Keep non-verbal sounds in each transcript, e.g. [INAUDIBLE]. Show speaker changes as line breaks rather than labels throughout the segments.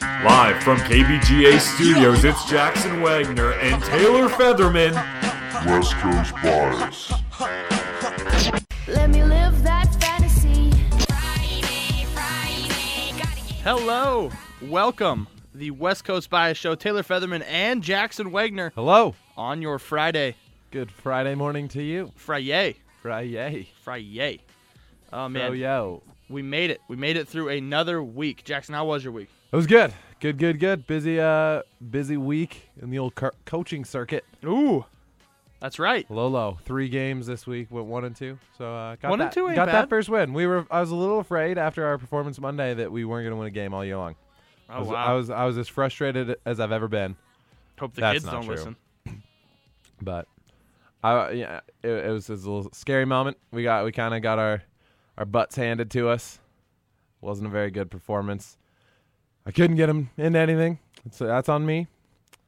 Live from KBGA Studios, it's Jackson Wagner and Taylor Featherman.
West Coast Bias.
Let me live that fantasy.
Hello, welcome the West Coast Bias Show. Taylor Featherman and Jackson Wagner
Hello.
on your Friday,
Good Friday morning to you.
Friday,
Friday.
Friday. Oh man,
Oh yo.
we made it. We made it through another week. Jackson, how was your week?
It was good. Good, good, good. Busy uh busy week in the old car- coaching circuit.
Ooh, that's right.
Lolo, 3 games this week, went 1 and 2. So uh got
One and
that-
two ain't
got
bad.
that first win. We were I was a little afraid after our performance Monday that we weren't going to win a game all year long. I
Oh
was,
wow.
I was I was as frustrated as I've ever been,
Hope the
that's
kids
not
don't
true.
listen.
but I yeah, it, it was it was a little scary moment. We got we kind of got our our butts handed to us. Wasn't a very good performance. I couldn't get him into anything, so that's on me.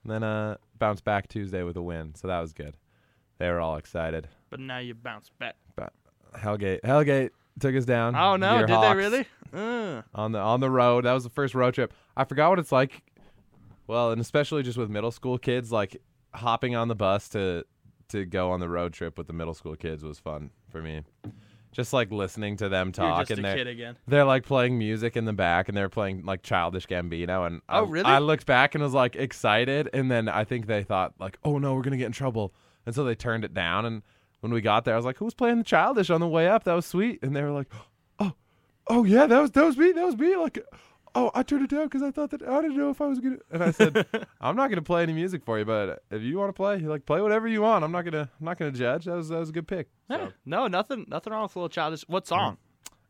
And then uh, bounced back Tuesday with a win, so that was good. They were all excited.
But now you bounce back.
But Hellgate, Hellgate took us down.
Oh no,
Your
did
Mm, Hawks
they really? Uh,
on the on the road? That was the first road trip. I forgot what it's like. Well, and especially just with middle school kids, like hopping on the bus to to go on the road trip with the middle school kids was fun for me. Just like listening to them
you're
talk
just
and
a
they're-
kid again.
they're like playing music in the back and they're playing like childish Gambino and I,
Oh, really?
I looked back and was like excited and then I think they thought like oh no we're gonna get in trouble and so they turned it down and when we got there I was like who's playing the childish on the way up that was sweet and they were like oh oh yeah that was that was me that was me like oh I turned it down because I thought that I didn't know if I was gonna and I [LAUGHS] said I'm not gonna play any music for you but if you want to play like play whatever you want I'm not gonna I'm not gonna judge that was that was a good pick
Yeah. No, nothing, nothing wrong with a little childish.
Mm.
What song?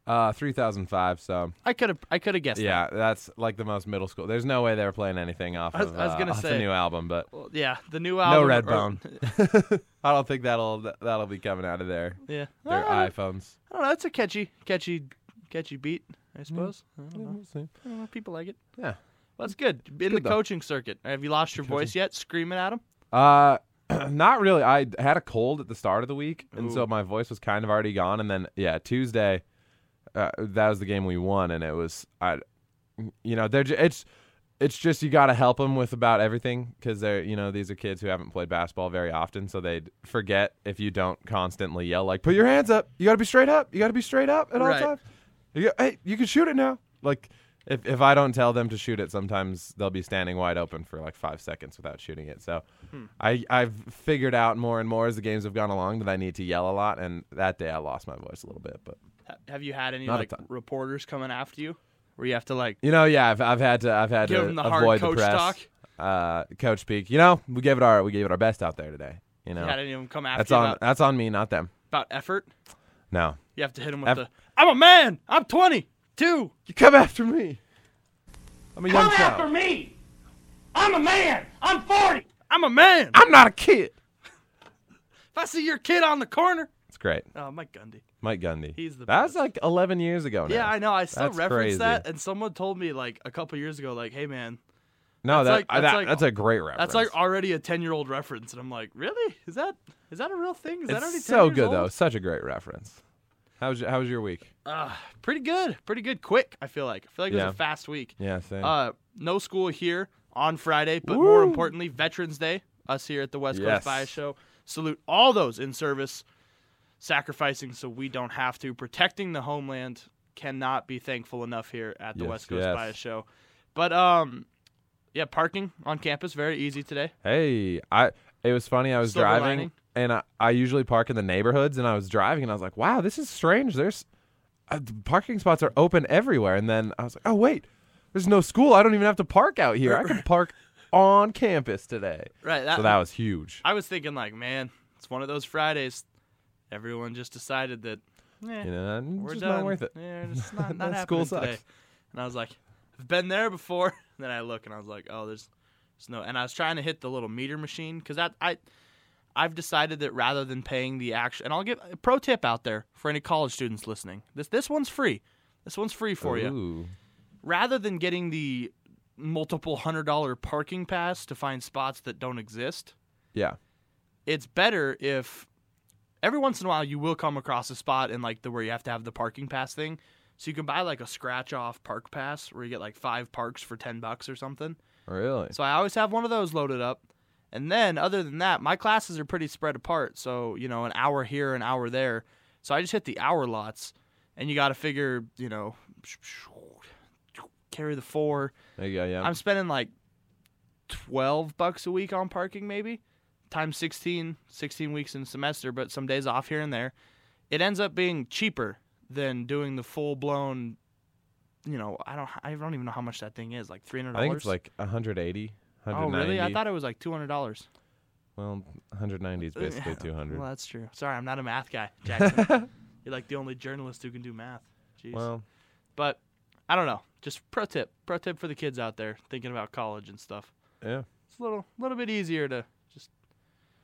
uh three thousand five so.
I could have, I could have guessed. that.
Yeah, that's like the most middle school. There's no way they were playing anything off
I was-
of
I was
uh,
gonna
off the
say.
new album, but
Well, yeah. The new
no
album. or- [LAUGHS]
Redbone. [LAUGHS] I don't think that'll that'll be coming out of their
yeah.
their
Ah,
iPhones.
I don't know. It's a catchy, catchy, catchy beat. I suppose. I don't know. I don't know. People like it.
Mm. Yeah.
Well, that's good. In the
good, though.
coaching circuit, have you lost your voice yet? Screaming at him?
Uh, [CLEARS THROAT] not really. I had a cold at the start of the week, and
Ooh.
so my voice was kind of already gone. And then yeah, Tuesday, uh, that was the game we won, and it was I, you know, they're ju- it's it's just you got to help them with about everything because they're you know these are kids who haven't played basketball very often, so they would forget if you don't constantly yell like put your hands up, you got to be straight up, you got to be straight up at all
Right.
times. You got- hey, you can shoot it now, like. If, if I don't tell them to shoot it, sometimes they'll be standing wide open for like five seconds without shooting it. So I I've figured out more and more as the games have gone along that I need to yell a lot, and that day I lost my voice a little bit. But
Ha- Have you had any
Not a
like
ton.
reporters coming after you, where you have to like?
you know, yeah, I've I've had to I've had
Give
to
them the hard
avoid
coach
the press.
talk.
Uh, coach speak. You know, we gave it our we gave it our best out there today. You know,
Had any of them come after
that's
you
on
about,
that's on me, not them.
about effort?
No,
You have to hit them with
Eff-
the "I'm a man. I'm 22."
you come after me. I'm a young
Come
child.
after me. I'm a man. I'm 40.
I'm a man.
I'm not a kid.
If I see your kid on the corner,
It's great,
oh Mike Gundy.
Mike Gundy.
He's the
That's
best.
like 11 years ago now.
Yeah, I know. I still
That's
reference
crazy.
that, and someone told me like a couple years ago, like, "Hey man,
No,
That's
that,
like-
I-
that's
that-
like-
that's a great reference.
that's like already a 10 year old reference," and I'm like, "Really? Is that is that a real thing? Is that already 10
it's so
years
good
old?
though. Such a great reference. How was your, how was your week?
Uh, pretty good. Pretty good. Quick, I feel like. I feel like it
Yeah.
was a fast week.
Yeah, same.
Uh, no school here on Friday, but more
Woo.
importantly, Veterans Day. Us here at the West Coast
Yes.
Bias Show salute all those in service, sacrificing so we don't have to, protecting the homeland. Cannot be thankful enough here at the
Yes,
West Coast
yes.
Bias Show. But um, yeah, parking on campus very easy today.
Hey, I it was funny. I was
Silver
driving
lining.
and I, I usually park in the neighborhoods and I was driving and I was like, "Wow, this is strange. There's uh, the parking spots are open everywhere." And then I was like, "Oh, wait. There's no school. I don't even have to park out here. I
[LAUGHS]
can park on campus today."
Right. That,
so that was huge.
I was thinking like, man, it's one of those Fridays. Everyone just decided that. eh,
you know, and
we're
just
done.
not worth it.
Yeah,
[LAUGHS]
it's not, not
That
happening
school
today.
sucks.
And I was like, I've been there before. [LAUGHS] And then I look and I was like, oh, there's, there's no. And I was trying to hit the little meter machine because I, I, I've decided that rather than paying the actual, and I'll give a pro tip out there for any college students listening. This this one's free. This one's free for you.
Ooh.
Rather than getting the multiple hundred dollar parking pass to find spots that don't exist,
Yeah.
it's better if every once in a while you will come across a spot in like the where you have to have the parking pass thing. So you can buy like a scratch off park pass where you get like five parks for ten bucks or something.
Really?
So I always have one of those loaded up. And then other than that, my classes are pretty spread apart. So, you know, an hour here, an hour there. So I just hit the hour lots and you got to figure, you know, carry the 4.
There you go. Yeah.
I'm spending like 12 bucks a week on parking maybe, times 16, 16 weeks in a semester, but some days off here and there. It ends up being cheaper than doing the full-blown you know, I don't I don't even know how much that thing is, like $300.
I think it's like 180,
Oh,
190.
really? I thought it was like two hundred dollars.
Well, 190
[LAUGHS]
is basically 200.
Well, that's true. Sorry, I'm not a
[LAUGHS]
math guy, Jackson. You're like the only journalist who can do math. Jeez.
Well,
but I don't know. Just pro tip, pro tip for the kids out there thinking about college and stuff.
yeah.
It's a little, little bit easier to just.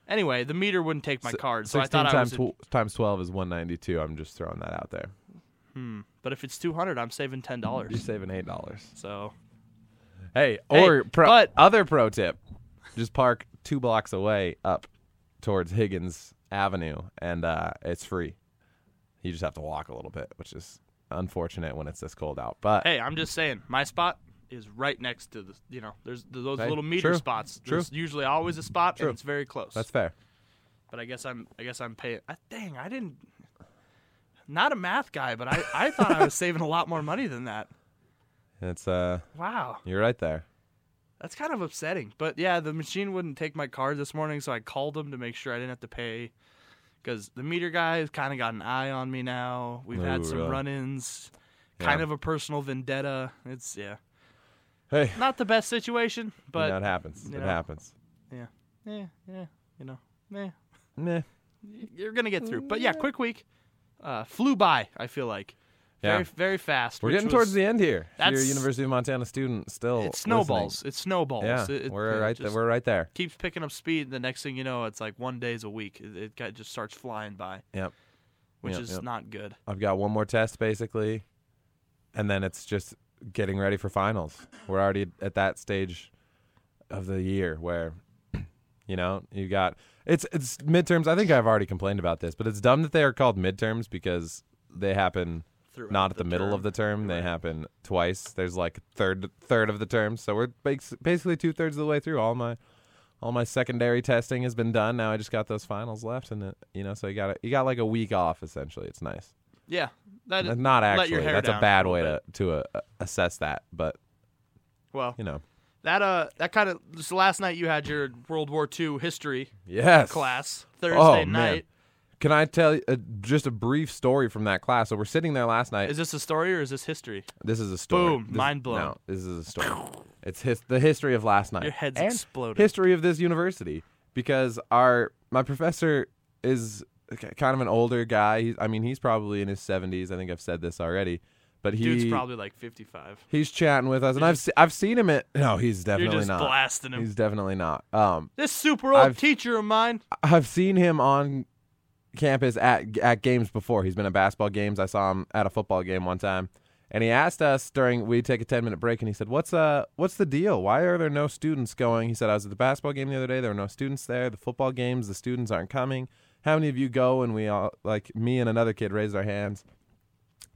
Anyway, the meter wouldn't take my
S-
card,
16
so I thought I was.
times,
a-
tw- times 12 is 192. I'm just throwing that out there.
hmm. But if it's two hundred, I'm saving ten
You're
dollars.
saving $8.
So
Hey,
Hey,
or pro-
but-
other pro tip, just park two blocks away up towards Higgins Avenue, and uh, it's free. You just have to walk a little bit, which is unfortunate when it's this cold out. But
hey, I'm just saying, my spot is right next to the. You know, there's those
Hey,
little meter
true,
spots.
true.
There's usually always a spot,
True.
and it's very close.
that's fair.
but I guess I'm I guess I'm paying. I, dang, I didn't. Not a math guy, but I, I thought I was [LAUGHS] saving a lot more money than that.
It's uh,
Wow,
you're right there.
that's kind of upsetting. But yeah, the machine wouldn't take my card this morning, so I called them to make sure I didn't have to pay. Because the meter guy has kind of got an eye on me now. We've
Ooh,
had some
really?
run-ins,
Yeah.
kind of a personal vendetta. It's yeah,
Hey,
not the best situation, but
that happens.
you
it
know.
happens.
yeah, yeah, you know, yeah,
Meh.
you're gonna get through. But yeah, quick week, uh, flew by. I feel like
Yeah.
very very fast.
We're
which
getting
was-
towards the end here. If you're a
that's-
University of Montana student, still
it snowballs. It snowballs.
listening. Yeah,
It- it-
we're
it
right.
just
there. We're right there.
keeps picking up speed. The next thing you know, it's like one day's a week. It, it got, just starts flying by,
Yep.
which
Yep,
is
yep.
not good.
I've got one more test basically, and then it's just getting ready for finals. We're already at that stage of the year where, [CLEARS THROAT] you know, you got it's it's midterms. I think I've already complained about this, but it's dumb that they are called midterms because they happen
Throughout
not at the, middle of
term.
the term. They
Right.
happen twice. There's like third third of the term, so we're bas- basically two thirds of the way through. All my all my secondary testing has been done. Now I just got those finals left, and it, you know, so you got you got like a week off essentially. It's nice.
Yeah, that
That's not
let your
actually.
hair
That's
down
a bad
little
way to
bit.
to uh, assess that, but
well
you know.
that uh that kind of so last night you had your World War II history
Yes.
class
[LAUGHS]
Thursday
Oh, man.
night.
Can I tell you uh, just a brief story from that class? So we're sitting there last night.
Is this a story or is this history?
this is a story.
Boom.
This-
Mind blown.
No, this
[LAUGHS]
is a story. It's his, the history of last night.
Your head's
Uh, and
exploded.
History of this university because our my professor is k- kind of an older guy. He's, I mean, he's probably in his 70s. I think I've said this already. But he
Dude's probably like 55.
he's chatting with us and I've se- I've seen him at No, he's definitely
You're just
not.
blasting him.
He's definitely not. Um,
This super old
I've-
teacher of mine.
I've seen him on campus at at games before. He's been at basketball games. I saw him at a football game one time, and he asked us during we take a ten minute break, and he said, "What's uh what's the deal? Why are there no students going?" He said, "I was at the basketball game the other day. There were no students there. The football games, the students aren't coming. How many of you go?" And we all like me and another kid raised our hands.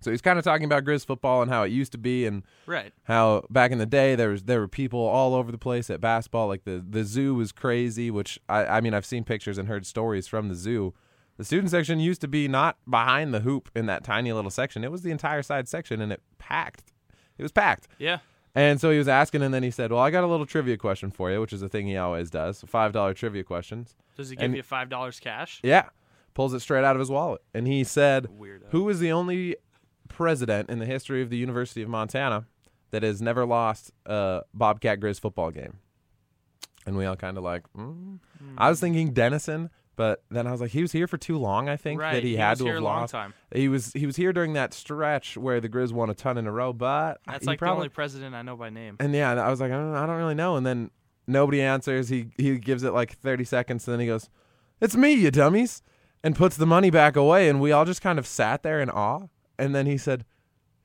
So he's kind of talking about Grizz football and how it used to be, and
Right.
how back in the day there was there were people all over the place at basketball. Like the the zoo was crazy, which I I mean I've seen pictures and heard stories from the zoo. The student section used to be not behind the hoop in that tiny little section. It was the entire side section, and it packed. It was packed.
Yeah.
And so he was asking, and then he said, "Well, I got a little trivia question for you," which is a thing he always does. Five dollar trivia questions.
Does he give
And-
you five dollars cash?
Yeah. Pulls it straight out of his wallet. And he said,
Weirdo.
Who is the only president in the history of the University of Montana that has never lost a Bobcat Grizz football game? And we all kind of like, mm. I
Hmm.
was thinking Dennison, but then I was like, he was here for too long, I think,
Right,
that he,
he
had
was
to
here
have
a long
lost.
time.
He was he was here during that stretch where the Grizz won a ton in a row, but
That's
Uh, he
like the
probably,
only president I know by name.
and yeah, I was like, I don't, I don't really know. And then nobody answers. He he gives it like 30 seconds, and then he goes, it's me, you dummies, and puts the money back away. And we all just kind of sat there in awe. And then he said,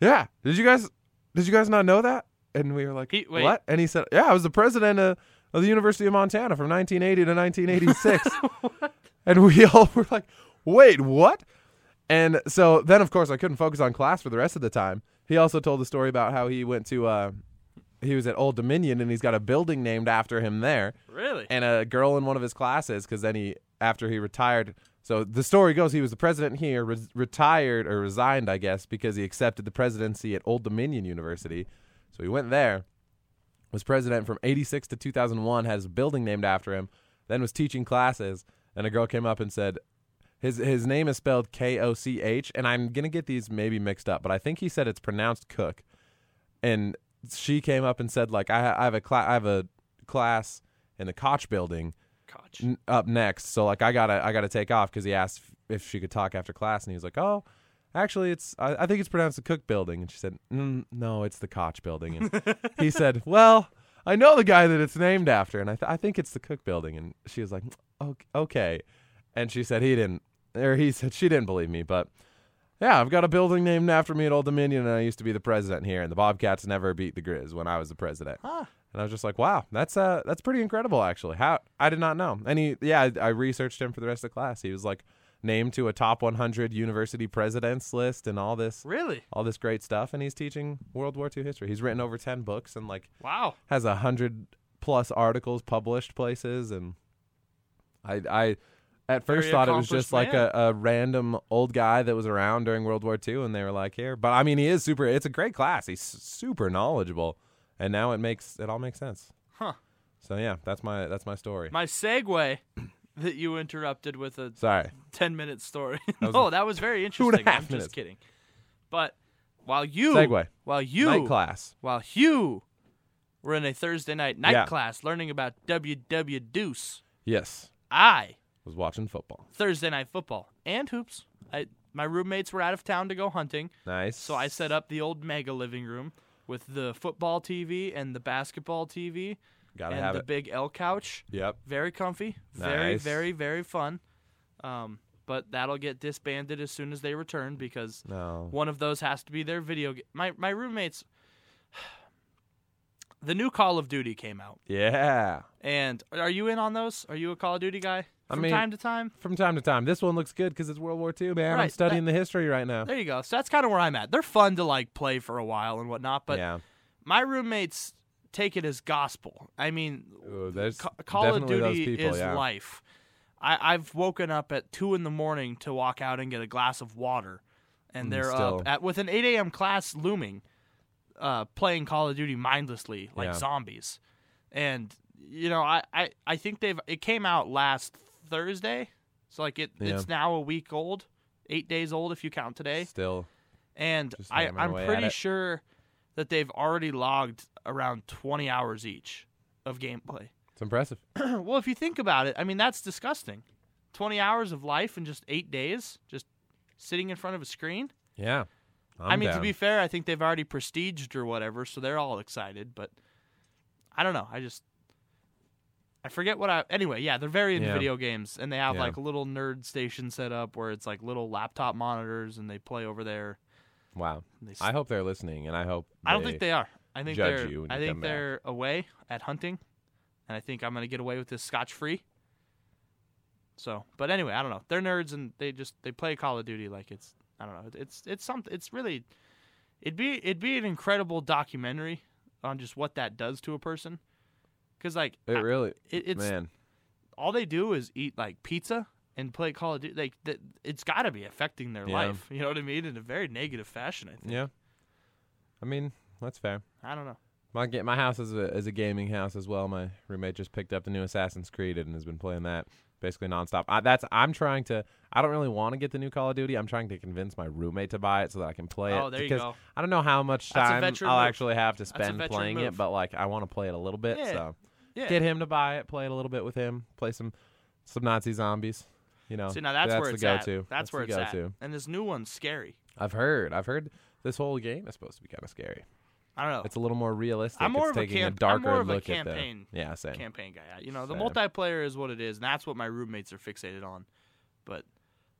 yeah, did you guys, did you guys not know that? And we were like,
He- wait.
what? And he said, yeah, I was the president of, of the University of Montana from 1980 to
[LAUGHS]
1986. And we all were like, wait, what? And so then, of course, I couldn't focus on class for the rest of the time. He also told the story about how he went to, uh, he was at Old Dominion and he's got a building named after him there
Really?
and a girl in one of his classes because then he after he retired so the story goes he was the president here re- retired or resigned i guess because he accepted the presidency at old dominion university so he went there was president from 86 to 2001 has a building named after him then was teaching classes and a girl came up and said his his name is spelled k-o-c-h and i'm gonna get these maybe mixed up but i think he said it's pronounced cook and she came up and said like i, I have a cla- i have a class in the Koch building
Koch.
n- up next. So like I gotta I gotta take off because he asked if she could talk after class, and he was like, "Oh, actually, it's I, I think it's pronounced the Cook Building." And she said, mm, "No, it's the Koch building." And he said, "Well, I know the guy that it's named after, and I th- I think it's the Cook building." And she was like, "Ok- "Okay," and she said he didn't, or he said she didn't believe me, but. Yeah, I've got a building named after me at Old Dominion, and I used to be the president here. And the Bobcats never beat the Grizz when I was the president. And I was just like, wow, that's uh that's pretty incredible actually. How I did not know. And he yeah, I, I researched him for the rest of the class. He was like named to a top 100 university presidents list and all this
Really?
all this great stuff and he's teaching World War II history. He's written over 10 books and like
Wow.
has a 100 plus articles published places and I I at first
Very
thought it was
accomplished
just like
man.
a, a random old guy that was around during World War II and they were like here but I mean he is super it's a great class he's s- super knowledgeable and now it makes it all makes sense
Huh.
so yeah that's my that's my story
My segue [CLEARS THROAT] that you interrupted with a
sorry
10 minute story.
That was
[LAUGHS] no, that
[LAUGHS]
was very interesting.
and a half
I'm
minutes.
just kidding. But while you
Segue.
while you
night class
while you were in a Thursday night night
Yeah.
class learning about WW Deuce,
yes
I
was watching football
Thursday night football and hoops. I my roommates were out of town to go hunting,
nice
so I set up the old mega living room with the football TV and the basketball TV
gotta
and
have
the
it
big L couch.
yep
Very comfy. Very,
Nice.
very, very fun. Um, but that'll get disbanded as soon as they return because
no
one of those has to be their video game. My my roommates. [SIGHS] The new Call of Duty came out,
yeah
and are you in on those? Are you a Call of Duty guy?
I
From
mean-
time to time.
from time to time this one looks good because it's World War II man I'm
Right,
studying the history right now
There you go. So that's kind of where I'm at. They're fun to like play for a while and whatnot, but
yeah
my roommates take it as gospel. I mean,
Ooh, there's
Ca- Call of
definitely those
Duty
people,
is
yeah.
life. I, I've woken up at two in the morning to walk out and get a glass of water, and they're
Mm, still.
up at with an eight a.m. class looming, uh, playing Call of Duty mindlessly like
Yeah.
zombies, and you know I, I I think they've it came out last Thursday, so like it
Yeah.
it's now a week old, eight days old if you count today,
still
and
Just
I
hammering
I'm
away at
pretty
it.
sure that they've already logged around twenty hours each of gameplay. [CLEARS THROAT]
it's impressive
Well, if you think about it, I mean that's disgusting. Twenty hours of life in just eight days, just sitting in front of a screen.
Yeah. I'm
mean,
down.
to be fair, I think they've already prestiged or whatever, so they're all excited. But I don't know. I just I forget what I. Anyway, yeah, they're very into
Yeah.
video games, and they have
Yeah.
like a little nerd station set up where it's like little laptop monitors, and they play over there.
wow.
And they s-
I hope they're listening, and I hope
I don't think they are. I think
judge
they're.
you when
I
you
think
come back.
they're away at hunting, and I think I'm gonna get away with this scotch free. So, but anyway, I don't know. They're nerds, and they just they play Call of Duty like it's. I don't know. It's it's something. It's really. It'd be it'd be an incredible documentary on just what that does to a person, because like
It
I-
really,
it, it's
man.
all they do is eat like pizza and play Call of Duty. Like th- it's got to be affecting their
Yeah.
life. You know what I mean? In a very negative fashion. I think.
Yeah. I mean, that's fair.
I don't know.
My ga- my house is a is a gaming house as well. My roommate just picked up the new Assassin's Creed and has been playing that basically nonstop. I, that's I'm trying to. I don't really want to get the new Call of Duty. I'm trying to convince my roommate to buy it so that I can play it.
Oh, there you
because
go.
I don't know how much
That's a
time I'll
veteran move.
actually have to
a
spend
veteran
playing it,
move.
but like I want to play it a little bit.
Yeah.
So
Yeah.
get him to buy it, play it a little bit with him, play some some Nazi zombies. You know,
See, now that's, where
the
it's at.
go-to.
That's, where
the
it's at.
go-to.
And this new one's scary.
I've heard. I've heard this whole game is supposed to be kind of scary.
I don't know.
It's a little more realistic.
I'm more
it's
of a
taking
camp- I'm
darker
more of a
look at
campaign-
the. Yeah, same.
campaign guy. You know, the
Same.
multiplayer is what it is, and that's what my roommates are fixated on. But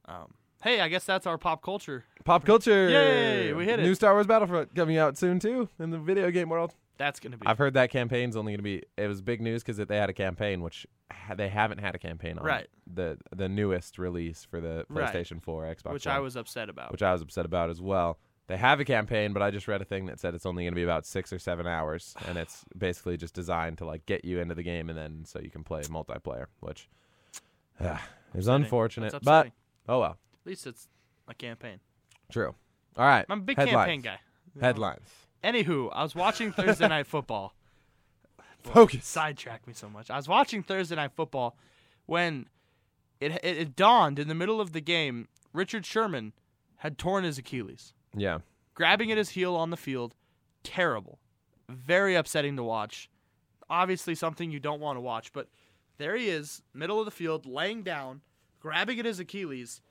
um, hey, I guess that's our pop culture.
Pop culture.
Yay, we hit it.
New Star Wars Battlefront coming out soon too in the video game world.
That's gonna be
I've heard that campaign's only going to be. It was big news because they had a campaign, which ha- they haven't had a campaign on.
Right.
The the newest release for the
Right.
PlayStation 4, Xbox.
which
One,
I was upset about.
which I was upset about as well. They have a campaign, but I just read a thing that said it's only going to be about six or seven hours, and it's
[SIGHS]
basically just designed to like get you into the game, and then so you can play multiplayer, which [SIGHS] ah, is unfortunate.
That's
But
upsetting.
oh well,
At least it's a campaign.
true. All right,
I'm a big
headlines.
campaign guy.
Headlines.
Anywho, I was watching Thursday Night Football.
[LAUGHS] Focus.
Sidetrack me so much. I was watching Thursday Night Football when it, it, it dawned in the middle of the game Richard Sherman had torn his Achilles.
Yeah.
grabbing at his heel on the field. Terrible. Very upsetting to watch. Obviously, something you don't want to watch, but there he is, middle of the field, laying down, grabbing at his Achilles.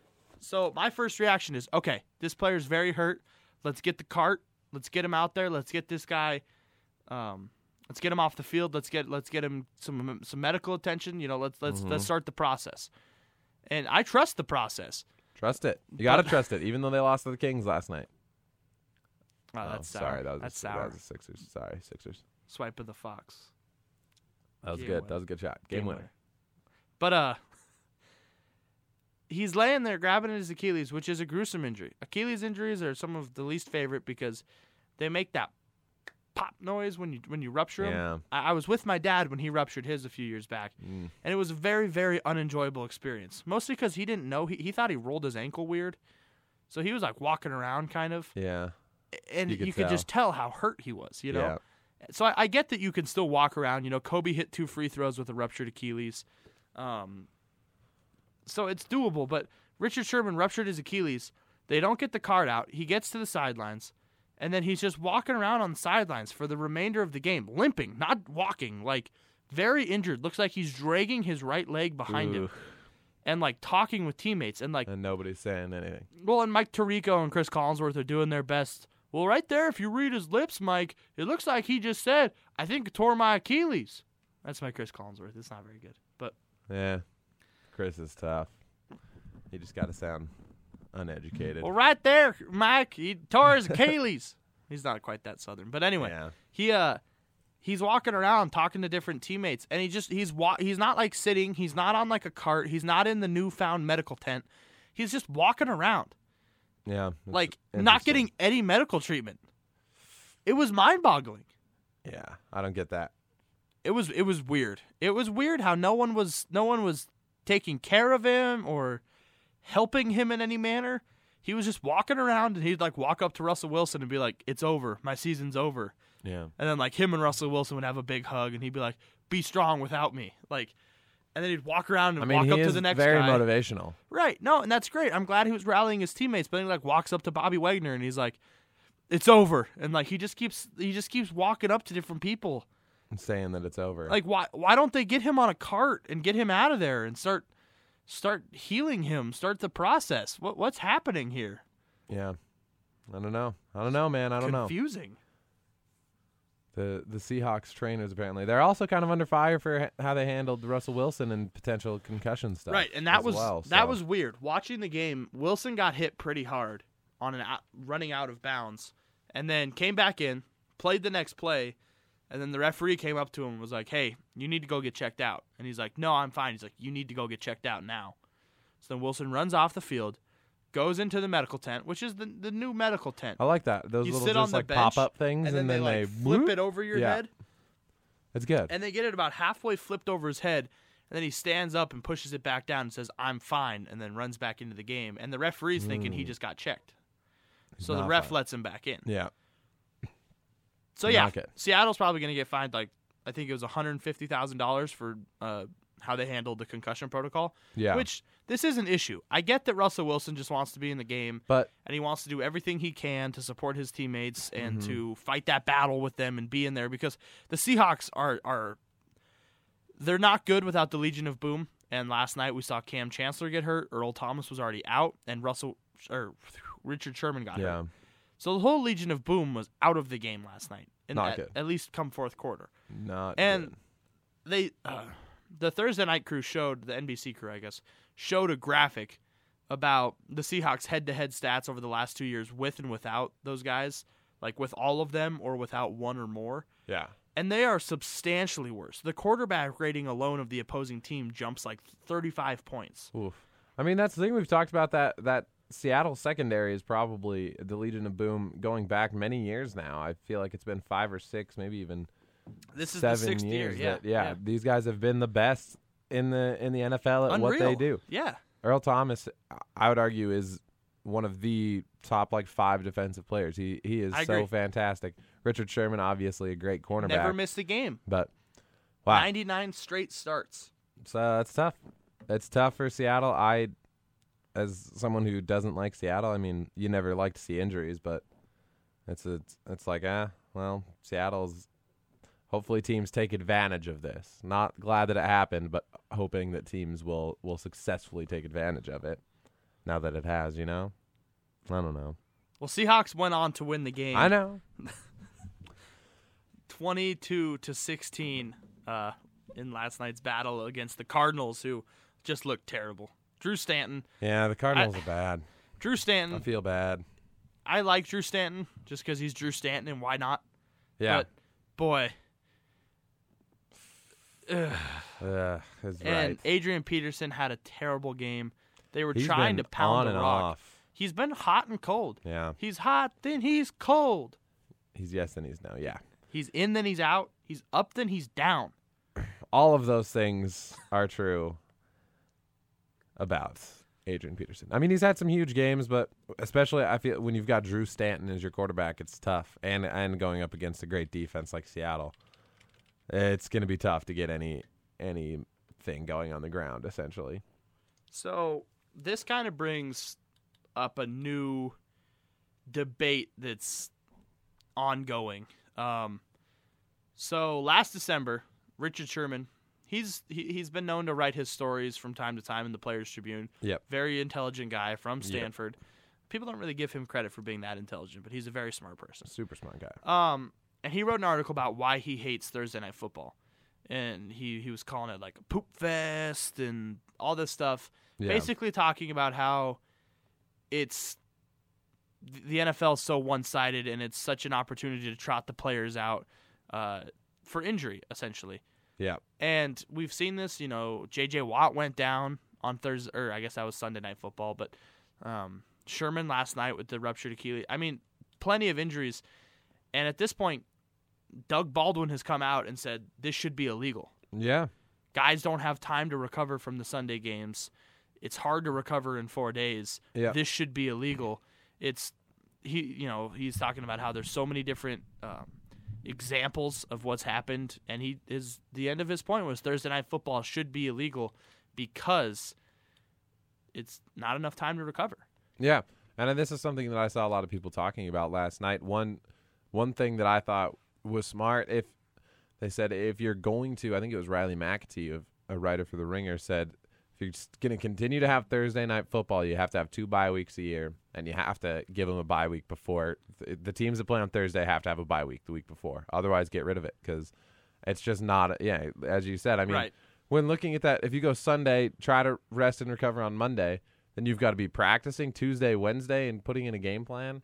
So, my first reaction is okay, this player's very hurt. Let's get the cart. Let's get him out there. Let's get this guy. Um, let's get him off the field. Let's get let's get him some some medical attention. You know, let's let's
Mm-hmm.
let's start the process. And I trust the process.
Trust it. You gotta trust it, even though they lost to the Kings last night.
Oh,
Oh,
that's sour.
sorry, that was
that's
a,
sour.
That was a Sixers. Sorry, Sixers.
Swipe of the fox.
That was
Game
good.
winner.
That was a good shot. Game, winner.
But uh he's laying there grabbing at his Achilles, which is a gruesome injury. Achilles injuries are some of the least favorite because they make that pop noise when you when you rupture
Yeah. Mm.
them. I, I was with my dad when he ruptured his a few years back, and it was a very very unenjoyable experience. Mostly because he didn't know he, he thought he rolled his ankle weird, so he was like walking around kind of,
Yeah.
and
You
you
could
could, just tell how hurt he was. You know.
Yeah.
So I, I get that you can still walk around. You know, Kobe hit two free throws with a ruptured Achilles. Um, so it's doable, but Richard Sherman ruptured his Achilles. They don't get the card out. He gets to the sidelines, and then he's just walking around on the sidelines for the remainder of the game, limping, not walking, like very injured. Looks like he's dragging his right leg behind him
Ooh.
and like talking with teammates and like
And nobody's saying anything.
well, and Mike Tirico and Chris Collinsworth are doing their best. Well, right there, if you read his lips, Mike, it looks like he just said, "I think I tore my Achilles." That's my Chris Collinsworth. It's not very good, but
Yeah. Chris is tough. You just gotta sound uneducated.
well, right there, Mike, he tore
[LAUGHS]
his Achilles. He's not quite that southern, but anyway,
Yeah.
he uh, he's walking around talking to different teammates, and he just he's wa- he's not like sitting, he's not on like a cart, he's not in the newfound medical tent, he's just walking around.
Yeah. it's
like not
interesting.
getting any medical treatment. It was mind boggling.
Yeah. I don't get that.
It was it was weird. It was weird how no one was no one was taking care of him or helping him in any manner. He was just walking around and he'd like walk up to Russell Wilson and be like, "It's over. My season's over."
Yeah.
And then like him and Russell Wilson would have a big hug and he'd be like, "Be strong without me." Like and then he'd walk around and
I mean,
walk
he
up
is
to the next
very
guy.
motivational.
Right. No, and that's great. I'm glad he was rallying his teammates, but then he like walks up to Bobby Wagner and he's like, It's over. And like he just keeps he just keeps walking up to different people.
and saying that it's over.
Like why why don't they get him on a cart and get him out of there and start start healing him, start the process? What what's happening here?
yeah. I don't know. I don't know, man. I don't know.
Confusing.
the the Seahawks trainers apparently they're also kind of under fire for h- how they handled Russell Wilson and potential concussion stuff.
Right, and that
as
was
well, so-
that was weird. Watching the game, Wilson got hit pretty hard on an out, running out of bounds, and then came back in, played the next play, and then the referee came up to him and was like, "Hey, you need to go get checked out." And he's like, "No, I'm fine." He's like, "You need to go get checked out now." So then Wilson runs off the field, goes into the medical tent, which is the the new medical tent.
I like that those
you
little
sit on
just
the
like
bench,
pop up things
and then, they, like flip
whoop.
it over your
Yeah,
head,
It's good.
and they get it about halfway flipped over his head and then he stands up and pushes it back down and says i'm fine and then runs back into the game and the referee's thinking he just got checked so the
Mm. not
ref
fine.
lets him back in
yeah,
so yeah
knock it.
seattle's probably going to get fined like i think it was $150000 for uh, how they handled the concussion protocol
Yeah.
which this is an issue i get that russell wilson just wants to be in the game
but
and he wants to do everything he can to support his teammates and
Mm-hmm.
to fight that battle with them and be in there because the Seahawks are are they're not good without the Legion of Boom. And last night we saw Cam Chancellor get hurt, Earl Thomas was already out, and Russell or Richard Sherman got
yeah,
hurt. So the whole Legion of Boom was out of the game last night. In
Not
at,
good.
at least come fourth quarter.
Not
And
good.
they uh, the Thursday night crew showed the NBC crew, I guess, showed a graphic about the Seahawks head-to-head stats over the last 2 years with and without those guys, like with all of them or without one or more.
yeah,
And they are substantially worse. The quarterback rating alone of the opposing team jumps like 35 points.
oof. I mean, that's the thing we've talked about. That that Seattle secondary is probably the Legion of Boom going back many years now. I feel like it's been five or six, maybe even
This is
seven
the sixth year.
years.
yeah,
that, yeah, these guys have been the best in the in the NFL at what they
Unreal.
do.
Yeah.
Earl Thomas, I would argue, is one of the top like five defensive players. He he is
I
so
agree.
fantastic. Richard Sherman, obviously a great cornerback,
Never missed a game.
but wow,
99 straight starts.
so that's tough. That's tough for Seattle. I, as someone who doesn't like Seattle, I mean, you never like to see injuries, but it's it's, it's like ah, well, Seattle's. Hopefully, teams take advantage of this. Not glad that it happened, but hoping that teams will will successfully take advantage of it. Now that it has, you know, I don't know.
Well, Seahawks went on to win the game.
I know.
22 to 16 uh, in last night's battle against the Cardinals, who just looked terrible. Drew Stanton.
Yeah, the Cardinals are bad.
Drew
I
Stanton.
feel bad.
I like Drew Stanton just because he's Drew Stanton and why not?
Yeah,
But boy,
Ugh, that's
and
right.
Adrian Peterson had a terrible game. They were
He's
trying
been
to pound
on
the
and
rock.
off.
He's been hot and cold.
Yeah.
He's hot, then he's cold.
He's yes and he's no. Yeah.
He's in, then he's out. He's up, then he's down.
all of those things are true about Adrian Peterson. I mean, he's had some huge games, but especially I feel when you've got Drew Stanton as your quarterback, it's tough. And and going up against a great defense like Seattle, it's going to be tough to get any anything going on the ground. Essentially,
So this kind of brings up a new debate that's ongoing. Um, so last December, Richard Sherman, he's he, he's been known to write his stories from time to time in the Players Tribune.
Yep.
Very intelligent guy from Stanford. People don't really give him credit for being that intelligent, but he's a very smart person.
super smart guy.
Um, and he wrote an article about why he hates Thursday night football, and he he was calling it like a poop fest and all this stuff.
Yeah.
Basically, talking about how it's th- the NFL is so one sided and it's such an opportunity to trot the players out uh, for injury essentially.
Yeah,
And we've seen this, you know, J.J. Watt went down on Thursday, or I guess that was Sunday night football, but um, Sherman last night with the ruptured Achilles. I mean, plenty of injuries. And at this point, Doug Baldwin has come out and said this should be illegal.
yeah,
Guys don't have time to recover from the Sunday games. It's hard to recover in four days.
Yeah.
This should be illegal. It's he, you know, he's talking about how there's so many different um, examples of what's happened, and he is the end of his point was Thursday night football should be illegal because it's not enough time to recover.
yeah. And this is something that I saw a lot of people talking about last night. One one thing that I thought was smart if they said if you're going to, I think it was Riley McAtee, of- a writer for The Ringer, said if you're going to continue to have Thursday night football, you have to have two bye weeks a year, and you have to give them a bye week before th- the teams that play on Thursday have to have a bye week the week before. Otherwise, get rid of it because it's just not. Yeah, as you said, I mean,
Right.
when looking at that, if you go Sunday, try to rest and recover on Monday, then you've got to be practicing Tuesday, Wednesday, and putting in a game plan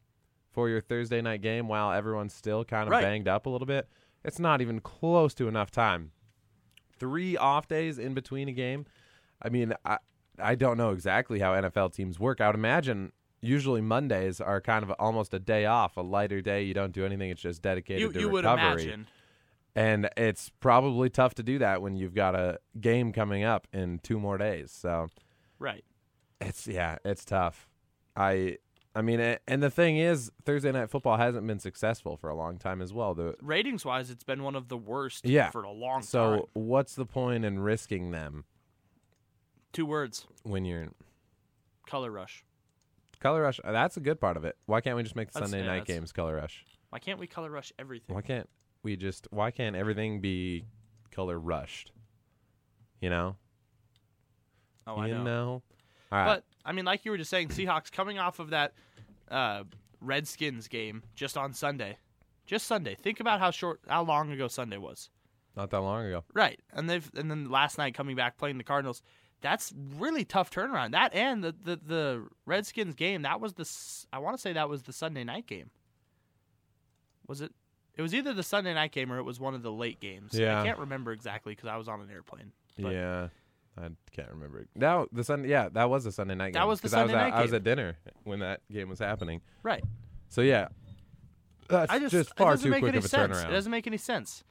for your Thursday night game while everyone's still kind of
Right.
banged up a little bit. It's not even close to enough time. Three off days in between a game. I mean, I I don't know exactly how NFL teams work. I would imagine usually Mondays are kind of almost a day off, a lighter day. You don't do anything. It's just dedicated
You
to
you would
recovery.
imagine
And it's probably tough to do that when you've got a game coming up in two more days. So
right.
it's yeah, it's tough. I I mean, a- and the thing is, Thursday night football hasn't been successful for a long time as well. The
Ratings wise, it's been one of the worst
Yeah.
for a long
so
time.
what's the point in risking them
Two words:
when you're
color rush.
color rush? uh, That's a good part of it. Why can't we just make the
That's-
Sunday
yeah,
night
that's-
games color rush?
Why can't we color rush everything?
Why can't we just? Why can't everything be color rushed? You know.
Oh, I
you
Oh, know.
know. All right.
But I mean, like you were just saying, Seahawks coming off of that uh, Redskins game just on Sunday. Just Sunday. Think about how short how long ago Sunday was.
Not that long ago.
Right. And they've and then last night coming back playing the Cardinals. That's really tough turnaround. That and the the, the Redskins game, that was the s- I want to say that was the Sunday night game. Was it it was either the Sunday night game or it was one of the late games.
Yeah.
I can't remember exactly because I was on an airplane. But
yeah. I can't remember. No, the Sunday. Yeah, that was the Sunday night game.
That was the
'cause I was
Sunday
at,
night
I was
game.
at dinner when that game was happening.
Right.
So yeah, that's
I just, it
far
doesn't
too
make
quick
any
of a
sense.
turnaround.
It doesn't make any sense.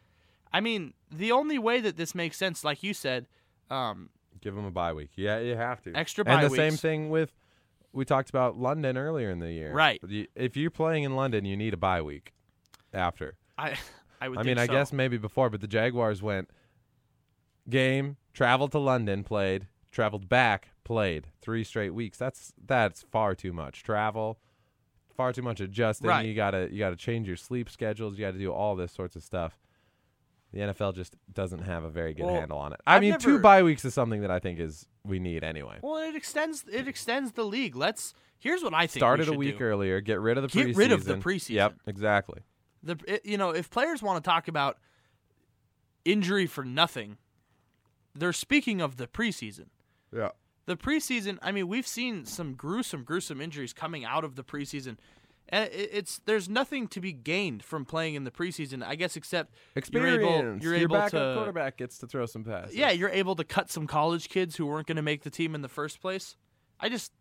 I mean, the only way that this makes sense, like you said, um,
Give them a bye week. Yeah, you have to.
Extra
And
bye
the same
weeks.
thing with we talked about London earlier in the year.
Right.
You- If you're playing in London, you need a bye week after.
I, [LAUGHS] I would.
I
think
mean, I
so.
guess maybe before, but the Jaguars went game, traveled to London, played, traveled back, played three straight weeks. That's that's far too much travel, far too much adjusting.
Right.
You gotta you gotta change your sleep schedules. You gotta do all this sorts of stuff. The NFL just doesn't have a very good
Well,
handle on it. I
I've
mean, two
never-
bye weeks is something that I think is we need anyway.
Well, it extends. It extends the league. Let's. Here's what I think. we
Started a
should
week
do.
earlier. Get rid of the preseason.
Get rid of the preseason.
Yep, exactly.
the it, you know if players want to talk about injury for nothing they're speaking of the preseason
Yeah.
the preseason i mean we've seen some gruesome gruesome injuries coming out of the preseason and it, it's there's nothing to be gained from playing in the preseason i guess except
Experience.
you're able, you're
Your
able
backup
to
quarterback gets to throw some passes.
yeah you're able to cut some college kids who weren't going to make the team in the first place i just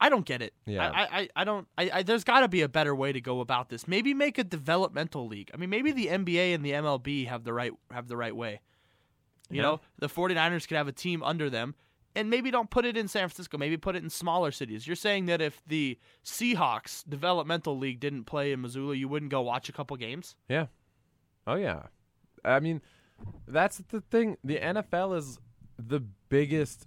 i don't get it
Yeah.
i i, I- I don't I, I there's got to be a better way to go about this maybe make a developmental league i mean maybe the nba and the mlb have the right have the right way you know the 49ers could have a team under them and maybe don't put it in San Francisco. Maybe put it in smaller cities. You're saying that if the Seahawks developmental league didn't play in Missoula, you wouldn't go watch a couple games.
Yeah. Oh yeah. I mean, that's the thing. The NFL is the biggest.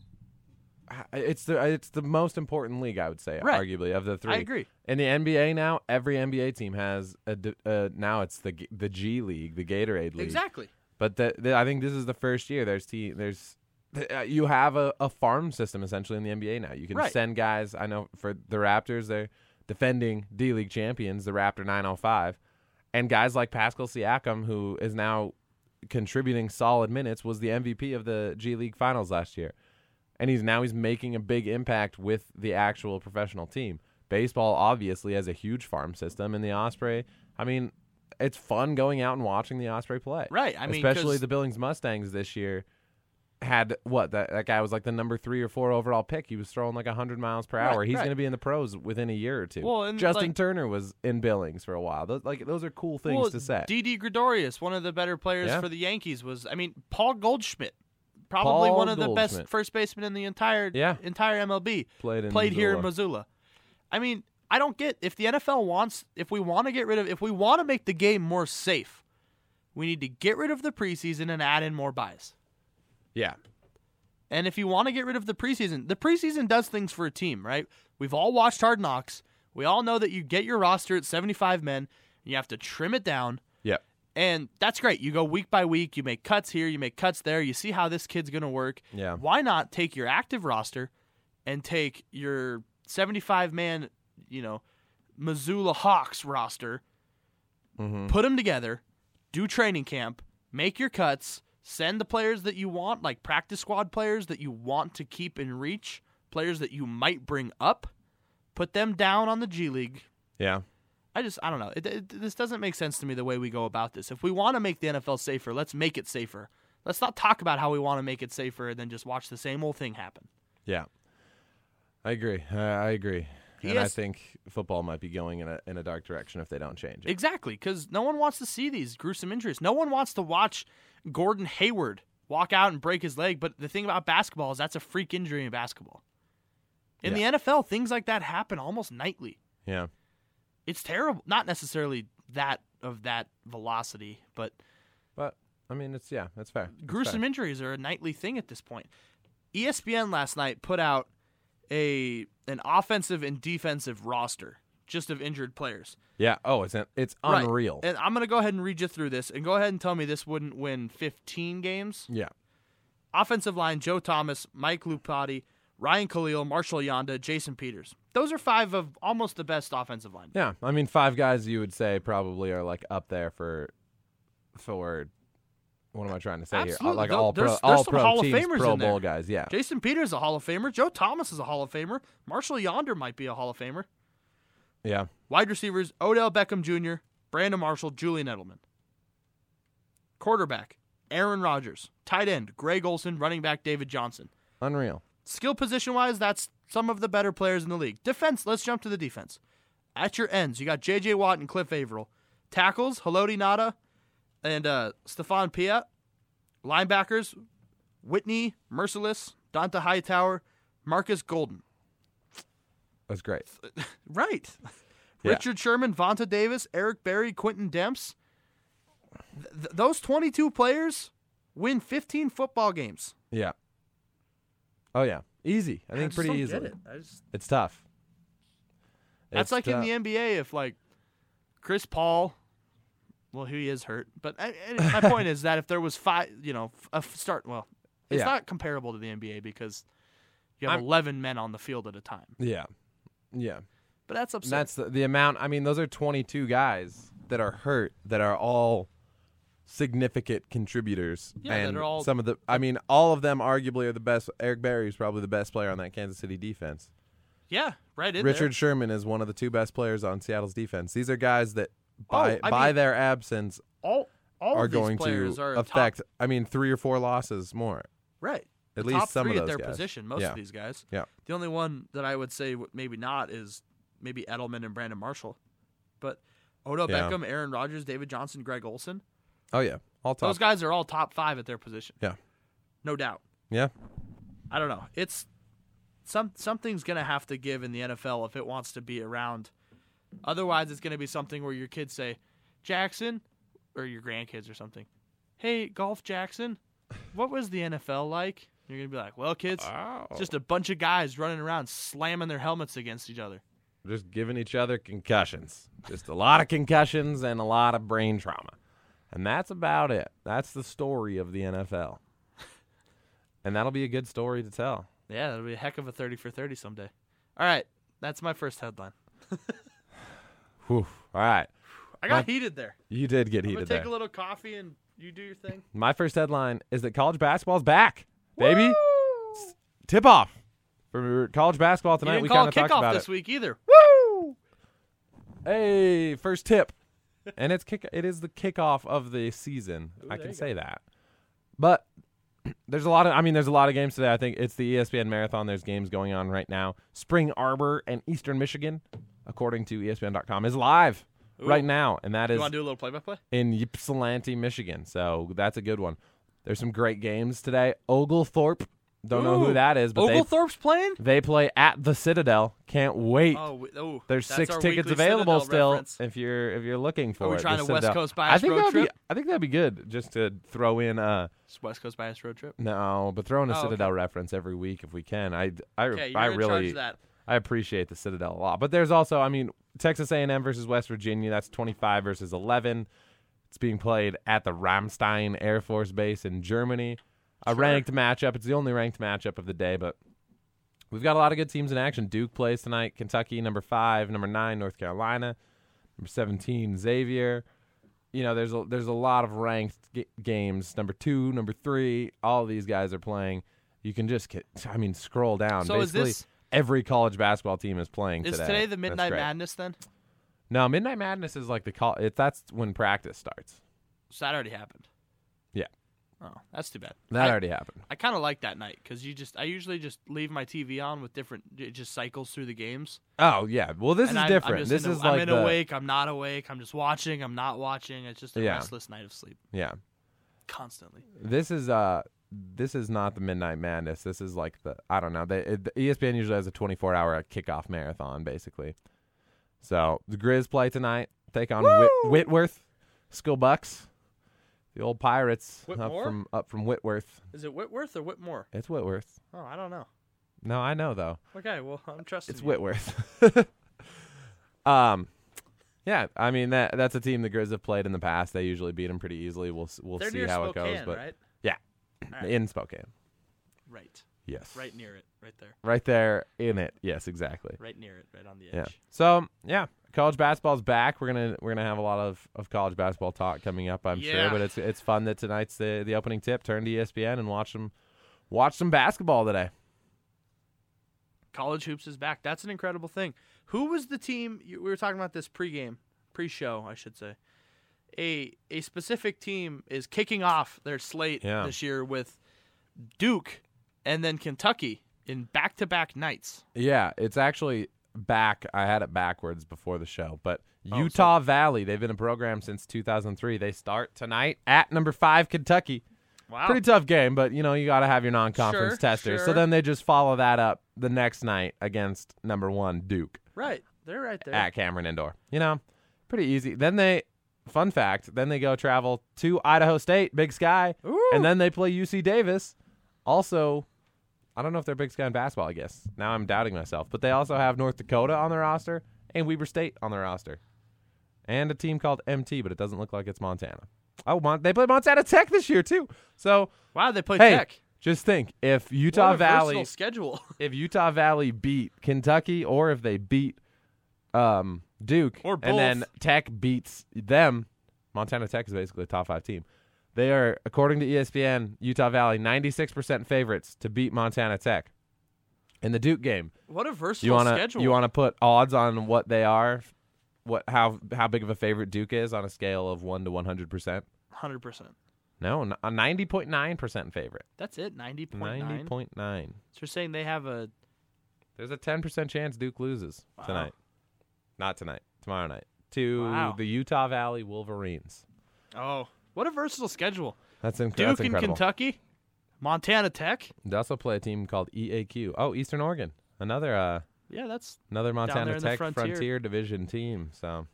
It's the it's the most important league I would say,
Right.
arguably of the three.
agree.
In the NBA now, every NBA team has a d- uh, now it's the G- the G League, the Gatorade League.
Exactly.
But the, the, I think this is the first year there's te- there's th- uh, you have a, a farm system essentially in the NBA now. You can
Right.
send guys. I know for the Raptors, they're defending D League champions, the Raptor 905, and guys like Pascal Siakam, who is now contributing solid minutes, was the MVP of the G League Finals last year, and he's now he's making a big impact with the actual professional team. Baseball obviously has a huge farm system, and the Osprey. I mean, it's fun going out and watching the Osprey play.
Right, I mean,
especially
'cause-
the Billings Mustangs this year had what that, that guy was like the number three or four overall pick. He was throwing like hundred miles per hour. He's
right.
going to be in the pros within a year or two.
Well, and,
Justin
like-
Turner was in Billings for a while. Those, like those are cool things
well,
to say.
DD Gregorius, one of the better players
Yeah.
for the Yankees, was. I mean, Paul Goldschmidt, probably
Paul
one of the best
Goldschmidt.
first basemen in the entire
Yeah.
entire MLB.
Played in
here
Missoula.
in Missoula. I mean, I don't get if the NFL wants if we want to get rid of if we want to make the game more safe, we need to get rid of the preseason and add in more buys.
yeah,
And if you want to get rid of the preseason, the preseason does things for a team, right? We've all watched Hard Knocks. We all know that you get your roster at 75 men, and you have to trim it down.
yeah,
And that's great. You go week by week, you make cuts here, you make cuts there, you see how this kid's going to work.
Yeah.
Why not take your active roster and take your 75 man, you know, Missoula Hawks roster, put them together, do training camp, make your cuts, send the players that you want, like practice squad players that you want to keep in reach, players that you might bring up, put them down on the G League,
yeah.
I just I don't know. It, it, this doesn't make sense to me the way we go about this. If we want to make the NFL safer, let's make it safer. Let's not talk about how we want to make it safer and then just watch the same old thing happen.
Yeah, I agree. Uh, I agree. And I
Yes.
think football might be going in a in a dark direction if they don't change it.
Exactly, because no one wants to see these gruesome injuries. No one wants to watch Gordon Hayward walk out and break his leg. But the thing about basketball is that's a freak injury in basketball. In
Yeah.
the NFL, things like that happen almost nightly.
yeah,
It's terrible. Not necessarily that of that velocity, but
but I mean, it's yeah, that's fair. It's
gruesome
fair.
injuries are a nightly thing at this point. E ESPN last night put out a an offensive and defensive roster just of injured players.
Yeah. Oh, it's it's
Right.
unreal.
And I'm gonna go ahead and read you through this and go ahead and tell me this wouldn't win 15 games.
Yeah.
Offensive line: Joe Thomas, Mike Lupati, Ryan Khalil, Marshall Yonda, Jason Peters. Those are five of almost the best offensive line.
Yeah, I mean, five guys you would say probably are like up there for, for, what am I trying to say here?
Absolutely.
Like
There-
all pro,
there's- there's
all
some
pro
Hall of
teams,
Famers
Pro
in
Bowl
there.
guys. Yeah,
Jason Peters is a Hall of Famer. Joe Thomas is a Hall of Famer. Marshall Yonder might be a Hall of Famer.
yeah.
Wide receivers Odell Beckham Jr., Brandon Marshall, Julian Edelman. Quarterback Aaron Rodgers. Tight end Greg Olson. Running back David Johnson.
Unreal.
Skill position wise, that's some of the better players in the league. Defense, let's jump to the defense. At your ends, you got J.J. Watt and Cliff Averill. Tackles, Haloti Nada and uh, Stefan Pia. Linebackers, Whitney, Merciless, Donta Hightower, Marcus Golden.
That's great.
uh, Right.
[LAUGHS] Yeah.
Richard Sherman, Vonta Davis, Eric Berry, Quentin Demps. Th- th- those 22 players win 15 football games.
Yeah. Oh yeah, easy. I think
just
pretty
don't
easy.
get it. I just-
It's tough.
That's
It's
like
tough.
in the NBA if like Chris Paul, well, he is hurt, but I, I-
[LAUGHS]
my point is that if there was five, you know, a f- start, well, it's
Yeah.
not comparable to the NBA because you have
I'm-
eleven men on the field at a time.
Yeah, yeah.
But that's upset.
That's the, the amount. I mean, those are 22 guys that are hurt that are all significant contributors.
Yeah, that
and
are all-
some of the. I mean, all of them arguably are the best. Eric Berry is probably the best player on that Kansas City defense.
yeah, right in
Richard Sherman is one of the two best players on Seattle's defense. These are guys that by
Oh, I
by
mean-
their absence
there. All all
are
of these
going
players
to
are top-
affect. I mean, three or four losses more.
right.
at
the
least
top
some of
three
those
at their
guys.
position. Most
Yeah.
of these guys.
Yeah.
The only one that I would say w- maybe not is maybe Edelman and Brandon Marshall, but Odo
Yeah.
Beckham, Aaron Rodgers, David Johnson, Greg Olson.
Oh yeah, all top.
Those guys are all top five at their position.
Yeah.
No doubt.
Yeah,
I don't know. It's some something's gonna have to give in the NFL if it wants to be around. Otherwise it's gonna be something where your kids say, Jackson or your grandkids or something, Hey, golf Jackson, what was the NFL like? You're gonna be like, Well kids, it's just a bunch of guys running around slamming their helmets against each other.
just giving each other concussions. Just a lot of concussions and a lot of brain trauma. And that's about it. That's the story of the NFL. And that'll be a good story to tell.
Yeah, that'll be a heck of a thirty for thirty someday. All right. That's my first headline.
Whew. All right.
I got
My-
heated there.
You did get
I'm gonna
heated
take
there.
a little coffee and you do your thing.
My first headline is that college basketball's back, baby. Tip off for college basketball
You
tonight.
didn't
We
call
kind
a
of talked
kickoff
about
this
it.
week either.
Woo! Hey, first tip. And it's kick it is the kickoff of the season. I can say that. But [CLEARS THROAT] there's a lot of I mean there's a lot of games today. I think it's the E ESPN marathon. There's games going on right now. Spring Arbor and Eastern Michigan, according to E ESPN.com, is live right now. And that
You
is
want to do a little play-by-play?
in Ypsilanti, Michigan. So that's a good one. There's some great games today. Oglethorpe. Don't know
Ooh.
who that is, but
Oglethorpe's playing?
they they play at the Citadel. Can't wait.
Oh, we- oh
There's
that's
six
our
tickets
weekly
available
Citadel
still
reference.
if you're if you're looking for
we
it.
trying
the
to West
Citadel.
Coast
I
Bias
think
road
that'd
trip?
Be, I think that'd be good just to throw in uh
It's West Coast Bias road trip.
no, but throw in a
Oh, okay.
Citadel reference every week if we can. I I
Okay, you're
I
gonna charge
really
that.
I appreciate the Citadel a lot. But there's also I mean Texas A&M versus West Virginia. That's 25 versus 11. It's being played at the Ramstein Air Force Base in Germany. A ranked matchup. It's the only ranked matchup of the day, but We've got a lot of good teams in action. Duke plays tonight. Kentucky, number five, number nine, North Carolina, number seventeen, Xavier. You know, there's a, there's a lot of ranked g- games. Number two, number three, all of these guys are playing. You can just get, I mean, scroll down.
So is
Basically,
this-
every college basketball team is playing
Is
today.
today the
That's
Midnight
great.
Madness then?
No, Midnight Madness is like the call. It, that's when practice starts.
So that already happened.
Yeah,
Oh, that's too bad.
that
I,
already happened.
I kind of like that night because you just. I usually just leave my TV on with different. It just cycles through the games.
Oh yeah. Well, this
and
is
I'm,
different.
I'm just
this
in a,
is like
I'm in
the,
awake. I'm not awake. I'm just watching. I'm not watching. It's just a
Yeah.
restless night of sleep
yeah.
constantly.
This is uh this is not the Midnight Madness. This is like the I don't know. They, it, the E ESPN usually has a 24-hour kickoff marathon basically. So, the Grizz play tonight. Take on Whit- Whitworth, Skill Bucks. The old Pirates
Whitmore?
up from up from Whitworth.
Is it Whitworth or Whitmore?
It's Whitworth.
Oh, I don't know.
No, I know though.
Okay, well I'm trusting.
It's
you.
Whitworth. [LAUGHS] um yeah, I mean that that's a team the Grizz have played in the past. They usually beat them pretty easily. We'll s- we'll
They're
see
near
how
Spokane,
it goes, but
right?
yeah.
All right.
In Spokane.
Right.
Yes.
Right near it, right there,
Right there in it. Yes, exactly.
right near it, right on the edge.
Yeah. So yeah, college basketball's back. We're gonna we're gonna have a lot of, of college basketball talk coming up, I'm sure.
Yeah.
But it's it's fun that tonight's the, the opening tip. Turn to E ESPN and watch them watch some basketball today.
College hoops is back. That's an incredible thing. Who was the team you, we were talking about this pregame, pre-show, I should say? A a specific team is kicking off their slate
Yeah.
this year with Duke and then Kentucky in back-to-back nights.
Yeah, it's actually back. I had it backwards before the show, but
so-
Utah Valley. They've been a program since 2003. They start tonight at number five Kentucky.
Wow.
Pretty tough game, but you know you got to have your non-conference
Sure,
testers. So
sure.
then they just follow that up the next night against number one Duke.
right. They're right there.
at Cameron Indoor. You know, pretty easy. Then they, fun fact, then they go travel to Idaho State, Big Sky,
Ooh.
and then they play UC Davis. Also, I don't know if they're Big Sky in basketball. I guess now I'm doubting myself, but they also have North Dakota on their roster and Weber State on their roster, and a team called MT, but it doesn't look like it's Montana. Oh, Mon- they play Montana Tech this year too. So
Wow, they play
hey,
Tech.
just think if
What a
Utah Valley
versatile schedule. [LAUGHS]
if Utah Valley beat Kentucky or if they beat um, Duke
Or
and then
both.
Tech beats them, Montana Tech is basically a top five team. They are, according to E ESPN, Utah Valley 96% favorites to beat Montana Tech in the Duke game.
What a versatile
You wanna
schedule.
you wanna put odds on what they are, what how how big of a favorite Duke is on a scale of one to 100 percent?
100%.
No, n- a 90.9 percent favorite.
That's it, 90.9.
90.9.
So you're saying they have a
There's a 10% chance Duke loses
Wow.
tonight. Not tonight. Tomorrow night. To
Wow.
the Utah Valley Wolverines.
Oh, what a versatile schedule.
That's, inc-
Duke
that's
and
incredible.
Kentucky, Montana Tech.
They also play a team called EAQ. Oh, Eastern Oregon. Another uh,
Yeah, that's
another
there
Montana
in the
Tech
frontier.
Division team. So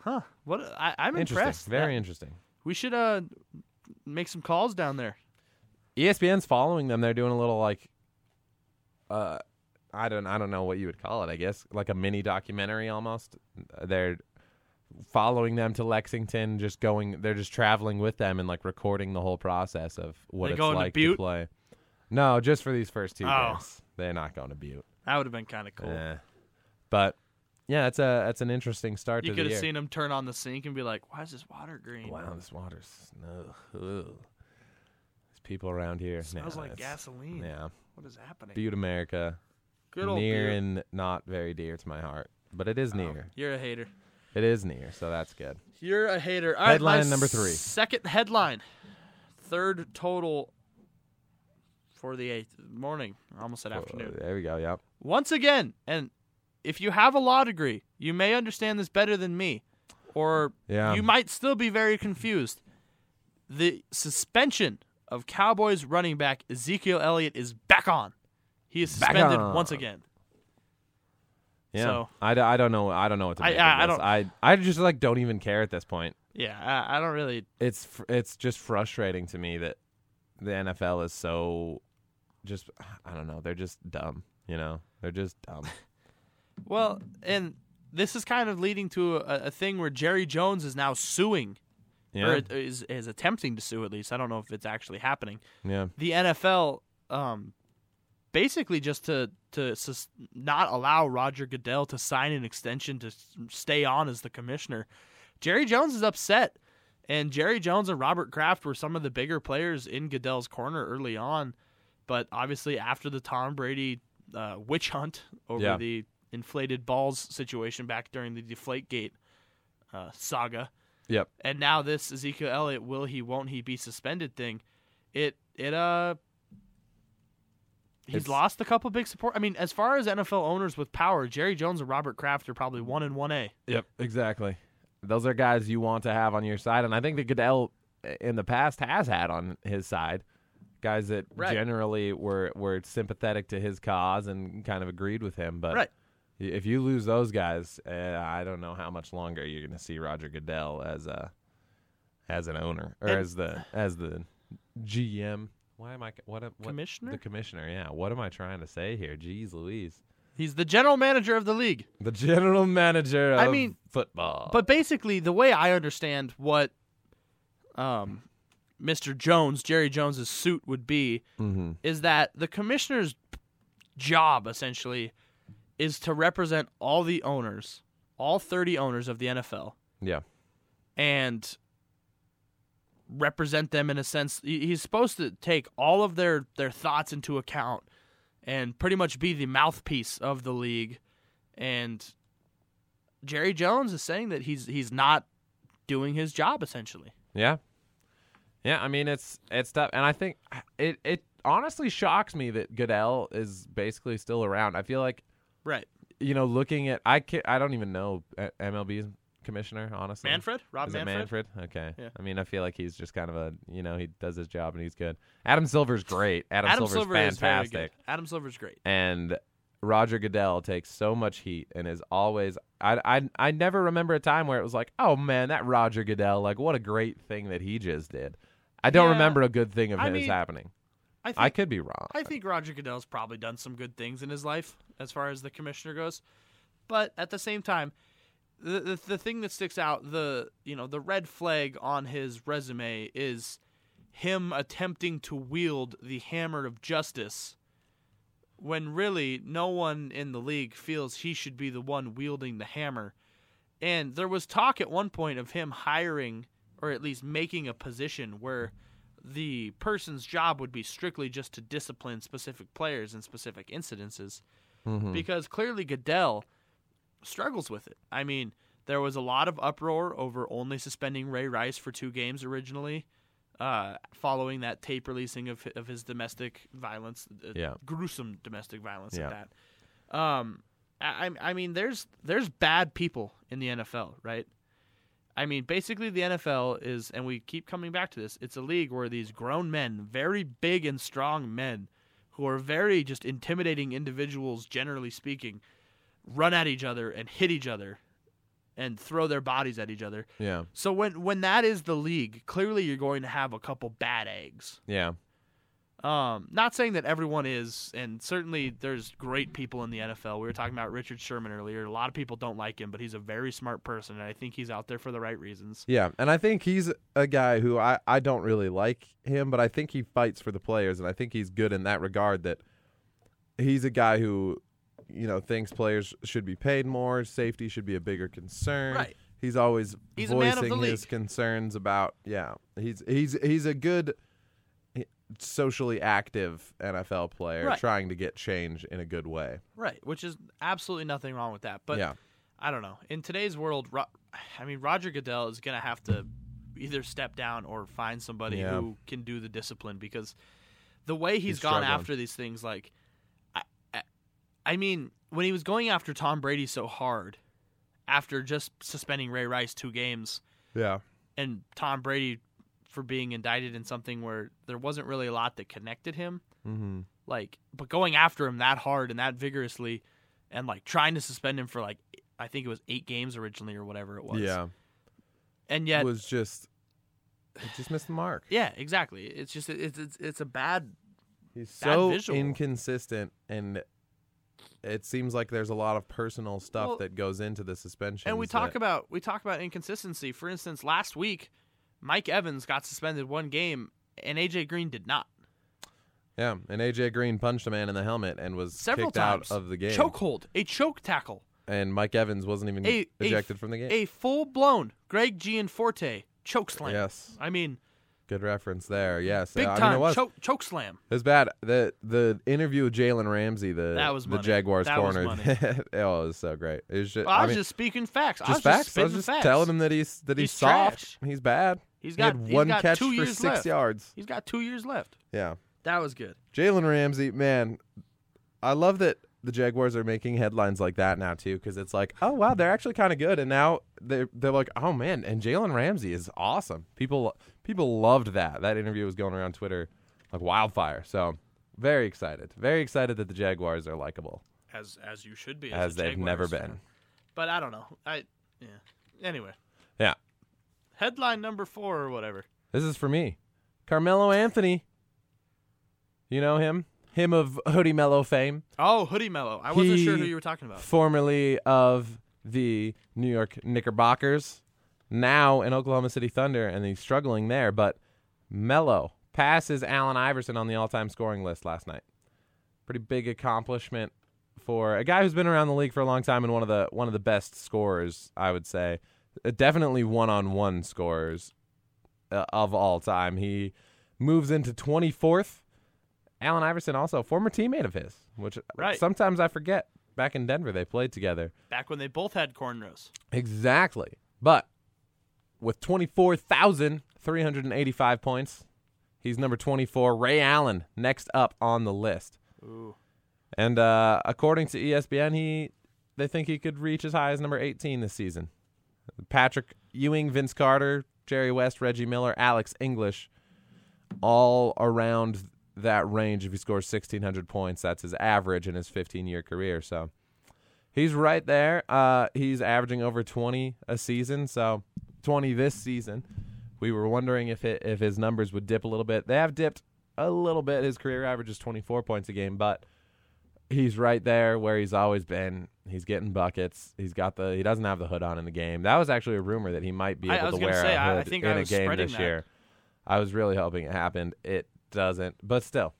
huh. What a- I, I'm
interesting.
impressed.
Very
That-
interesting.
We should uh make some calls down there.
ESPN's following them. They're doing a little like, uh, I don't, I don't know what you would call it. I guess like a mini documentary almost. They're following them to Lexington, just going. They're just traveling with them and like recording the whole process of what
They
it's
going to
like
Butte?
play. No, just for these first two
Oh.
games, they're not going to Butte.
That would have been kind of cool.
Eh. But yeah, that's a that's an interesting start
you
to the
could
year.
have seen him turn on the sink and be like, "Why is this water green?
wow, this water's no. Ugh. These people around here
smells
Nah,
like
it's-
gasoline.
Yeah,
What is happening?"
Butte, America.
Good old
near
beer. Oh.
and not very dear to my heart, but it is near.
You're a hater.
It is near, so that's good.
You're a hater. All right, my
Headline number three.
Second headline. Third total for the eighth morning. Almost said afternoon.
Uh, There we go. Yep.
Once again, and if you have a law degree, you may understand this better than me, or
Yeah.
you might still be very confused. The suspension of Cowboys running back Ezekiel Elliott is back on. He is
Back
suspended
on.
once again.
Yeah.
So-
I, d- I don't know. I don't know what to
I-
make
I- I
of this.
don't-
I I just like don't even care at this point.
Yeah, I, I don't really.
It's fr- it's just frustrating to me that the NFL is so just I don't know. They're just dumb. You know, they're just
[LAUGHS]
dumb.
Well, and this is kind of leading to a, a thing where Jerry Jones is now suing,
Yeah.
or is is attempting to sue at least. I don't know if it's actually happening.
yeah.
the NFL um, basically just to to sus- not allow Roger Goodell to sign an extension to s- stay on as the commissioner. Jerry Jones is upset, and Jerry Jones and Robert Kraft were some of the bigger players in Goodell's corner early on, but obviously after the Tom Brady uh, witch hunt over
Yeah.
the inflated balls situation back during the Deflategate uh, saga
Yep.
and now this Ezekiel Elliott will he won't he be suspended thing, it it uh he's
It's-
lost a couple big support. I mean, as far as NFL owners with power, Jerry Jones and Robert Kraft are probably one and one A.
Yep, exactly. Those are guys you want to have on your side, and I think that Goodell uh, in the past has had on his side guys that
Right.
generally were were sympathetic to his cause and kind of agreed with him. But
Right.
y- if you lose those guys, uh, I don't know how much longer you're going to see Roger Goodell as a as an owner or
And-
as the as the GM. Why am I what, am- what
Commissioner?
The commissioner, yeah. What am I trying to say here? Jeez, Louise,
He's the general manager of the league.
the general manager. Of
I mean,
football,
But basically, the way I understand what um, Mr. Jones, Jerry Jones's suit would be,
Mm-hmm.
is that the commissioner's job essentially is to represent all the owners, all 30 owners of the NFL,
Yeah.
and represent them in a sense. he- He's supposed to take all of their their thoughts into account and pretty much be the mouthpiece of the league. And Jerry Jones is saying that he's he's not doing his job essentially.
Yeah. Yeah, I mean it's it's tough and I think it it honestly shocks me that Goodell is basically still around. I feel like
Right.
you know, looking at I can, I don't even know uh, MLB's commissioner, honestly.
Manfred? Rob
Is it
Manfred?
Manfred? Okay.
Yeah.
I mean, I feel like he's just kind of a you know he does his job and he's good. Adam Silver's great. Adam,
Adam
Silver's
Silver is very
fantastic.
good. Adam Silver's great.
And Roger Goodell takes so much heat and is always. I, I I never remember a time where it was like, oh man, that Roger Goodell, like what a great thing that he just did. I don't
Yeah.
remember a good thing of
I
his
mean,
happening.
I think
I could be wrong.
I think Roger Goodell's probably done some good things in his life as far as the commissioner goes, but at the same time, the, the the thing that sticks out the you know the red flag on his resume is him attempting to wield the hammer of justice when really no one in the league feels he should be the one wielding the hammer. And there was talk at one point of him hiring or at least making a position where the person's job would be strictly just to discipline specific players in specific incidences
Mm-hmm. Hmm.
because clearly Goodell struggles with it. I mean, there was a lot of uproar over only suspending Ray Rice for two games originally, uh, following that tape releasing of of his domestic violence, uh,
Yeah.
gruesome domestic violence
Yeah.
at that. Um, I, I I mean, there's there's bad people in the NFL, right? I mean, basically the NFL is, and we keep coming back to this. It's a league where these grown men, very big and strong men, who are very just intimidating individuals, generally speaking, run at each other and hit each other, and throw their bodies at each other.
Yeah,
So when when that is the league, clearly you're going to have a couple bad eggs.
yeah,
Um, not saying that everyone is, and certainly there's great people in the NFL. We were talking about Richard Sherman earlier. A lot of people don't like him, but he's a very smart person, and I think he's out there for the right reasons.
yeah. And I think he's a guy who I I don't really like him, but I think he fights for the players, and I think he's good in that regard. That he's a guy who you know thinks players should be paid more, safety should be a bigger concern.
Right.
He's always
He's a man of the
voicing his
league.
concerns about yeah. He's he's he's a good he- socially active NFL player
Right.
trying to get change in a good way.
Right, which is absolutely nothing wrong with that. But
Yeah.
I don't know. In today's world, Ro- I mean, Roger Goodell is going to have to either step down or find somebody
Yeah.
who can do the discipline because the way he's
He's
gone
struggling.
after these things, like, I, I, I mean, when he was going after Tom Brady so hard after just suspending Ray Rice two games
Yeah.
and Tom Brady for being indicted in something where there wasn't really a lot that connected him
Mm-hmm.
like but going after him that hard and that vigorously and like trying to suspend him for like I think it was 8 games originally or whatever it was.
Yeah.
And yet
was just it just missed the mark.
yeah, exactly. It's just it's it's it's a bad
He's
Bad
so
visual.
inconsistent and it seems like there's a lot of personal stuff
Well,
that goes into the suspension.
and we talk about we talk about inconsistency. For instance, last week Mike Evans got suspended one game and AJ Green did not.
Yeah, and AJ Green punched a man in the helmet and was
Several
kicked
times
out of the game.
Chokehold, a choke tackle.
And Mike Evans wasn't even
A, a-
Mm-hmm. ejected from the game.
A full-blown Greg Gianforte choke slam.
Yes.
I mean,
Good reference there. Yes.
big
I mean,
time
it was,
choke choke slam.
it was bad. The the interview with Jalen Ramsey, the
That was
the
money.
Jaguars
That was
corner.
money.
[LAUGHS] oh, it was so great. It was just
I,
I
was
mean,
just speaking facts. I was
just
just
facts. I
spitting
was just
facts.
telling him that he's that he's,
He's
soft.
trash.
He's bad.
He's
He had
got- he's
one
got
catch
two
for
years
six
left.
yards.
He's got two years left.
Yeah.
That was good.
Jalen Ramsey, man, I love that the Jaguars are making headlines like that now too, because it's like, oh wow, they're actually kind of good, and now they're they're like, oh man, and Jalen Ramsey is awesome. People people loved that. That interview was going around Twitter like wildfire. So very excited, very excited that the Jaguars are likable
As as you should be.
as,
As, a
they've never
Jaguars
been.
fan. But I don't know. I yeah. Anyway,
Yeah,
headline number four or whatever.
this is for me, Carmelo Anthony. You know him, him of Hoodie Mellow fame.
Oh, Hoodie Mellow. I wasn't sure who
He-
you were talking about.
formerly of the New York Knickerbockers, now in Oklahoma City Thunder, and he's struggling there. But Mello passes Allen Iverson on the all-time scoring list last night. Pretty big accomplishment for a guy who's been around the league for a long time and one of the one of the best scorers, I would say. Uh, Definitely one-on-one scorers uh, of all time. He moves into 24th. Allen Iverson also former teammate of his, which
Right.
sometimes I forget. Back in Denver, they played together.
Back when they both had cornrows.
Exactly. But with 24,385 points, he's number 24. Ray Allen next up on the list.
Ooh.
And uh, according to ESPN, he they think he could reach as high as number 18 this season. Patrick Ewing, Vince Carter, Jerry West, Reggie Miller, Alex English, all around that range. If he scores 1,600 points, that's his average in his 15 year career. So he's right there. Uh, he's averaging over 20 a season. So 20 this season. We were wondering if it, if his numbers would dip a little bit. They have dipped a little bit. His career average is 24 points a game, but he's right there where he's always been. He's getting buckets. He's got the. He doesn't have the hood on in the game. That was actually a rumor that he might be
I- I
able
was
to
gonna
wear
say,
a
I- I
hood
think
in
I
a
was
game
spreading
this
that.
year. I was really hoping it happened. It doesn't, but still,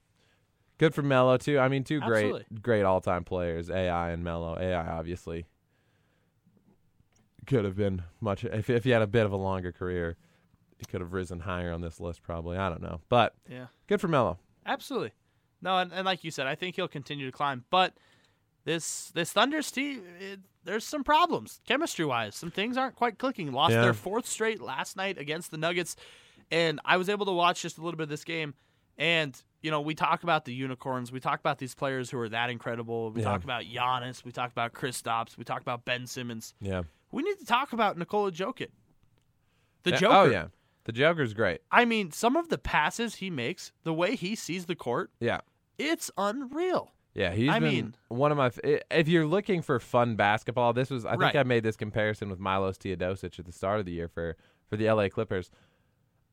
good for Melo too. I mean, two
Absolutely.
great, great all-time players, AI and Melo. AI obviously could have been much if if he had a bit of a longer career. He could have risen higher on this list, probably. I don't know, but
Yeah.
good for Melo.
Absolutely. No, and, and like you said, I think he'll continue to climb. But this this Thunder's team, it, there's some problems chemistry wise. Some things aren't quite clicking. Lost
Yeah.
their fourth straight last night against the Nuggets, and I was able to watch just a little bit of this game. And you know, we talk about the unicorns. We talk about these players who are that incredible. We
Yeah.
talk about Giannis. We talk about Chris Stops. We talk about Ben Simmons.
Yeah.
We need to talk about Nikola Jokic. The
Yeah.
Joker.
Oh yeah, the Joker's great.
I mean, some of the passes he makes, the way he sees the court,
Yeah.
it's unreal.
Yeah, he's
I
been
mean-
one of my. f- i- If you're looking for fun basketball, this was. I think
Right.
I made this comparison with Milos Teodosic at the start of the year for for the LA Clippers,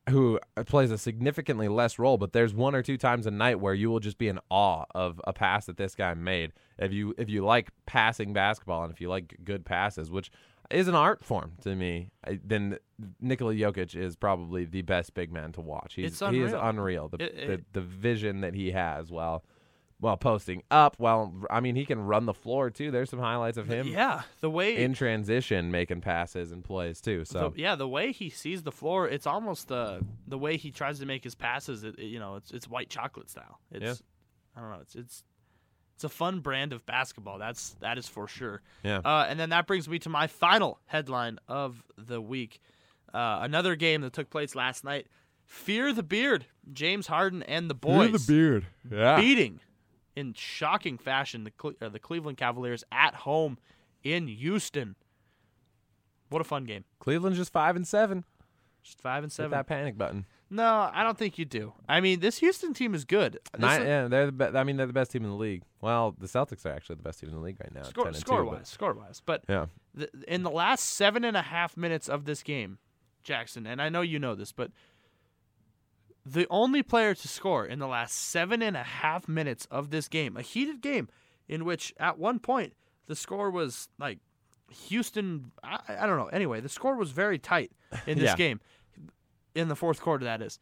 who plays a significantly less role. But there's one or two times a night where you will just be in awe of a pass that this guy made. If you if you like passing basketball and if you like g- good passes, which is an art form to me, I- then Nikola Jokic is probably the best big man to watch. He's,
It's
He is
unreal.
unreal. The,
It-
the
it-
the vision that he has while while posting up. While I mean, he can run the floor too. There's some highlights of him
Yeah, the way
in transition making passes and plays too.
the-
So
yeah, the way he sees the floor, it's almost the the way he tries to make his passes. It, it- you know, it's it's white chocolate style. It's I don't know. It's it's it's a fun brand of basketball. That's that is for sure.
Yeah.
Uh, and then that brings me to my final headline of the week. Uh, another game that took place last night. Fear the beard. James Harden and the boys E
beard, yeah,
[LAUGHS] beating in shocking fashion the Cle- uh, the Cleveland Cavaliers at home in Houston. What a fun game!
Cleveland's just five and seven.
Just five and
Hit
seven.
that panic button.
No, I don't think you do. I mean, this Houston team is good. This
Nine,
is-
yeah, they're the be- I mean, they're the best team in the league. Well, the Celtics are actually the best team in the league right now. at
score
10 and two,
score
but-
wise, score wise, but
Yeah,
th in the last seven and a half minutes of this game, Jackson, and I know you know this, but the only player to score in the last seven and a half minutes of this game, a heated game in which at one point the score was like Houston, I, I don't know. Anyway, the score was very tight in this
Yeah.
game, in the fourth quarter, that is.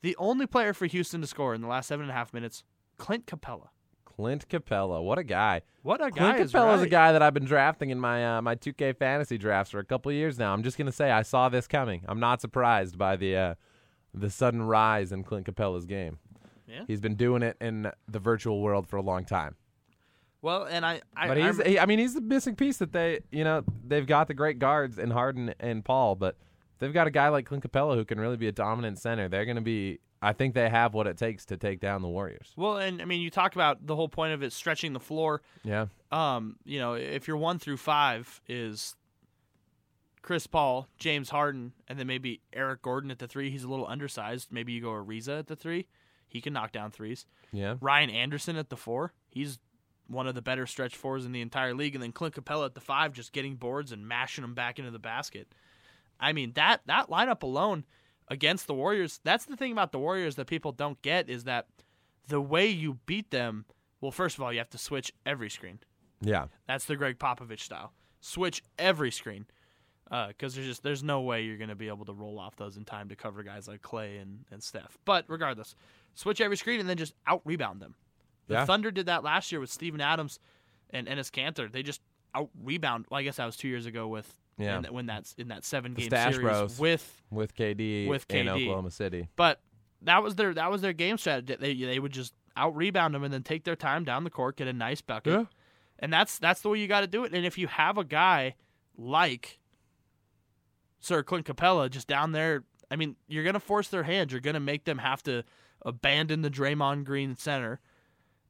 The only player for Houston to score in the last seven and a half minutes, Clint Capella.
Clint Capella, what a guy!
What a
Clint
guy is
Capella's a
right.
guy that I've been drafting in my uh, my 2K fantasy drafts for a couple of years now. I'm just gonna say I saw this coming. I'm not surprised by the uh, the sudden rise in Clint Capella's game.
Yeah.
He's been doing it in the virtual world for a long time.
Well, and I, I
But
I
he's he, I mean he's the missing piece that they you know they've got the great guards in Harden and Paul, but they've got a guy like Clint Capella who can really be a dominant center. They're gonna be I think they have what it takes to take down the Warriors.
Well, and I mean, you talk about the whole point of it stretching the floor.
Yeah.
Um, you know, if your one through five is Chris Paul, James Harden, and then maybe Eric Gordon at the three, he's a little undersized. Maybe you go Ariza at the three, he can knock down threes.
Yeah.
Ryan Anderson at the four, he's one of the better stretch fours in the entire league, and then Clint Capella at the five, just getting boards and mashing them back into the basket. I mean that that lineup alone against the Warriors. That's the thing about the Warriors that people don't get is that the way you beat them. Well, first of all, you have to switch every screen.
Yeah.
That's the Greg Popovich style. Switch every screen. because there's just there's no way you're going to be able to roll off those in time to cover guys like Clay and, and Steph. But regardless, switch every screen and then just out rebound them. The
Yeah.
Thunder did that last year with Steven Adams and Ennis Cantor. They just out rebound. Well, I guess that was two years ago with
Yeah.
in that- when that's in that seven game
Stash
series
Bros.
with
with KD
With
in
KD.
Oklahoma City.
but that was their that was their game strategy. They they would just out rebound them and then take their time down the court, get a nice bucket.
Yeah.
And that's that's the way you got to do it. And if you have a guy like Sir Clint Capella just down there, I mean, you're gonna force their hand. You're gonna make them have to abandon the Draymond Green center,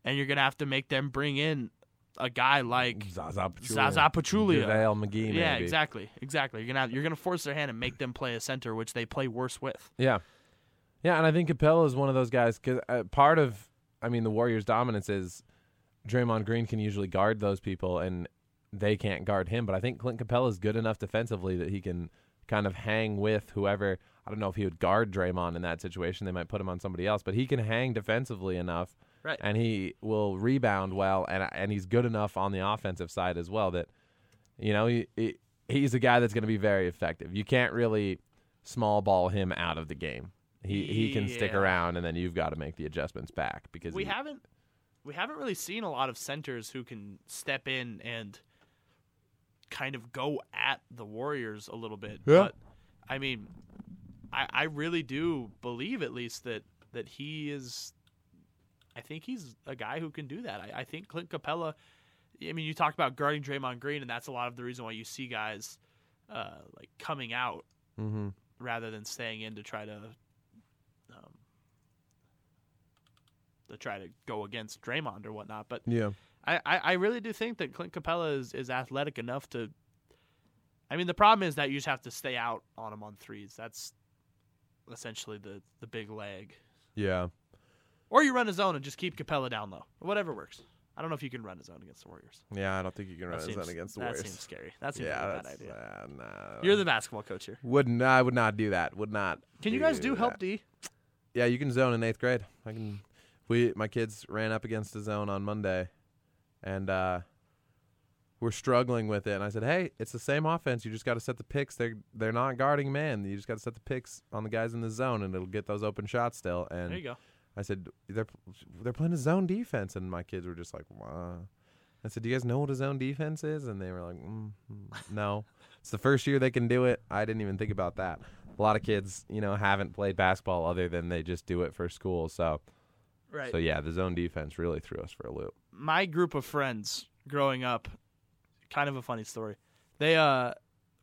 and you're gonna have to make them bring in a guy like
Zaza Pachulia.
Zaza Pachulia.
JaVale McGee, maybe.
yeah, exactly, exactly. You're gonna you're gonna force their hand and make them play a center, which they play worse with.
Yeah. Yeah, and I think Capella is one of those guys because uh, part of, I mean, the Warriors' dominance is Draymond Green can usually guard those people and they can't guard him. But I think Clint Capella is good enough defensively that he can kind of hang with whoever. I don't know if he would guard Draymond in that situation. They might put him on somebody else, but he can hang defensively enough,
Right.
and he will rebound well, and and he's good enough on the offensive side as well that you know he, he he's a guy that's going to be very effective. You can't really small ball him out of the game. He he can stick
Yeah.
around, and then you've got to make the adjustments back because
we
he-
haven't we haven't really seen a lot of centers who can step in and kind of go at the Warriors a little bit.
Yeah.
But I mean, I, I really do believe at least that that he is. I think he's a guy who can do that. I, I think Clint Capella. I mean, you talked about guarding Draymond Green, and that's a lot of the reason why you see guys uh, like coming out
Mhm.
rather than staying in to try to um, to try to go against Draymond or whatnot. But
yeah
I, I, I really do think that Clint Capella is, is athletic enough to. I mean, the problem is that you just have to stay out on him on threes. That's essentially the the big leg.
yeah.
Or you run his own and just keep Capella down low. Whatever works. I don't know if you can run his own against the Warriors.
Yeah, I don't think you can run
That
his
seems-
own against the
that
Warriors.
seems scary. That seems
yeah,
like a bad
that's,
idea.
uh, nah.
You're the basketball coach here.
wouldn't. I would not do that. Would not.
Can you guys do help
that.
D?
Yeah, you can zone in eighth grade. I can. We my kids ran up against a zone on Monday, and uh, we're struggling with it. And I said, "Hey, it's the same offense. You just got to set the picks. They're they're not guarding man. You just got to set the picks on the guys in the zone, and it'll get those open shots still." And
There you go.
I said, "They're they're playing a zone defense," and my kids were just like, "Wow." I said, "Do you guys know what a zone defense is?" And they were like, mm, mm, "No, it's the first year they can do it." I didn't even think about that. A lot of kids, you know, haven't played basketball other than they just do it for school. So,
Right.
so yeah, the zone defense really threw us for a loop.
my group of friends growing up, kind of a funny story. They uh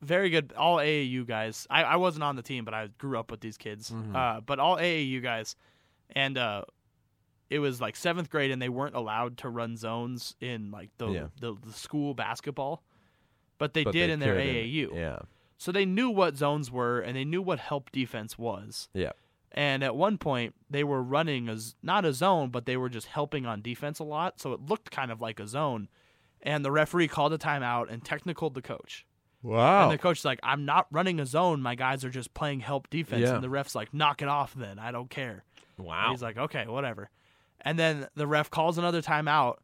very good all AAU guys. I, I wasn't on the team, but I grew up with these kids.
Mm-hmm.
Uh but all AAU guys and uh it was like seventh grade and they weren't allowed to run zones in like the
Yeah.
the, the school basketball. But they
But
did
they
in their
could, and-
AAU.
Yeah,
So they knew what zones were and they knew what help defense was.
yeah,
And at one point, they were running as not a zone, but they were just helping on defense a lot, so it looked kind of like a zone. And the referee called a timeout and technicaled the coach.
wow, Oh.
And the coach's like, "I'm not running a zone. My guys are just playing help defense."
Yeah.
And the ref's like, "Knock it off, then. I don't care." And
wow.
He's like, okay, whatever. And then the ref calls another timeout,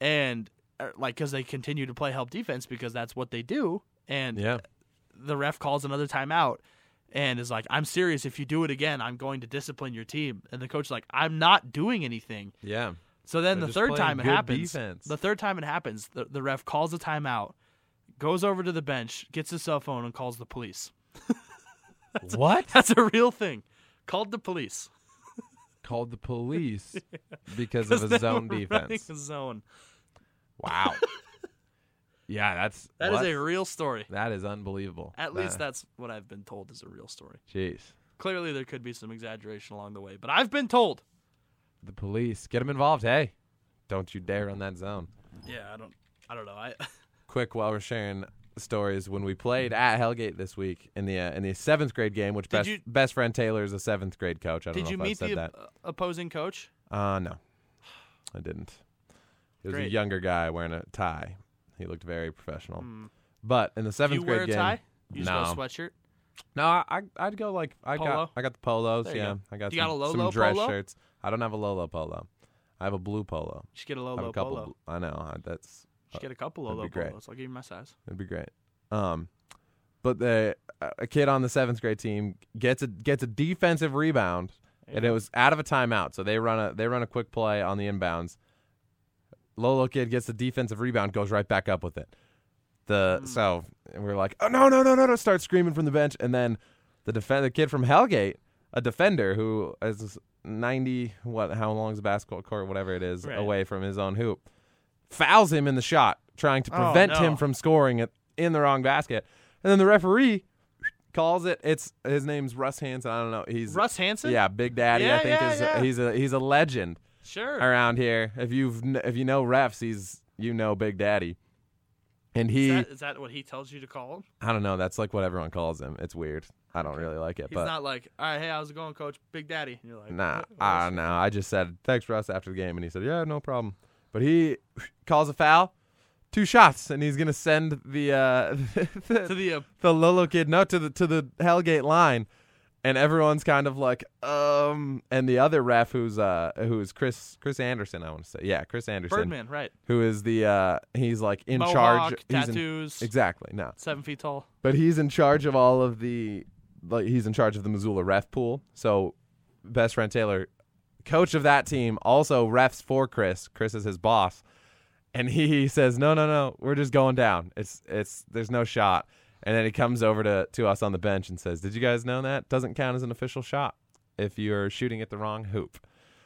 and er, like because they continue to play help defense because that's what they do. And
Yeah.
the ref calls another timeout and is like, I'm serious. If you do it again, I'm going to discipline your team. And the coach's like, I'm not doing anything.
yeah,
So then
They're
the
just
third
playing
time it
good
happens.
defense.
The third time it happens, the, the ref calls a timeout, goes over to the bench, gets his cell phone, and calls the police. [LAUGHS]
what?
That's a real thing. Called the police.
[LAUGHS] Called the police
[LAUGHS]
because of a
They
zone
were running
defense.
a zone. [LAUGHS]
Wow. yeah, that's
That is
what?
a real story.
that is unbelievable.
At least
Nah.
that's what I've been told is a real story.
Jeez.
Clearly, there could be some exaggeration along the way, but I've been told.
The police. Get them involved. Hey, don't you dare on that zone.
Yeah, I don't, I don't know. I
Quick, while we're sharing stories, when we played at Hellgate this week in the uh, in the seventh grade game, which best
you-
best friend Taylor is a seventh grade coach. I don't
did
know
you
if I
meet
said
the
that.
op- opposing coach?
Uh, no, I didn't. It was a
Great.
younger guy wearing a tie. He looked very professional. But in the seventh
Hmm. you
grade
wear a
game,
tie? You just
No.
wear a sweatshirt.
No, I I- I'd go like I got
Polo?
I got the polos.
There you
yeah,
go.
I got
You
some,
got a Lolo
some dress
polo?
shirts. I don't have a Lolo polo. I have a blue polo.
You should get a
I have
Lolo
a couple.
polo. You
bl- I know I- that's
should get a couple
that'd be
Lolo
great.
polos. I'll give you my size.
That'd be great. Um, but the a kid on the seventh grade team gets a gets a defensive rebound, and it was out of a timeout. So they run a they run a quick play on the inbounds. Lolo kid gets the defensive rebound, goes right back up with it.
Hmm.
The so and we're like, oh no no no no no! Start screaming from the bench, and then the defend the kid from Hellgate, a defender who is ninety what how long's a basketball court whatever it is
Right.
away from his own hoop, fouls him in the shot, trying to
Oh,
prevent
no.
him from scoring it in the wrong basket, and then the referee calls it. It's his name's Russ Hansen. I don't know. He's
Russ Hansen?
Yeah, Big Daddy.
Yeah,
I think
yeah,
is
yeah.
he's a he's a legend
Sure.
around here. If you've kn- if you know refs, he's you know Big Daddy, and he
Is, that, is that what he tells you to call him?
I don't know. That's like what everyone calls him. It's weird. I don't really like it,
He's
but
not like, all right, hey, how's it going, Coach? Big Daddy. And you're like,
nah, uh, I no. I just said thanks, Russ, after the game, and he said yeah, no problem. But he calls a foul, two shots, and he's gonna send the uh, [LAUGHS]
to the uh,
the Lolo kid no to the to the Hellgate line, and everyone's kind of like um, and the other ref who's uh who's Chris Chris Anderson, I want to say yeah, Chris Anderson,
Birdman, right?
who is the uh he's like in
Mohawk,
charge he's in-
tattoos,
exactly no
seven feet tall.
but he's in charge of all of the like he's in charge of the Missoula ref pool. So best friend Taylor, coach of that team, also refs for Chris. Chris is his boss. And he [LAUGHS] says, No, no, no, we're just going down. It's it's there's no shot. And then he comes over to, to us on the bench and says, Did you guys know that? Doesn't count as an official shot if you're shooting at the wrong hoop.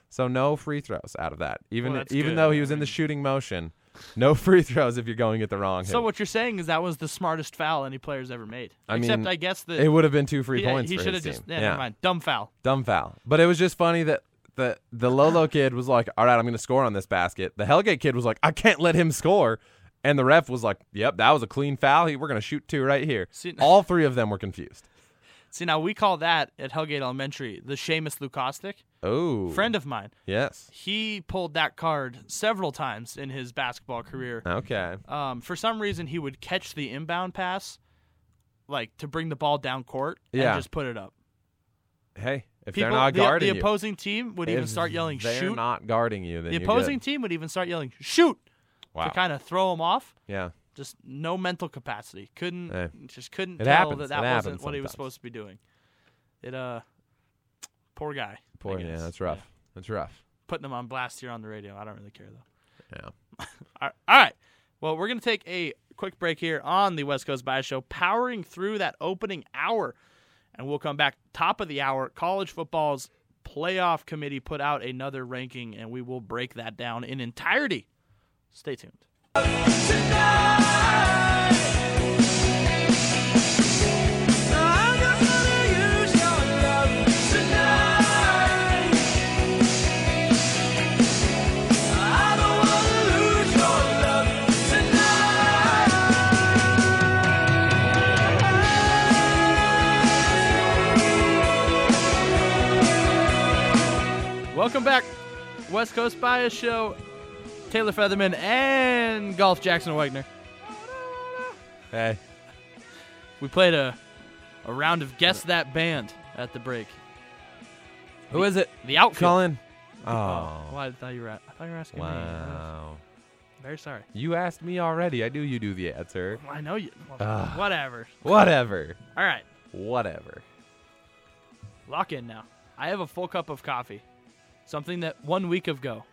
So no free throws out of that. Even
Well, that's
even
good.
though he
I
was in the
mean-
shooting motion, no [LAUGHS] free throws if you're going at the wrong
So
hoop.
what you're saying is that was the smartest foul any player's ever made.
I
Except
mean,
I guess that
it would have been two free
yeah,
points
he
for
should
his
have just
team.
yeah, never mind. Dumb foul.
dumb foul. But it was just funny that the the
[CLEARS THROAT]
Lolo kid was like, "All right, I'm going to score on this basket." The Hellgate kid was like, "I can't let him score," and the ref was like, "Yep, that was a clean foul. He- We're going to shoot two right here."
See- [LAUGHS]
All three of them were confused.
See now we call that at Hellgate Elementary the Seamus Lukostic.
Oh,
Friend of mine.
Yes.
He pulled that card several times in his basketball career.
Okay.
Um, for some reason he would catch the inbound pass like to bring the ball down court
Yeah.
and just put it up.
Hey, if
People
they're not
the,
guarding
the
you,
opposing team would even
if
start yelling
they're
shoot.
not guarding you. Then
the
you're
opposing
good.
team would even start yelling shoot
Wow.
to kind of throw him off.
yeah.
just no mental capacity. Couldn't
Hey.
just couldn't
It
tell
happens.
that
It
that
happens
wasn't what he was
sometimes.
supposed to be doing. It uh, poor guy. I
Boy, yeah,
guess.
that's rough. That's rough.
Putting him on blast here on the radio. I don't really care though.
Yeah.
[LAUGHS] All all right. Well, we're gonna take a quick break here on the West Coast Bias Show, powering through that opening hour, and we'll come back top of the hour. College football's playoff committee put out another ranking, and we will break that down in entirety. Stay tuned. Welcome back, West Coast Bias Show. Taylor Featherman and Golf Jackson Wagner.
Hey.
We played a, a round of Guess That Band at the break.
Who is it?
The outfield.
Colin.
Oh,
Oh.
I thought you were. at- I thought you were asking me.
Wow.
Very sorry.
You asked me already. I knew you do the answer.
Well, I know you. well,
Ah.
Whatever.
Whatever.
All right,
Whatever.
lock in now. I have a full cup of coffee. Something that one week ago,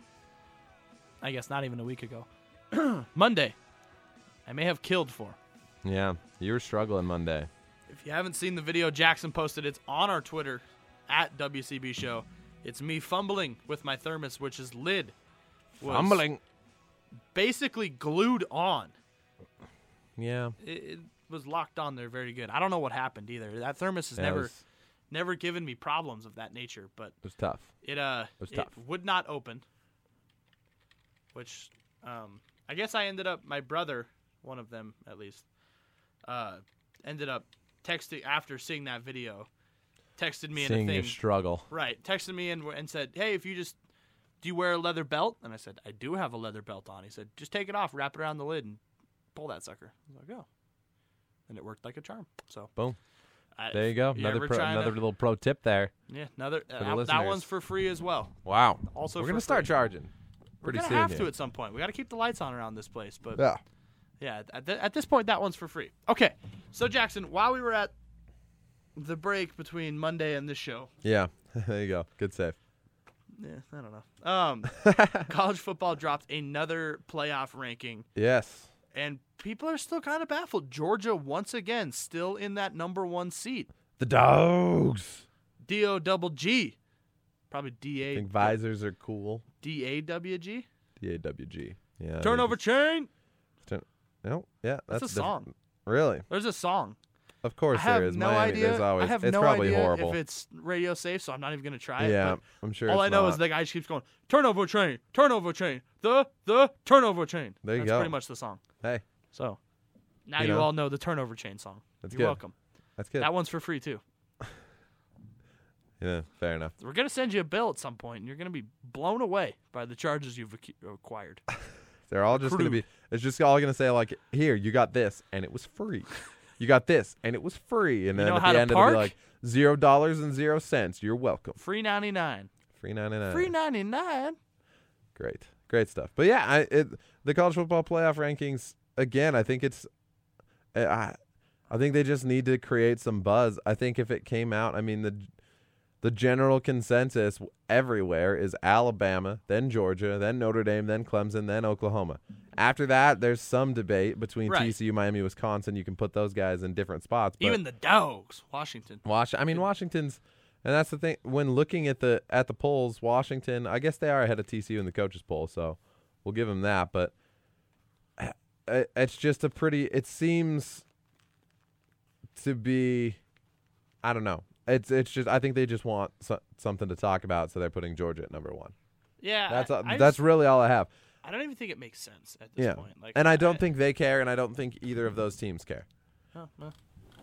I guess not even a week ago, [CLEARS THROAT] Monday, I may have killed for.
Yeah, you were struggling Monday.
If you haven't seen the video Jackson posted, it's on our Twitter at WCB Show. It's me fumbling with my thermos, which is lid. was Basically glued on.
Yeah.
It, it was locked on there very good. I don't know what happened either. That thermos has
Yeah,
never
It was,
never given me problems of that nature, but
it was tough.
it uh
was
it
tough.
would not open. Which um I guess I ended up my brother, one of them at least, uh ended up texting after seeing that video, texted me
Seeing
in a
your
thing.
struggle.
Right. Texted me and, and said, "Hey, if you just do you wear a leather belt?" And I said, "I do have a leather belt on." He said, "Just take it off, wrap it around the lid, and pull that sucker." I was like, "Oh," and it worked like a charm. So
Boom.
I,
There you go.
Yeah,
another
we're
pro,
trying to-
another little pro tip there.
yeah, another
the
uh, that
listeners.
one's for free as well.
Wow.
Also
we're
for
gonna start
free.
charging pretty
We're gonna
soon.
have
here.
to at some point. We got to keep the lights on around this place, but Yeah, at, th- at this point, that one's for free. Okay, so Jackson, while we were at the break between Monday and this show,
Yeah. [LAUGHS] there you go. Good save.
yeah, I don't know. Um,
[LAUGHS]
college football dropped another playoff ranking,
Yes.
and people are still kind of baffled. Georgia once again still in that number one seat.
The dogs.
D O double G, probably D
I
A
think visors are cool.
D A W G.
D A W G. Yeah.
Turnover chain.
Turn- no. Yeah. That's,
That's, a
different.
song.
Really?
There's a song.
Of course
I have
there is.
no
Miami,
idea.
There's always.
I have
it's
no
probably
idea
horrible.
if it's radio safe, so I'm not even gonna try it.
yeah.
but
I'm sure.
all
it's
I know
not.
is the guy just keeps going turnover train, turnover train, the the turnover train.
There you
That's
go.
pretty much the song.
Hey,
So now
You
you,
know?
all know the turnover chain song.
That's
You're
good.
welcome.
that's good.
That one's for free too.
yeah. Fair enough.
We're gonna send you a bill at some point, and you're gonna be blown away by the charges you've ac- acquired.
They're all just gonna be.
Crude.
It's just all gonna say like, here you got this and it was
[LAUGHS]
free. You got this and it was free. And
You
then
know
at
how
the
to
end
park?
it'll be like zero dollars and zero cents. You're welcome.
Free
[LAUGHS]
ninety nine.
Free ninety nine.
Free ninety nine.
Great, great stuff. But yeah, I, it, the college football playoff rankings again. I think it's, I- I, I think they just need to create some buzz. I think if it came out, I mean the, the general consensus everywhere is Alabama, then Georgia, then Notre Dame, then Clemson, then Oklahoma. After that, there's some debate between
Right.
TCU, Miami, Wisconsin. You can put those guys in different spots. But
Even the dogs, Washington.
Wash. I mean, Washington's, and that's the thing. When looking at the at the polls, Washington, I guess they are ahead of TCU in the coaches poll, so we'll give them that. But I- I- it's just a pretty. It seems to be, I don't know. It's it's just I think they just want so, something to talk about, so they're putting Georgia at number one.
Yeah,
That's
I,
all,
I
that's
just-
really all I have.
I don't even think it makes sense at this
Yeah,
point. Like,
and I don't think they care, and I don't think either of those teams care.
Oh, well.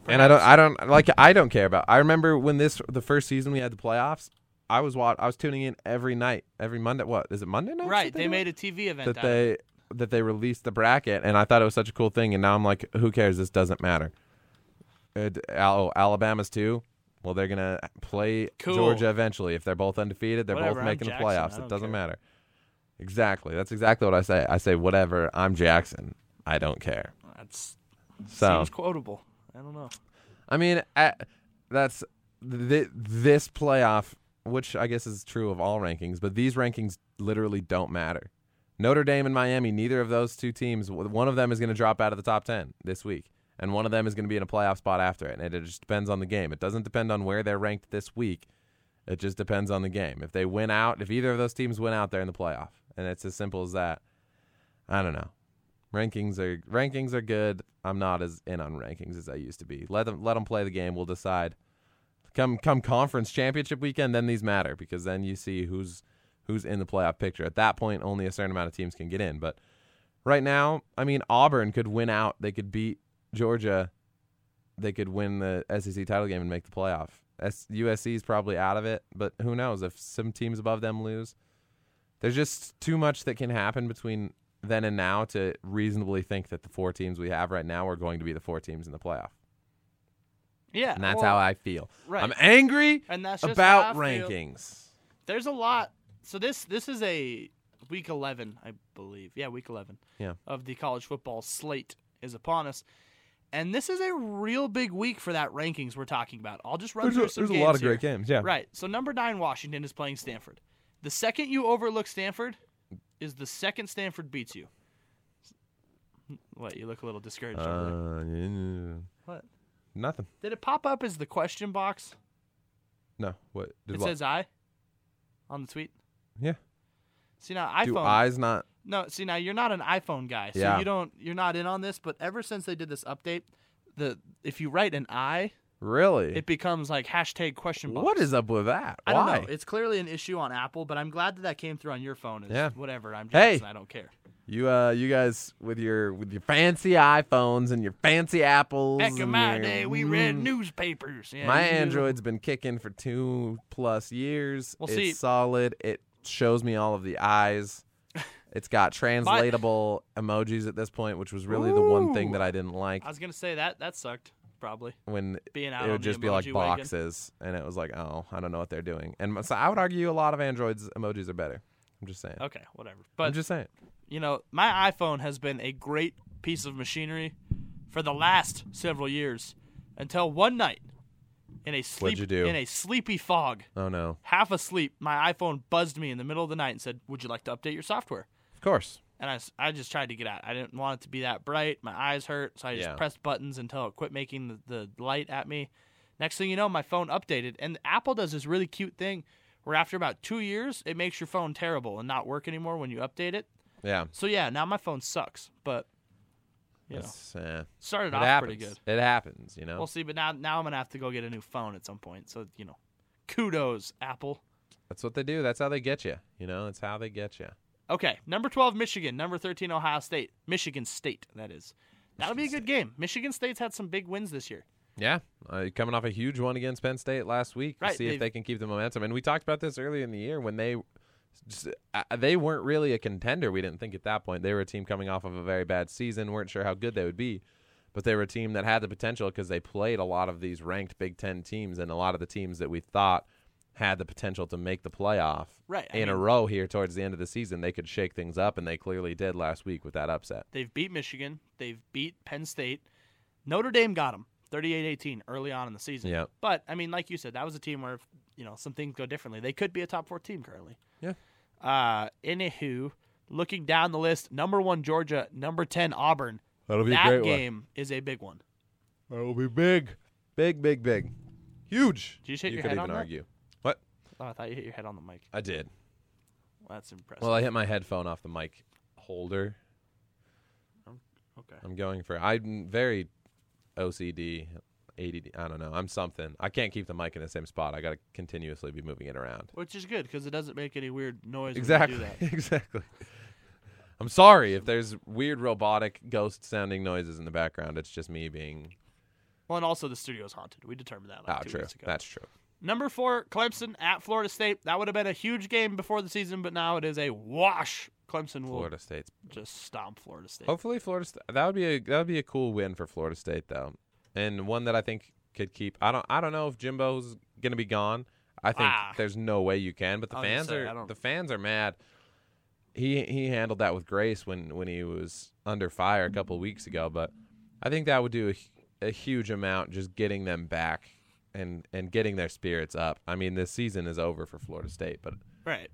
And I don't, I don't like, I don't care about. I remember when this the first season we had the playoffs. I was watch, I was tuning in every night, every Monday. What is it Monday night?
Right, they made a TV event
that
out of it.
they that they released the bracket, and I thought it was such a cool thing. And now I'm like, who cares? This doesn't matter. It, oh, Alabama's too. Well, they're gonna play
Cool.
Georgia eventually. If they're both undefeated, they're
Whatever,
both
I'm
making
Jackson,
the
I
playoffs. It
don't
doesn't
care.
matter. Exactly. That's exactly what I say. I say whatever. I'm Jackson. I don't care.
That's
So
seems quotable. I don't know.
I mean, at, that's th- this playoff, which I guess is true of all rankings, but these rankings literally don't matter. Notre Dame and Miami, neither of those two teams, w- one of them is going to drop out of the top 10 this week, and one of them is going to be in a playoff spot after it. And it just depends on the game. It doesn't depend on where they're ranked this week. It just depends on the game. If they win out, if either of those teams win out, they're in the playoff. And it's as simple as that. I don't know. Rankings are rankings are good. I'm not as in on rankings as I used to be. Let them let them play the game. We'll decide. Come come conference championship weekend, then these matter because then you see who's who's in the playoff picture. At that point, only a certain amount of teams can get in. But right now, I mean, Auburn could win out. They could beat Georgia. They could win the SEC title game and make the playoff. S- USC is probably out of it, but who knows if some teams above them lose? There's just too much that can happen between then and now to reasonably think that the four teams we have right now are going to be the four teams in the playoff.
Yeah,
And that's
well,
how I feel.
right.
I'm angry
And that's just how I
about
feel.
rankings.
There's a lot. So this this is a week 11, I believe. Yeah, week 11.
Yeah.
Of the college football slate is upon us. And this is a real big week for that rankings we're talking about. I'll just run through some games here.
games. Yeah.
Right. So number 9 Washington is playing Stanford. The second you overlook Stanford is the second Stanford beats you. What, you look a little discouraged. over
Uh,
there.
yeah.
What?
Nothing.
Did it pop up as the question box?
No. What? Did
It
what?
says uh, I on the tweet.
yeah.
See now
Do
iPhone.
eyes not?
No, see now you're not an iPhone guy, so
Yeah.
you don't you're not in on this. But ever since they did this update, the if you write an I,
Really?
it becomes like hashtag question box.
What is up with that?
I
Why?
don't know. It's clearly an issue on Apple, but I'm glad that that came through on your phone. As
Yeah.
Whatever. I'm
Hey.
Jackson. I don't care.
you uh, you guys with your with your fancy iPhones and your fancy apples.
Back in
and
my
your-
day, we read
Mm.
newspapers. Yeah,
My
you do-
Android's been kicking for two plus years.
Well,
it's
see-
solid. It shows me all of the
[LAUGHS]
eyes. It's got translatable emojis at this point, which was really the one thing
Ooh.
that I didn't like
I was gonna say that that sucked probably
when
being out.
it
on
would
the
just be like
emoji wagon.
boxes, and it was like, oh, I don't know what they're doing. And so I would argue a lot of Androids emojis are better. I'm just saying.
Okay, whatever. But
I'm just saying.
you know, my iPhone has been a great piece of machinery for the last several years until one night in a sleep
you do?
in a sleepy fog,
Oh no.
half asleep, my iPhone buzzed me in the middle of the night and said, "Would you like to update your software?"
Of course.
And I, s- I just tried to get out. I didn't want it to be that bright. My eyes hurt, so I just
Yeah.
pressed buttons until it quit making the, the light at me. Next thing you know, my phone updated, and Apple does this really cute thing where after about two years, it makes your phone terrible and not work anymore when you update it.
Yeah.
So yeah, now my phone sucks, but you know,
It's, uh,
started
it
off
happens. Oh.
pretty good.
It happens, you know.
We'll see, but now now I'm gonna have to go get a new phone at some point. So you know, kudos Apple.
That's what they do. That's how they get you. You know, that's how they get you.
Okay, number 12 Michigan, number 13 Ohio State, Michigan State that is. That'll be a good game. Michigan State's had some big wins this year.
Yeah, uh, coming off a huge one against Penn State last week. to
Right,
see if
they've-
they can keep the momentum. And we talked about this earlier in the year when they just, uh, they weren't really a contender. We didn't think at that point they were a team coming off of a very bad season. weren't sure how good they would be, but they were a team that had the potential because they played a lot of these ranked Big Ten teams and a lot of the teams that we thought had the potential to make the playoff
Right, I
in a
mean-
row here towards the end of the season. They could shake things up, and they clearly did last week with that upset.
They've beat Michigan, they've beat Penn State. Notre Dame got them 38-18 early on in the season.
Yeah.
But I mean, like you said, that was a team where if, you know some things go differently. They could be a top four team currently.
Yeah.
Uh, anywho, looking down the list, number one Georgia, number ten Auburn.
That'll
that game is a big one.
That'll be big, big, big, big, huge.
Did you just hit
you
your
could
head
even
on that?
argue. What?
Oh, I thought you hit your head on the mic.
I did.
Well, that's impressive.
Well, I hit my headphone off the mic holder.
okay.
I'm going for. I'm very OCD, ADD. I don't know. I'm something. I can't keep the mic in the same spot. I got to continuously be moving it around.
Which is good because it doesn't make any weird noise.
Exactly.
When you do
[LAUGHS]
that.
exactly. I'm sorry if there's weird robotic ghost sounding noises in the background. It's just me being.
Well, and also the studio is haunted. We determined that
Oh,
like two
true.
weeks ago.
That's true.
Number four, Clemson at Florida State. That would have been a huge game before the season, but now it is a wash. Clemson will
Florida Oh. State's
just stomp Florida State.
Hopefully, Florida. St- that would be a that would be a cool win for Florida State, though, and one that I think could keep. I don't I don't know if Jimbo's gonna be gone. I think
Ah.
there's no way you can. But the
I was gonna
fans
say, I
are
don't-
the fans are mad. He he handled that with grace when when he was under fire a couple weeks ago. But I think that would do a, hu- a huge amount just getting them back and and getting their spirits up. I mean, this season is over for Florida State, but.
Right.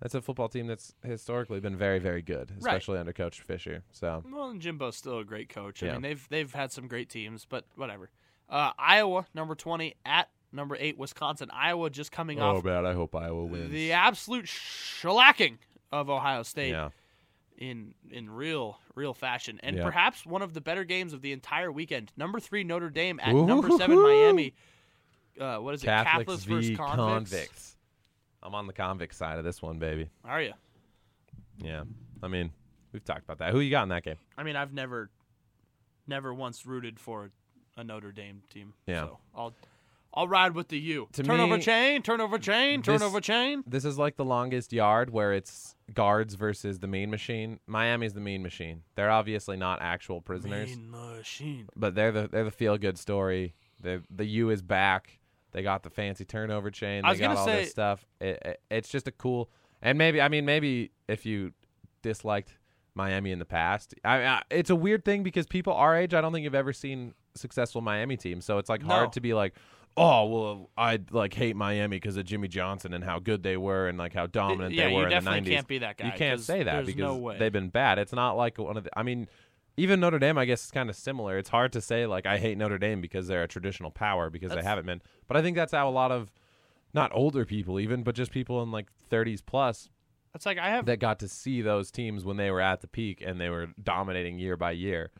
That's a football team that's historically been very, very good, especially under Coach Fisher. So
Well, and Jimbo's still a great coach. I
Yeah.
mean, they've they've had some great teams, but whatever. Uh, Iowa, number twenty at number eight, Wisconsin. Iowa just coming off
bad! I hope Iowa
the absolute shellacking of Ohio State.
yeah,
in in real real fashion and
Yeah.
perhaps one of the better games of the entire weekend number three notre dame at
Ooh-hoo-hoo.
number seven miami uh, what is it
Catholics,
versus
v
convicts,
convicts. I'm on the convict side of this one, baby.
are you
Yeah, I mean, we've talked about that. Who you got in that game?
i mean i've never never once rooted for a notre dame team
Yeah.
so i'll i'll ride with the u
To
turnover
me,
chain turnover chain
this-
turnover chain
This is like the longest yard where it's guards versus the mean machine. Miami's the mean machine. They're obviously not actual prisoners,
Mean machine
but they're the they're the feel good story. The the U is back. They got the fancy turnover chain.
I
They
was
got
gonna
all
say-
this stuff. It, it, it's just a cool and maybe I mean maybe if you disliked Miami in the past, I, I it's a weird thing because people our age, I don't think you've ever seen successful Miami teams. So it's like
No.
hard to be like, oh well, I like hate Miami because of Jimmy Johnson and how good they were and like how dominant
yeah,
they
you
were in the
definitely
nineties.
can't be that guy,
You can't
'cause
say that
there's
because
no way.
they've been bad. It's not like one of the. I mean, even Notre Dame, I guess, is kind of similar. It's hard to say like I hate Notre Dame because they're a traditional power because they haven't been. But I think that's how a lot of not older people even, but just people in like 30s plus
that's like i have
that got to see those teams when they were at the peak and they were dominating year by year.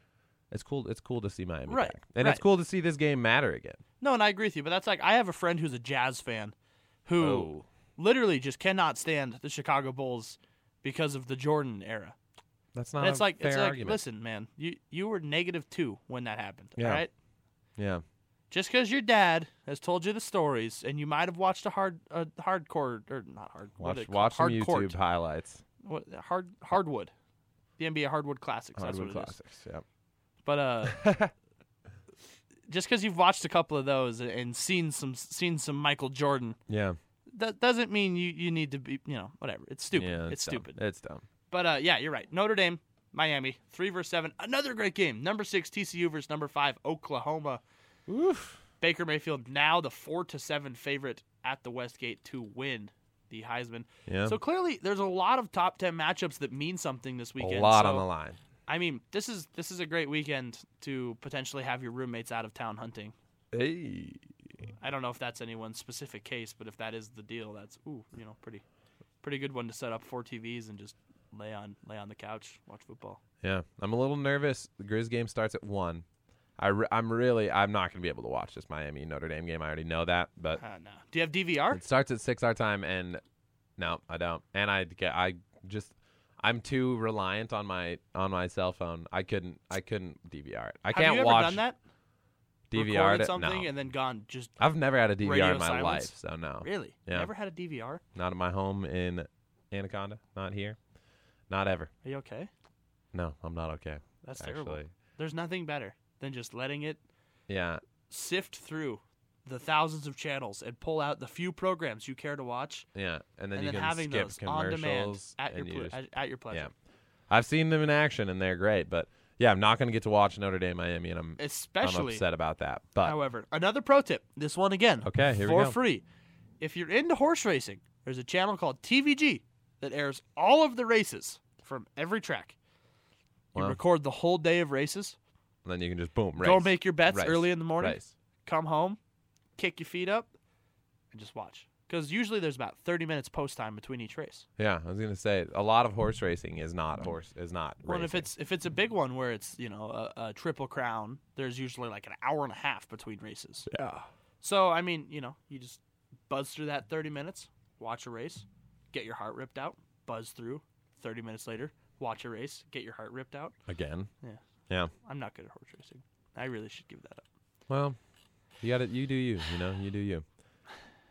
It's cool. It's cool to see Miami
Right,
back, and it's
right.
cool to see this game matter again.
No, and I agree with you, but that's like I have a friend who's a jazz fan who
Oh.
literally just cannot stand the Chicago Bulls because of the Jordan era.
That's not.
And it's
a
like
Um, fair
it's like
argument.
listen, man, you you were negative two when that happened.
Yeah.
All right.
Yeah.
Just because your dad has told you the stories, and you might have watched a hard, a hardcore or not hard, what do
Watch
they call-
watch some
hard
YouTube
court,
highlights.
what, hard hardwood, the NBA hardwood classics.
Hardwood
that's what it is.
classics. Yeah.
But uh,
[LAUGHS]
just because you've watched a couple of those and seen some seen some Michael Jordan,
Yeah.
that doesn't mean you, you need to be you know whatever. It's stupid.
Yeah.
it's
dumb.
stupid.
It's dumb.
But uh, yeah, you're right. Notre Dame, Miami, three versus seven. Another great game. Number six TCU versus number five Oklahoma.
Oof.
Baker Mayfield now the four to seven favorite at the Westgate to win the Heisman.
Yeah.
So clearly, there's a lot of top ten matchups that mean something this
a
weekend.
lot on
So,
the line.
I mean, this is this is a great weekend to potentially have your roommates out of town hunting.
Hey.
I don't know if that's anyone's specific case, but if that is the deal, that's ooh, you know, pretty, pretty good one to set up four TVs and just lay on lay on the couch, watch football.
Yeah, I'm a little nervous. The Grizz game starts at one. I re- I'm really I'm not going to be able to watch this Miami Notre Dame game. I already know that, but
Uh, no. Do you have DVR?
it starts at six our time, and no, I don't. And I get I just I'm too reliant on my on my cell phone. I couldn't I couldn't DVR it. I can't
have you ever
watch
done that?
DVR
Recorded
it.
something
no.
and then gone just
I've never had a DVR
Radio
in my
silence?
life, so no.
really
Oh, Yeah.
never had a DVR.
Not at my home in Anaconda. Not here. Not ever.
Are you okay?
No, I'm not okay.
That's
actually.
terrible. There's nothing better than just letting it
Yeah.
sift through the thousands of channels and pull out the few programs you care to watch,
Yeah, and then
and
you
then
can
having
skip
those on demand
commercials
at your
and you
ple-
just-
at, at your pleasure.
yeah. I've seen them in action and they're great, but yeah, I'm not going to get to watch Notre Dame Miami, and I'm I'm
Especially
upset about that. But
However, another pro tip. This one again.
Okay, here we
for
go.
free. If you're into horse racing, there's a channel called TVG that airs all of the races from every track. You
Wow.
record the whole day of races.
then you can just boom, race.
Go make your bets
race,
early in the morning.
race.
Come home, kick your feet up, and just watch. Because usually there's about 30 minutes post time between each race.
Yeah, I was going to say a lot of horse racing is not horse is not.
Well, and if
racing.
it's if it's a big one where it's you know a, a triple crown, there's usually like an hour and a half between races.
yeah,
So I mean, you know, you just buzz through that 30 minutes, watch a race, get your heart ripped out, buzz through 30 minutes later, watch a race, get your heart ripped out.
again,
Yeah.
yeah.
I'm not good at horse racing. I really should give that up.
Well, you got it. You do you. You know, you do you.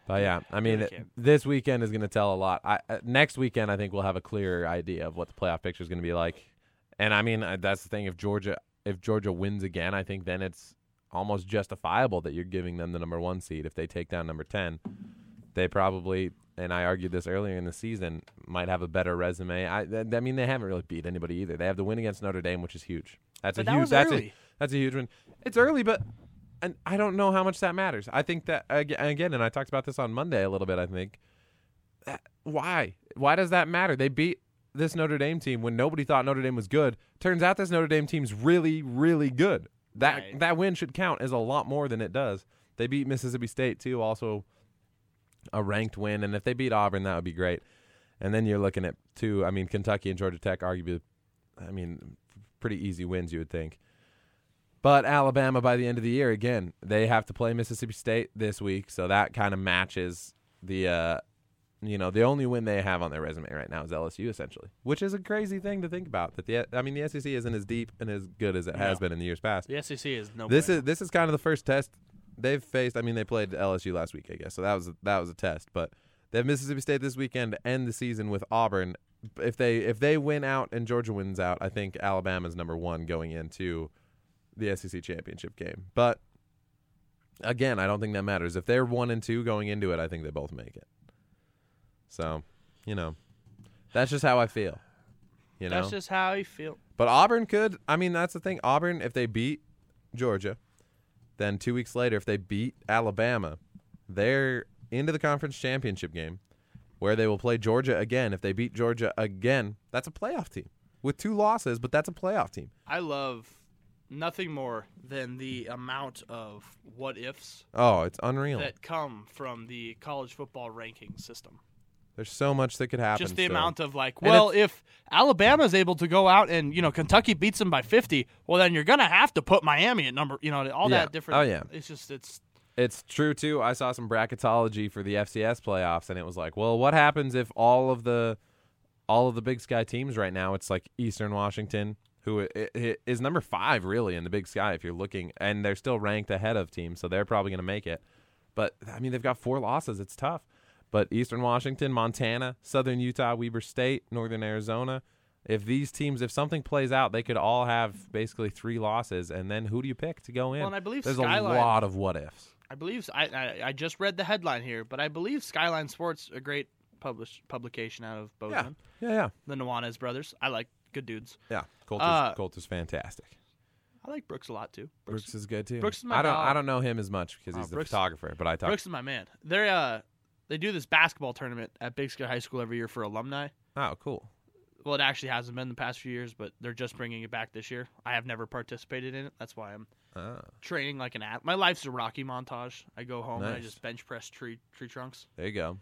But yeah, I mean,
Really can't.
this weekend is going to tell a lot. I, uh, next weekend, I think we'll have a clearer idea of what the playoff picture is going to be like. And I mean, uh, that's the thing. If Georgia, if Georgia wins again, I think then it's almost justifiable that you're giving them the number one seed. If they take down number ten, they probably. And I argued this earlier in the season. Might have a better resume. I, th- I mean, they haven't really beat anybody either. They have the win against Notre Dame, which is huge. That's
But
a
that
huge.
was
that's
early.
a that's a huge one. It's early, but and I don't know how much that matters. I think that ag- again, and I talked about this on Monday a little bit. I think That- why why does that matter? They beat this Notre Dame team when nobody thought Notre Dame was good. Turns out this Notre Dame team's really really good. That
Right.
that win should count as a lot more than it does. They beat Mississippi State too, also a ranked win, and if they beat Auburn, that would be great. And then you're looking at two. I mean, Kentucky and Georgia Tech, arguably, I mean, pretty easy wins you would think. But Alabama by the end of the year, again, they have to play Mississippi State this week, so that kind of matches the, uh, you know, the only win they have on their resume right now is LSU essentially, which is a crazy thing to think about. That the, I mean, the SEC isn't as deep and as good as it has been in the years past.
The SEC is no.
This is this is kind of the first test they've faced. I mean, they played LSU last week, I guess, so that was that was a test. But they have Mississippi State this weekend to end the season with Auburn. If they if they win out and Georgia wins out, I think Alabama's number one going into the SEC championship game. But again, I don't think that matters. If they're one and two going into it, I think they both make it. So, you know, that's just how I feel. You know,
That's just how you feel.
but Auburn could. I mean, that's the thing. Auburn, if they beat Georgia, then two weeks later, if they beat Alabama, they're into the conference championship game, where they will play Georgia again. If they beat Georgia again, that's a playoff team with two losses, but that's a playoff team.
I love nothing more than the amount of what ifs
Oh, it's unreal.
that come from the college football ranking system.
There's so much that could happen.
just the
still.
amount of like,
And
well, if Alabama's able to go out and you know Kentucky beats them by fifty, well then you're gonna have to put Miami at number, you know, all
Yeah.
that different.
Oh, yeah.
it's just it's
It's true too. I saw some bracketology for the FCS playoffs, and it was like, well, what happens if all of the all of the Big Sky teams right now? It's like Eastern Washington, who i- i- is number five really in the Big Sky if you're looking, and they're still ranked ahead of teams, so they're probably going to make it. But I mean, they've got four losses. It's tough. But Eastern Washington, Montana, Southern Utah, Weber State, Northern Arizona. If these teams, if something plays out, they could all have basically three losses, and then who do you pick to go in?
Well, and I believe
there's
Skyline-
a lot of what ifs.
I believe I, I I just read the headline here, but I believe Skyline Sports, a great publish publication out of Bozeman,
Yeah, yeah.
the Nuanez brothers. I like good dudes.
Yeah, Colt is,
Uh,
Colt is fantastic.
I like Brooks a lot too. Brooks,
Brooks, is good too.
Brooks is my
I don't
dog.
I don't know him as much because
Oh,
he's the
Brooks-
photographer, but I talk.
Brooks is my man. They uh they do this basketball tournament at Big Sky High School every year for alumni.
oh, cool.
Well, it actually hasn't been the past few years, but they're just bringing it back this year. I have never participated in it. That's why I'm
Oh,
training like an at. My life's a Rocky montage. I go home and I
Nice.
just bench press tree tree trunks,
there you go.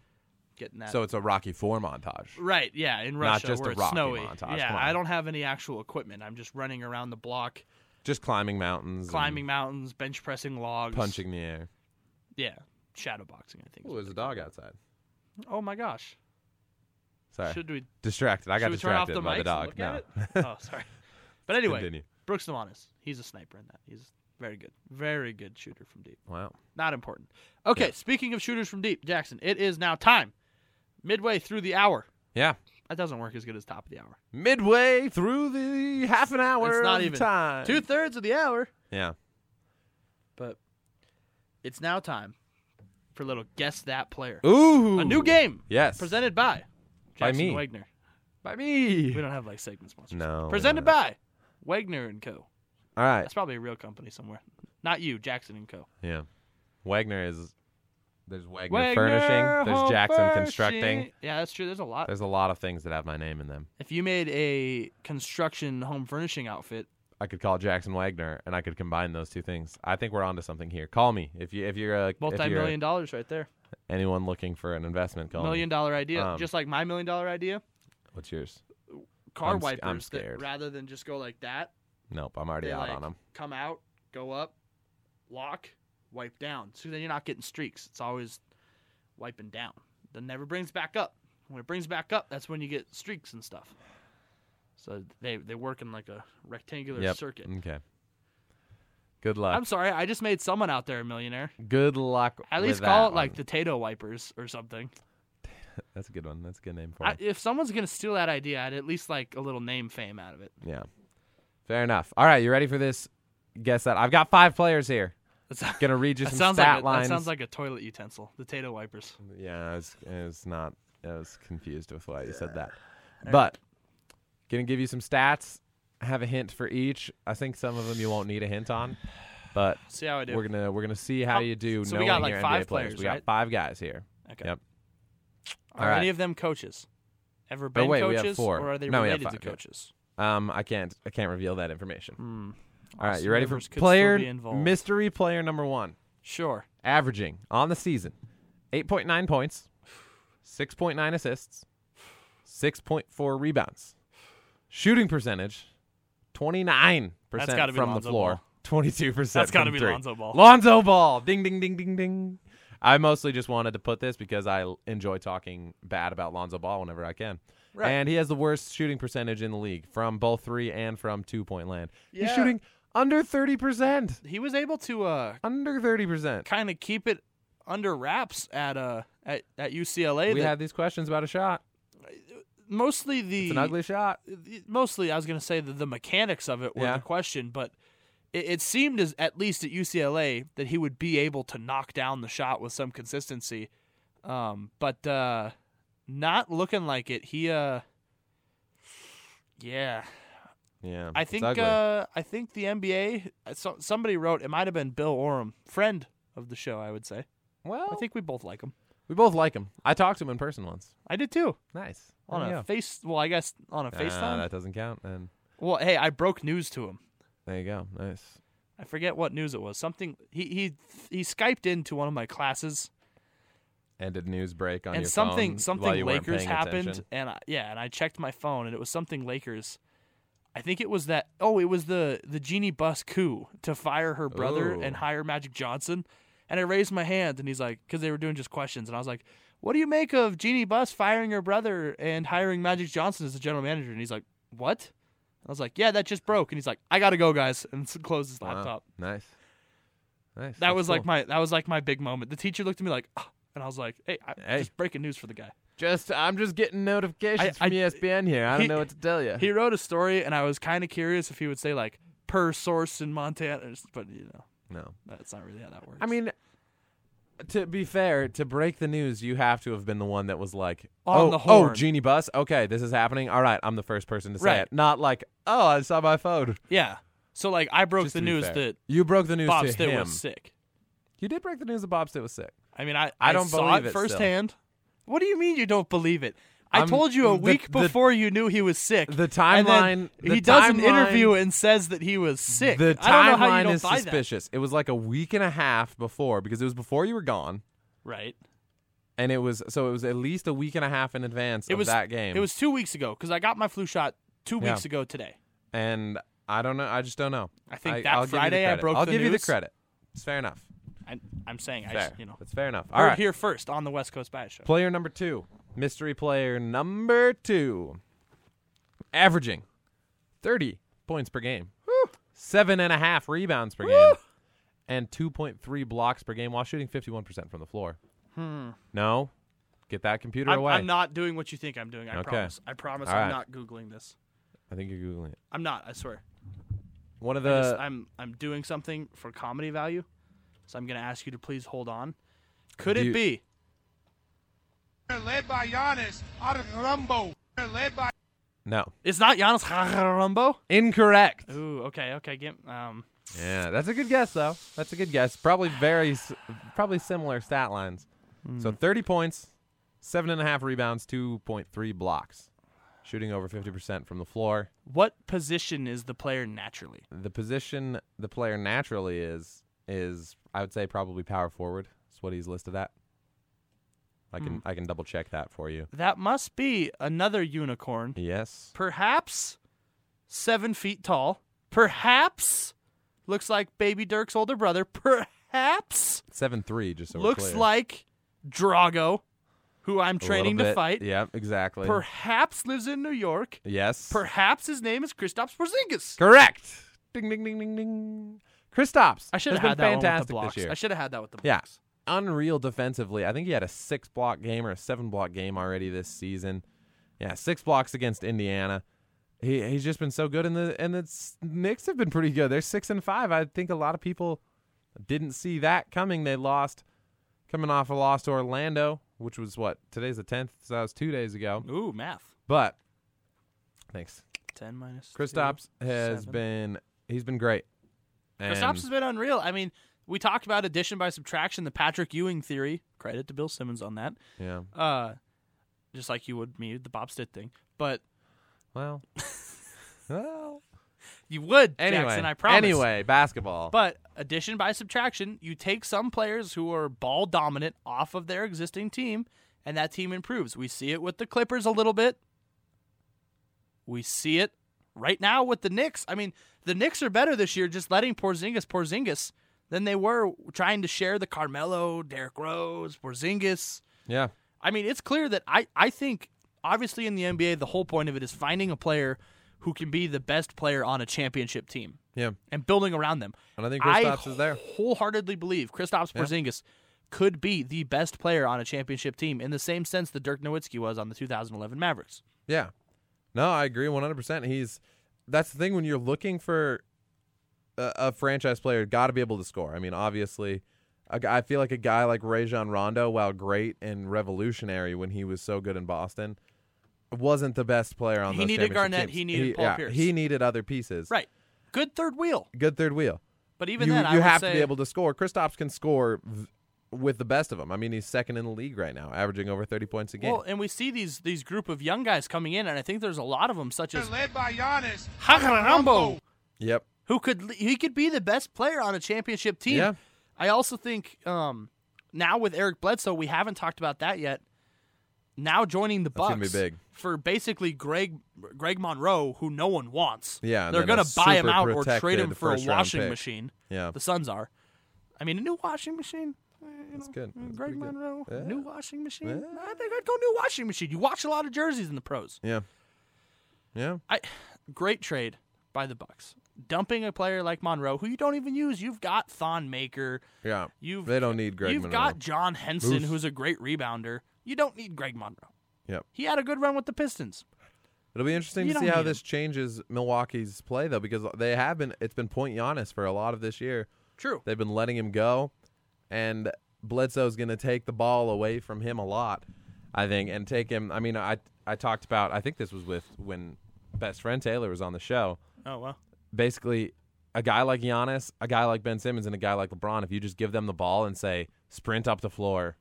getting that.
So it's a Rocky Four montage.
right, yeah, in Russia
just
where
a
it's
Rocky
snowy.
montage,
Yeah,
come on.
I don't have any actual equipment. I'm just running around the block,
Just climbing mountains, and
climbing mountains, bench pressing logs,
Mm-hmm. punching the air.
Yeah, shadow boxing. I think. is
Oh,
what
there's a dog outside.
they- Oh my gosh!
Sorry, [LAUGHS]
Should we?
distracted. I got
should we turn off
distracted
the
by
mics
the dog.
and look
no, [LAUGHS]
at it? Oh, sorry. But anyway,
continue.
Brooks Namanis. He's a sniper in that. He's very good, very good shooter from deep.
Wow.
Not important. Okay, speaking of shooters from deep, Jackson, it is now time. Midway through the hour.
Yeah.
That doesn't work as good as top of the hour.
Midway through the half an hour
it's not
of
even
time.
Two thirds of the hour.
yeah.
But it's now time for a little guess that player.
Ooh.
A new game
Yes.
presented by
By
Jackson
me.
Wagner.
by
We
me.
don't have like segment sponsors.
No.
Presented
by.
by Wagner and Co.
All right.
That's probably a real company somewhere. Not you, Jackson and Co.
Yeah. Wagner is there's Wagner,
Wagner
furnishing, there's
Home
Jackson
Furnishing.
constructing.
Yeah, that's true. There's a lot.
There's a lot of things that have my name in them.
if you made a construction home furnishing outfit,
I could call Jackson Wagner and I could combine those two things. I think we're onto something here. Call me if you if you're a if you're
multi-million dollars right there.
anyone looking for an investment call. me.
Million dollar idea,
Um,
just like my million dollar idea.
What's yours?
Car
I'm sc-
wipers
I'm
that
scared.
rather than just go like that,
Nope, I'm already
they
out
like
on them.
come out, go up, lock, wipe down. So then you're not getting streaks. It's always wiping down. Then never brings back up. When it brings back up, that's when you get streaks and stuff. So they they work in like a rectangular
Yep. Mm,
circuit.
Okay. Good luck.
I'm sorry, I just made someone out there a millionaire.
Good luck.
At
with
least call
that
it like
one.
the Tato wipers or something.
That's a good one. That's a good name for
I,
it.
if someone's gonna steal that idea, I'd at least like a little name fame out of it.
Yeah. Fair enough. All right, you ready for this? Guess that. I've got five players here.
That's-
Gonna read you
that
some
sounds
stat
like a,
lines.
that sounds like a toilet utensil. The Tato wipers.
Yeah, I was, I was not. I was confused with why you said that. But gonna give you some stats. Have a hint for each. I think some of them you won't need a hint on, but
See how [SIGHS] I do.
we're gonna we're gonna see how
How-
you do.
so we got,
knowing
like,
your
five
NBA players.
players,
We got
right?
five guys here.
okay.
yep.
Are
All
any
right.
of them coaches? Ever been
Oh, wait, we
coaches,
have four.
or are they
No, we have
related to
five, yeah.
coaches?
Um, I can't I can't reveal that information.
Hmm.
All right,
Austin
you ready for
Rivers could
player
still be involved.
mystery player number one?
Sure.
Averaging on the season, eight point nine points, six point nine assists, six point four rebounds, shooting percentage, twenty nine
That's
percent
gotta be
from
Lonzo
the floor,
Ball.
twenty two percent.
That's gotta
from
be
three.
Lonzo Ball.
Lonzo Ball, ding ding ding ding ding. I mostly just wanted to put this because I l- enjoy talking bad about Lonzo Ball whenever I can.
Right.
And he has the worst shooting percentage in the league from both three and from two point land. He's
Yeah.
shooting under thirty percent.
He was able to uh,
Under thirty percent.
kind of keep it under wraps at uh at, at UCLA.
We
that
had these questions about a shot.
mostly the
It's an ugly shot.
mostly I was going to say the, the mechanics of it were
Yeah.
the question, but it, it seemed as at least at UCLA that he would be able to knock down the shot with some consistency. Um, but uh, not looking like it. He uh, yeah,
Yeah.
I
it's
think
ugly.
uh, I think the NBA. uh, So, somebody wrote it might have been Bill Oram, friend of the show. I would say
well,
I think we both like him.
we both like him. I talked to him in person once.
I did too.
Nice.
On a
There you go.
face, well, I guess on a
Ah,
FaceTime.
Oh, that doesn't count. Then
well, hey, I broke news to him.
there you go. Nice.
I forget what news it was. Something he he he skyped into one of my classes,
And did news break on
and
your phone
something
while
something
you weren't
Lakers
paying
happened,
attention?
and I, yeah, and I checked my phone, and it was something Lakers. I think it was that. Oh, it was the the Jeannie Bus coup to fire her brother
Ooh.
and hire Magic Johnson. And I raised my hand, and he's like, because they were doing just questions, and I was like, "What do you make of Jeannie Bus firing her brother and hiring Magic Johnson as the general manager?" And he's like, "What?" And I was like, "Yeah, that just broke." And he's like, "I gotta go, guys," [LAUGHS] and s- closed his
Wow.
laptop.
Nice. Nice.
That
That's
was like
cool.
my that was like my big moment. The teacher looked at me like, "Ah," and I was like, "Hey, I,
Hey.
just breaking news for the guy."
Just I'm just getting notifications
I-
from E
I-
ESPN here. I don't
he-
know what to tell you.
He wrote a story, and I was kind of curious if he would say like per source in Montana, or s- but you know
no.
that's not really how that works.
I mean, to be fair, to break the news, you have to have been the one that was like,
On
"Oh,
the
oh,
horn."
Genie Bus. Okay, this is happening. All right, I'm the first person to say
Right.
it. Not like, oh, I saw my phone.
Yeah. So like I broke
Just
the
to be
news
fair.
that
you broke the news
Bob
to
Stitt
him.
was sick.
You did break the news that Bob Stitt was sick.
I mean, I
I don't
saw
believe it
it,
still.
firsthand. What do you mean you don't believe it? I
I'm-
told you a
the-
week
the-
before you knew he was sick.
the
and then
timeline- the
he does an
timeline-
interview and says that he was sick.
The
I don't know how you
timeline
don't
is
buy
suspicious. It was like a week and a half before because it was before you were gone,
That. Right.
and it was so it was at least a week and a half in advance
It
of
was
that game.
It was two weeks ago because I got my flu shot two
Yeah.
weeks ago today.
and I don't know. I just don't know.
I think
I,
that
I'll give you the
Friday I
credit.
broke
I'll
the
give you the
news.
credit. It's fair enough.
I, I'm saying, I
Fair.
just, you know,
That's fair enough. All
heard
right.
here first on the West Coast Bias Show.
Player number two, mystery player number two, averaging 30 points per game, seven and a half rebounds per game, and 2.3 blocks per game while shooting 51% from the floor. No? Get that computer
Hmm. I'm,
away.
I'm not doing what you think I'm doing. I
Okay.
promise. I promise.
All
I'm
right.
not googling this.
I think you're Googling it.
I'm not. I swear.
One of
I just-
the.
I'm I'm doing something for comedy value, so I'm gonna ask you to please hold on. Could
Do
it
you-
be?
Led by Giannis out of Rumbo. Led by
no.
It's not Giannis Rumbo.
Incorrect.
Ooh, okay, okay. Get, um,
Yeah, that's a good guess, though. That's a good guess. Probably very, s- probably similar stat lines. So
Hmm.
30 points, seven and a half rebounds, 2.3 blocks, shooting over 50% from the floor.
what position is the player naturally?
The position the player naturally is is I would say probably power forward. That's what he's listed at. I can
Hmm.
I can double check that for
[LAUGHS]
you.
That must be another unicorn.
Yes.
Perhaps seven feet tall. Perhaps looks like Baby Dirk's older brother. Perhaps
Seven three, just so we're
looks
clear.
like Drago, who I'm
A little
training to
bit.
fight.
Yeah, exactly.
Perhaps lives in New York.
yes.
Perhaps his name is Kristaps Porzingis.
Correct. Ding ding ding ding ding. Kristaps.
I should have
has
had
been
that one with the
fantastic
blocks.
this year.
I should have had that with the
Yeah.
blocks.
Unreal defensively. I think he had a six block game or a seven block game already this season. Yeah, six blocks against Indiana. He he's just been so good and the and the S- Knicks have been pretty good. They're six and five. I think a lot of people didn't see that coming. They lost coming off a loss to Orlando, which was what, today's the tenth, so that was two days ago.
Ooh, math.
But thanks.
Ten minus. two,
Kristaps has
seven.
been he's been great. And-
Kristaps has been unreal. I mean, we talked about addition by subtraction, the Patrick Ewing theory. Credit to Bill Simmons on that.
yeah.
Uh, just like you would me, the Bob Stitt thing. But [LAUGHS]
Well. well.
you would,
Anyway.
Jackson. I promise.
Anyway, basketball.
But addition by subtraction, you take some players who are ball dominant off of their existing team, and that team improves. We see it with the Clippers a little bit. We see it right now with the Knicks. I mean, the Knicks are better this year just letting Porzingis Porzingis than they were trying to share the Carmelo, Derrick Rose, Porzingis.
yeah.
I mean, it's clear that I, I think, obviously, in the NBA, the whole point of it is finding a player who can be the best player on a championship team
Yeah.
and building around them.
And I think
I
Kristaps is there.
wholeheartedly believe Kristaps Porzingis could be the best player on a championship team in the same sense that Dirk Nowitzki was on the 2011 Mavericks.
Yeah. No, I agree 100%. He's that's the thing when you're looking for a, a franchise player, got to be able to score. I mean, obviously, a guy- I feel like a guy like Rajon Rondo, while great and revolutionary when he was so good in Boston, wasn't the best player on
He
those
needed
championship
Garnett,
teams.
he needed Paul Pierce.
He needed other pieces.
Right. Good third wheel.
Good third wheel.
But even
you,
then, I
you
would
have
say,
to be able to score. Kristaps can score v- with the best of them. I mean, he's second in the league right now, averaging over 30 points a game.
Well, and we see these these group of young guys coming in, and I think there's a lot of them, such as
led by Giannis.
Hakarumbo,
yep.
who could he could be the best player on a championship team.
Yeah.
I also think um, now with Eric Bledsoe, we haven't talked about that yet. Now joining the
That's
Bucks
gonna be big.
for basically Greg Greg Monroe, who no one wants.
Yeah, and
they're
then
gonna
a
buy him
super
out or trade
protected
him for a
first-round
washing
pick. Oh.
machine.
Yeah.
The Suns are. I mean, a new washing machine. eh, you
That's
know,
good.
eh,
That's
Greg
pretty good.
Monroe,
Yeah.
new washing machine.
Yeah.
I think I'd go new washing machine. You watch a lot of jerseys in the pros.
Yeah. Yeah.
I great trade by the Bucks. Dumping a player like Monroe, who you don't even use. You've got Thon Maker.
Yeah.
You've
they don't need Greg
You've
Monroe.
got John Henson,
Moose.
who's a great rebounder. You don't need Greg Monroe.
Yep.
He had a good run with the Pistons.
It'll be interesting
you
to see
don't
how
need
this changes Milwaukee's play though, because they have been it's been point Giannis for a lot of this year.
True.
They've been letting him go, and Bledsoe's going to take the ball away from him a lot, I think, and take him. I mean, I I talked about. I think this was with when best friend Taylor was on the show.
Oh well.
Basically, a guy like Giannis, a guy like Ben Simmons, and a guy like LeBron. If you just give them the ball and say sprint up the floor,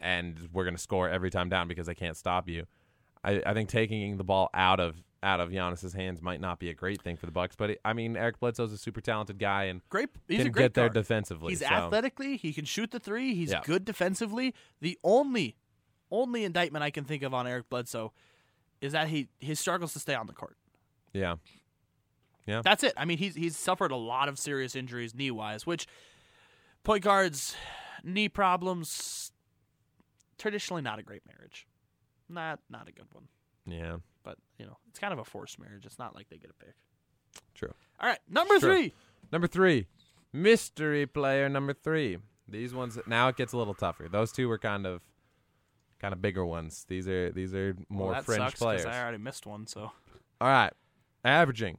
and we're going to score every time down because they can't stop you. I, I think taking the ball out of out of Giannis's hands might not be a great thing for the Bucks, but it, I mean Eric Bledsoe's a super talented guy and
Great. He's
can
a great
get there
guard.
defensively.
He's
so.
athletically. He can shoot the three. He's
Yeah.
good defensively. The only, only indictment I can think of on Eric Bledsoe is that he he struggles to stay on the court.
Yeah,
That's it. I mean, he's he's suffered a lot of serious injuries knee wise, which point guards knee problems traditionally not a great marriage, not not a good one.
yeah,
But you know, it's kind of a forced marriage. It's not like they get a pick.
true.
All right, number
Sure.
three.
Number three, mystery player number three. These ones now it gets a little tougher. Those two were kind of kind of bigger ones. These are these are more
well, that
fringe
sucks 'cause
players.
I already missed one. So
All right. Averaging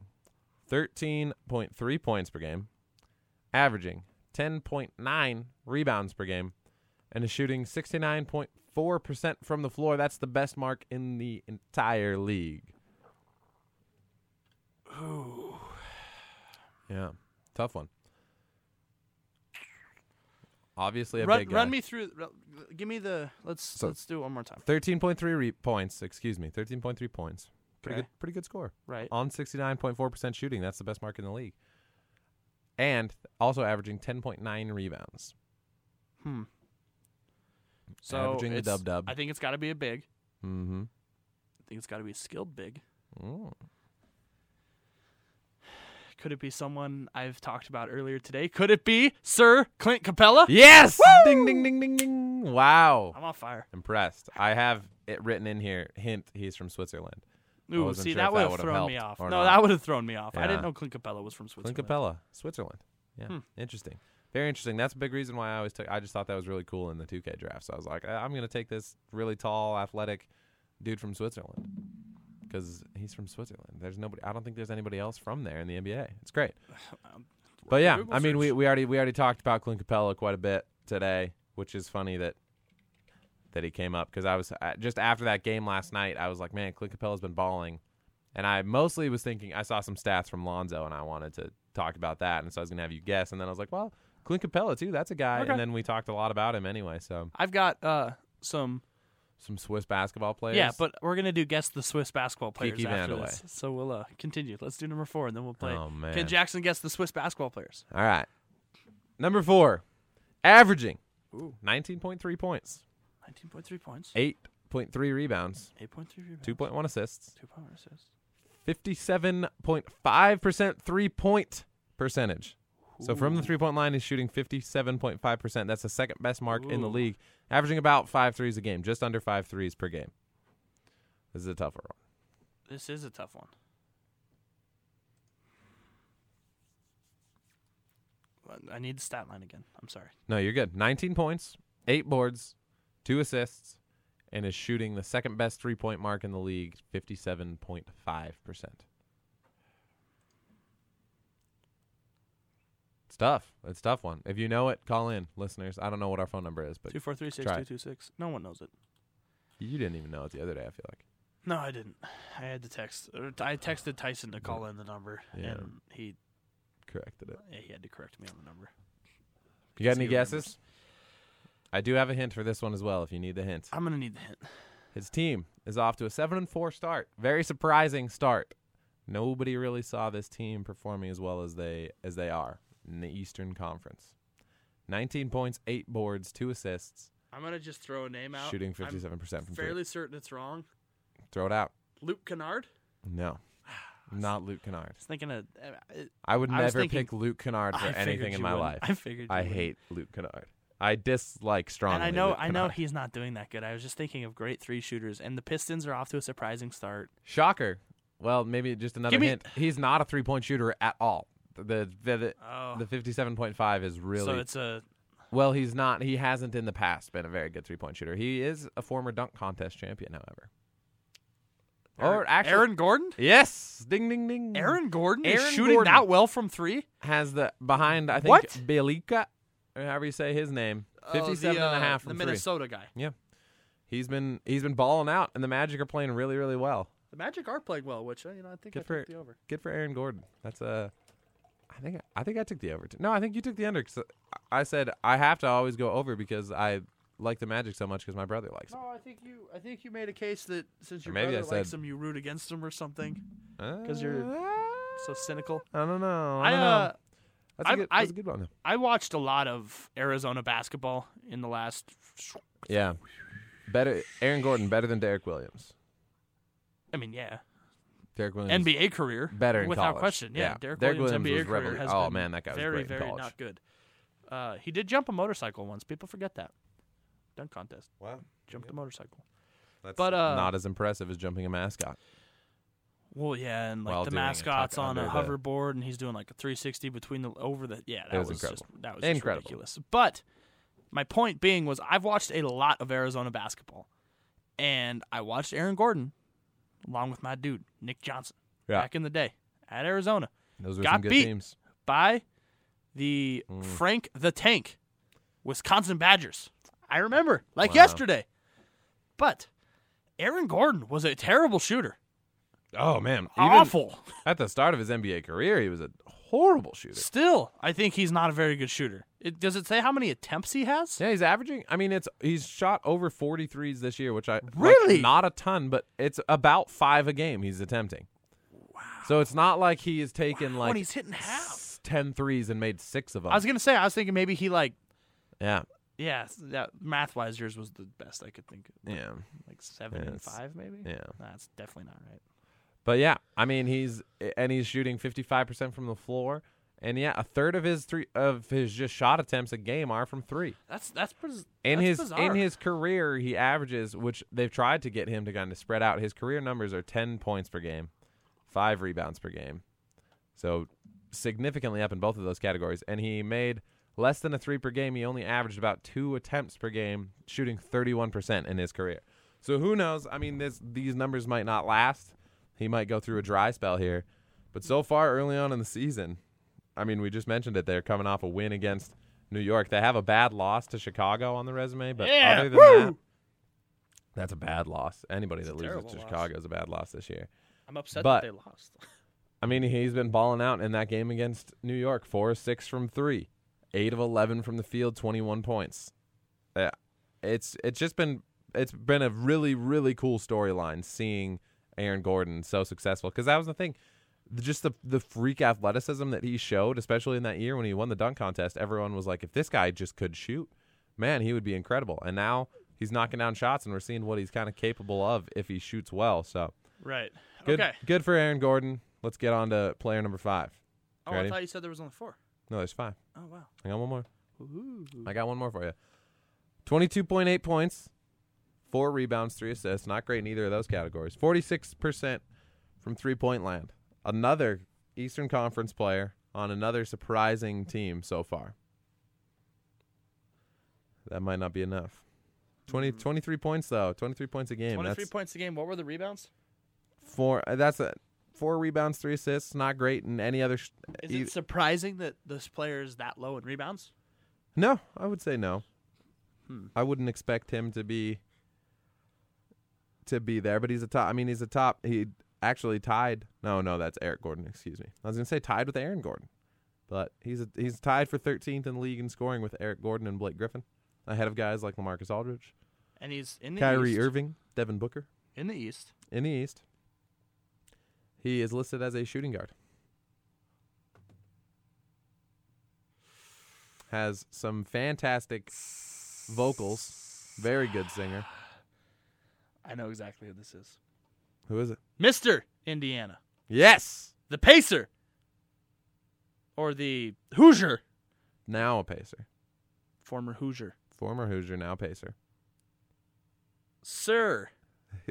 13.3 points per game, averaging 10.9 rebounds per game, and is shooting 69.4% from the floor. That's the best mark in the entire league. Ooh. Yeah. Tough one. Obviously, a
run,
big
run
guy.
me through. r- Give me the. Let's let's do it one more time.
13.3 re- points, excuse me, 13.3 points. Pretty
Okay.
good pretty good score.
Right.
on 69.4% shooting. That's the best mark in the league. And also averaging 10.9 rebounds.
So
averaging the
it's-
dub-dub.
I think it's got to be a big.
Mm-hmm.
I think it's got to be a skilled big.
Mm.
Could it be someone I've talked about earlier today? Could it be Sir Clint Capella?
Yes! Ding, ding, ding, ding, ding. Wow.
I'm on fire.
Impressed. I have it written in here. Hint, he's from Switzerland. I
Ooh,
wasn't
see
sure if
that
that
would have
would've
thrown me
helped
off. No,
or not.
that would have thrown me off. I
Yeah.
didn't know Clint Capella was from Switzerland.
Clint Capella, Switzerland. Yeah, interesting. Very interesting. That's a big reason why I always took. I just thought that was really cool in the 2K draft. So I was like, "Ah, I'm gonna take this really tall, athletic dude from Switzerland because he's from Switzerland. There's nobody. I don't think there's anybody else from there in the NBA. It's
[SIGHS]
great. but yeah,
Um, Google
I mean, we,
search.
we already we already talked about Clint Capella quite a bit today, which is funny that that he came up because I was I, just after that game last night. I was like, man, Clint Capella's been balling. And I mostly was thinking I saw some stats from Lonzo, and I wanted to talk about that, and so I was gonna have you guess, and then I was like, well, Clint Capella too, that's a guy,
Okay.
and then we talked a lot about him anyway. So
I've got uh, some.
some Swiss basketball players.
Yeah, but we're gonna do guess the Swiss basketball players
Kiki
after
Vandeweghe.
this. So we'll uh, continue. Let's do number four, and then we'll play.
Oh, man.
Can Jackson guess the Swiss basketball players?
all right, number four, averaging nineteen point three points,
19.3 points,
eight point three rebounds,
8.3 rebounds,
two point one assists,
2.1 assists.
fifty-seven point five percent three-point percentage. So from the three-point line, he's shooting fifty-seven point five percent. That's the second best mark in the
Ooh.
league, averaging about five threes a game, just under five threes per game. This is a tougher one.
This is a tough one. Well, I need the stat line again. I'm sorry.
No, you're good. Nineteen points, eight boards, two assists, and is shooting the second best three-point mark in the league, fifty-seven point five percent. It's tough. It's a tough one. If you know it, call in, listeners. I don't know what our phone number is, but
Two four three six
try
two
it.
two six. No one knows it.
You didn't even know it the other day. I feel like
No, I didn't. I had to text. or t- I texted Tyson to call in the number,
Yeah.
and he
corrected it.
yeah, he had to correct me on the number.
You got
he
any
remembers.
guesses? I do have a hint for this one as well. If you need the hint,
I'm gonna need the hint.
his team is off to a seven and four start. Very surprising start. Nobody really saw this team performing as well as they as they are in the Eastern Conference. Nineteen points, eight boards, two assists,
I'm gonna just throw a name out.
shooting fifty-seven percent from
Fairly
three.
certain it's wrong.
Throw it out.
Luke Kennard. [SIGHS]
No, not Luke Kennard.
I was thinking of. uh, it-
I would
I was
never
thinking-
pick Luke Kennard for
I figured
anything in
you
my
wouldn't.
life.
I figured.
I
you wouldn't.
hate Luke Kennard. I dislike strongly.
And I know,
Luke
I know
Kennard.
he's not doing that good. I was just thinking of great three shooters, and the Pistons are off to a surprising start.
Shocker. Well, maybe just another
Give me-
hint. He's not a three point shooter at all. The the the,
Oh.
the fifty seven point five is really
So it's a
well. He's not. He hasn't in the past been a very good three point shooter. He is a former dunk contest champion, however. or actually,
Aaron Gordon.
Yes. Ding ding ding.
Aaron Gordon is
Aaron
shooting
Gordon.
that well from three.
has the behind. I think
What? Oh,
Bielika, or however you say his name. 57
the, uh,
and a half
the
from three.
Minnesota guy.
Yeah. He's been he's been balling out and the Magic are playing really really well.
The Magic are playing well, which uh, you know I think I
Good for
took the over.
good for Aaron Gordon. That's a I think I think I took the over. Too. No, I think you took the under. 'cause I said I have to always go over because I like the Magic so much because my brother likes. Them.
No, I think you I think you made a case that since
Or
your
maybe
brother
I said-
likes him, you root against him or something. 'Cause you're- So cynical.
I don't know. Uh, I,
I
don't
uh,
know. That's, a
I-
good,
I-
that's a good one. Though.
I watched a lot of Arizona basketball in the last.
Yeah, better Aaron Gordon better than Derek Williams.
I mean, yeah,
Derek Williams
NBA career
better in
without
college.
question. Yeah,
Yeah.
Derek,
Derrick
Williams,
Williams
NBA
was
career
revolu-
has
oh,
been
man, that guy was
very
great in
very
college.
not good. Uh, he did jump a motorcycle once. People forget that. Dunk contest,
Wow,
jumped a motorcycle.
that's
But, uh,
not as impressive as jumping a mascot.
Well, yeah, and like
While
the
doing a tuck
mascot's on a
under the-
hoverboard, and he's doing like a 360 between the over the yeah. That
was incredible.
Just, that was just
Incredible.
ridiculous. But my point being was I've watched a lot of Arizona basketball, and I watched Aaron Gordon along with my dude Nick Johnson
Yeah.
back in the day at Arizona
Those were
got
some good
beat.
teams.
by the
Mm.
Frank the Tank Wisconsin Badgers. I remember like
Wow.
yesterday, but Aaron Gordon was a terrible shooter.
Oh man,
Awful.
At the start of his NBA career, he was a horrible shooter.
Still, I think he's not a very good shooter. It, does it say how many attempts he has?
Yeah, he's averaging. I mean, it's he's shot over 43s this year, which I like,
Really?
not a ton, but it's about five a game he's attempting. Wow. So it's not like he is taking
Wow,
like
and he's hitting half.
s- 10 threes and made six of them.
I was gonna say I was thinking maybe he like
yeah,
yeah s- that math wise yours was the best I could think of.
yeah,
like seven and
Yes.
five maybe
yeah.
Nah, that's definitely not right
But yeah, I mean, he's and he's shooting 55 percent from the floor, and yeah, a third of his three of his just shot attempts a game are from three.
that's that's pres-
In
that's
his
bizarre.
in his career, he averages, which they've tried to get him to kind of spread out. His career numbers are ten points per game, five rebounds per game, so significantly up in both of those categories. And he made less than a three per game. He only averaged about two attempts per game, shooting thirty one percent in his career. So who knows? I mean, this these numbers might not last. He might go through a dry spell here, but so far early on in the season, I mean, we just mentioned it. They're coming off a win against New York. They have a bad loss to Chicago on the resume, but
Yeah,
other than that, that's a bad loss. Anybody that loses
terrible
to
loss.
Chicago is a bad loss this year.
I'm upset
but-
that they lost
I mean, he's been balling out in that game against New York. Four of six from three, eight of eleven from the field, twenty-one points. Yeah, it's it's just been it's been a really really cool storyline seeing Aaron Gordon so successful because that was the thing, The- just the the freak athleticism that he showed, especially in that year when he won the dunk contest. Everyone was like, if this guy just could shoot, man, he would be incredible. And now he's knocking down shots, and we're seeing what he's kind of capable of if he shoots well. So.
[LAUGHS] right
Good,
okay
good for Aaron Gordon. Let's get on to player number five.
oh
Ready?
I thought you said there was only four.
No, there's five.
Oh wow
I got one more.
Ooh.
I got one more for you. Twenty-two point eight points, four rebounds, three assists. Not great in either of those categories. Forty-six percent from three-point land. Another Eastern Conference player on another surprising team so far. That might not be enough. 20,
Hmm.
23 points though. Twenty-three points a game.
23
That's-
points a game what were the rebounds
four. uh, That's a four rebounds, three assists. Not great in any other. Sh-
is
e-
it surprising that this player is that low in rebounds
No, I would say no.
Hmm.
I wouldn't expect him to be to be there, but he's a top. I mean, he's a top. He actually tied. No, no, that's Eric Gordon. Excuse me. I was gonna say tied with Aaron Gordon, but he's a, he's tied for 13th in the league in scoring with Eric Gordon and Blake Griffin, ahead of guys like LaMarcus Aldridge,
and he's in the
Kyrie
East.
Irving, Devin Booker
in the East
in the East. He is listed as a shooting guard. Has some fantastic vocals. Very good singer.
I know exactly who this is
Who is it?
Mr. Indiana
Yes.
the Pacer or the Hoosier,
Now a Pacer.
former Hoosier,
Former Hoosier, now Pacer.
sir.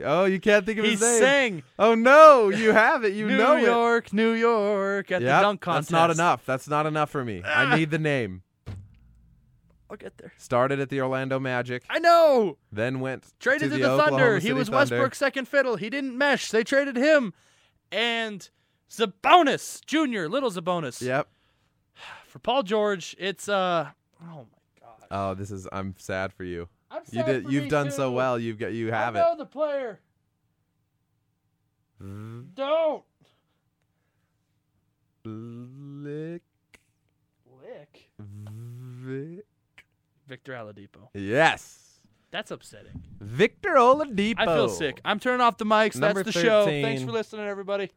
Oh, you can't think of
He
his name.
sang
Oh no, you have it. You
New
know it.
York, New York at
Yep,
the dunk contest.
That's
Ah.
not enough. That's not enough for me. I need the name.
I'll get there.
Started at the Orlando Magic,
I know.
then went
Traded
to
to
the,
the, Thunder.
Oklahoma
He
City
was
Thunder.
Westbrook's second fiddle. He didn't mesh. They traded him, and Zabonis Jr. Little Zabonis
Yep.
for Paul George. It's uh oh my god.
Oh, this is. I'm sad for you.
I'm
you
sad
did.
for
you've
me,
done so
too.
well. You've got. You have
I
it.
know the player.
Mm.
Don't
Lick.
lick
Vic.
Victor Aladipo.
Yes.
That's upsetting.
Victor Oladipo.
I feel sick. I'm turning off the mics.
Number
That's the show.
13.
Thanks for listening, everybody.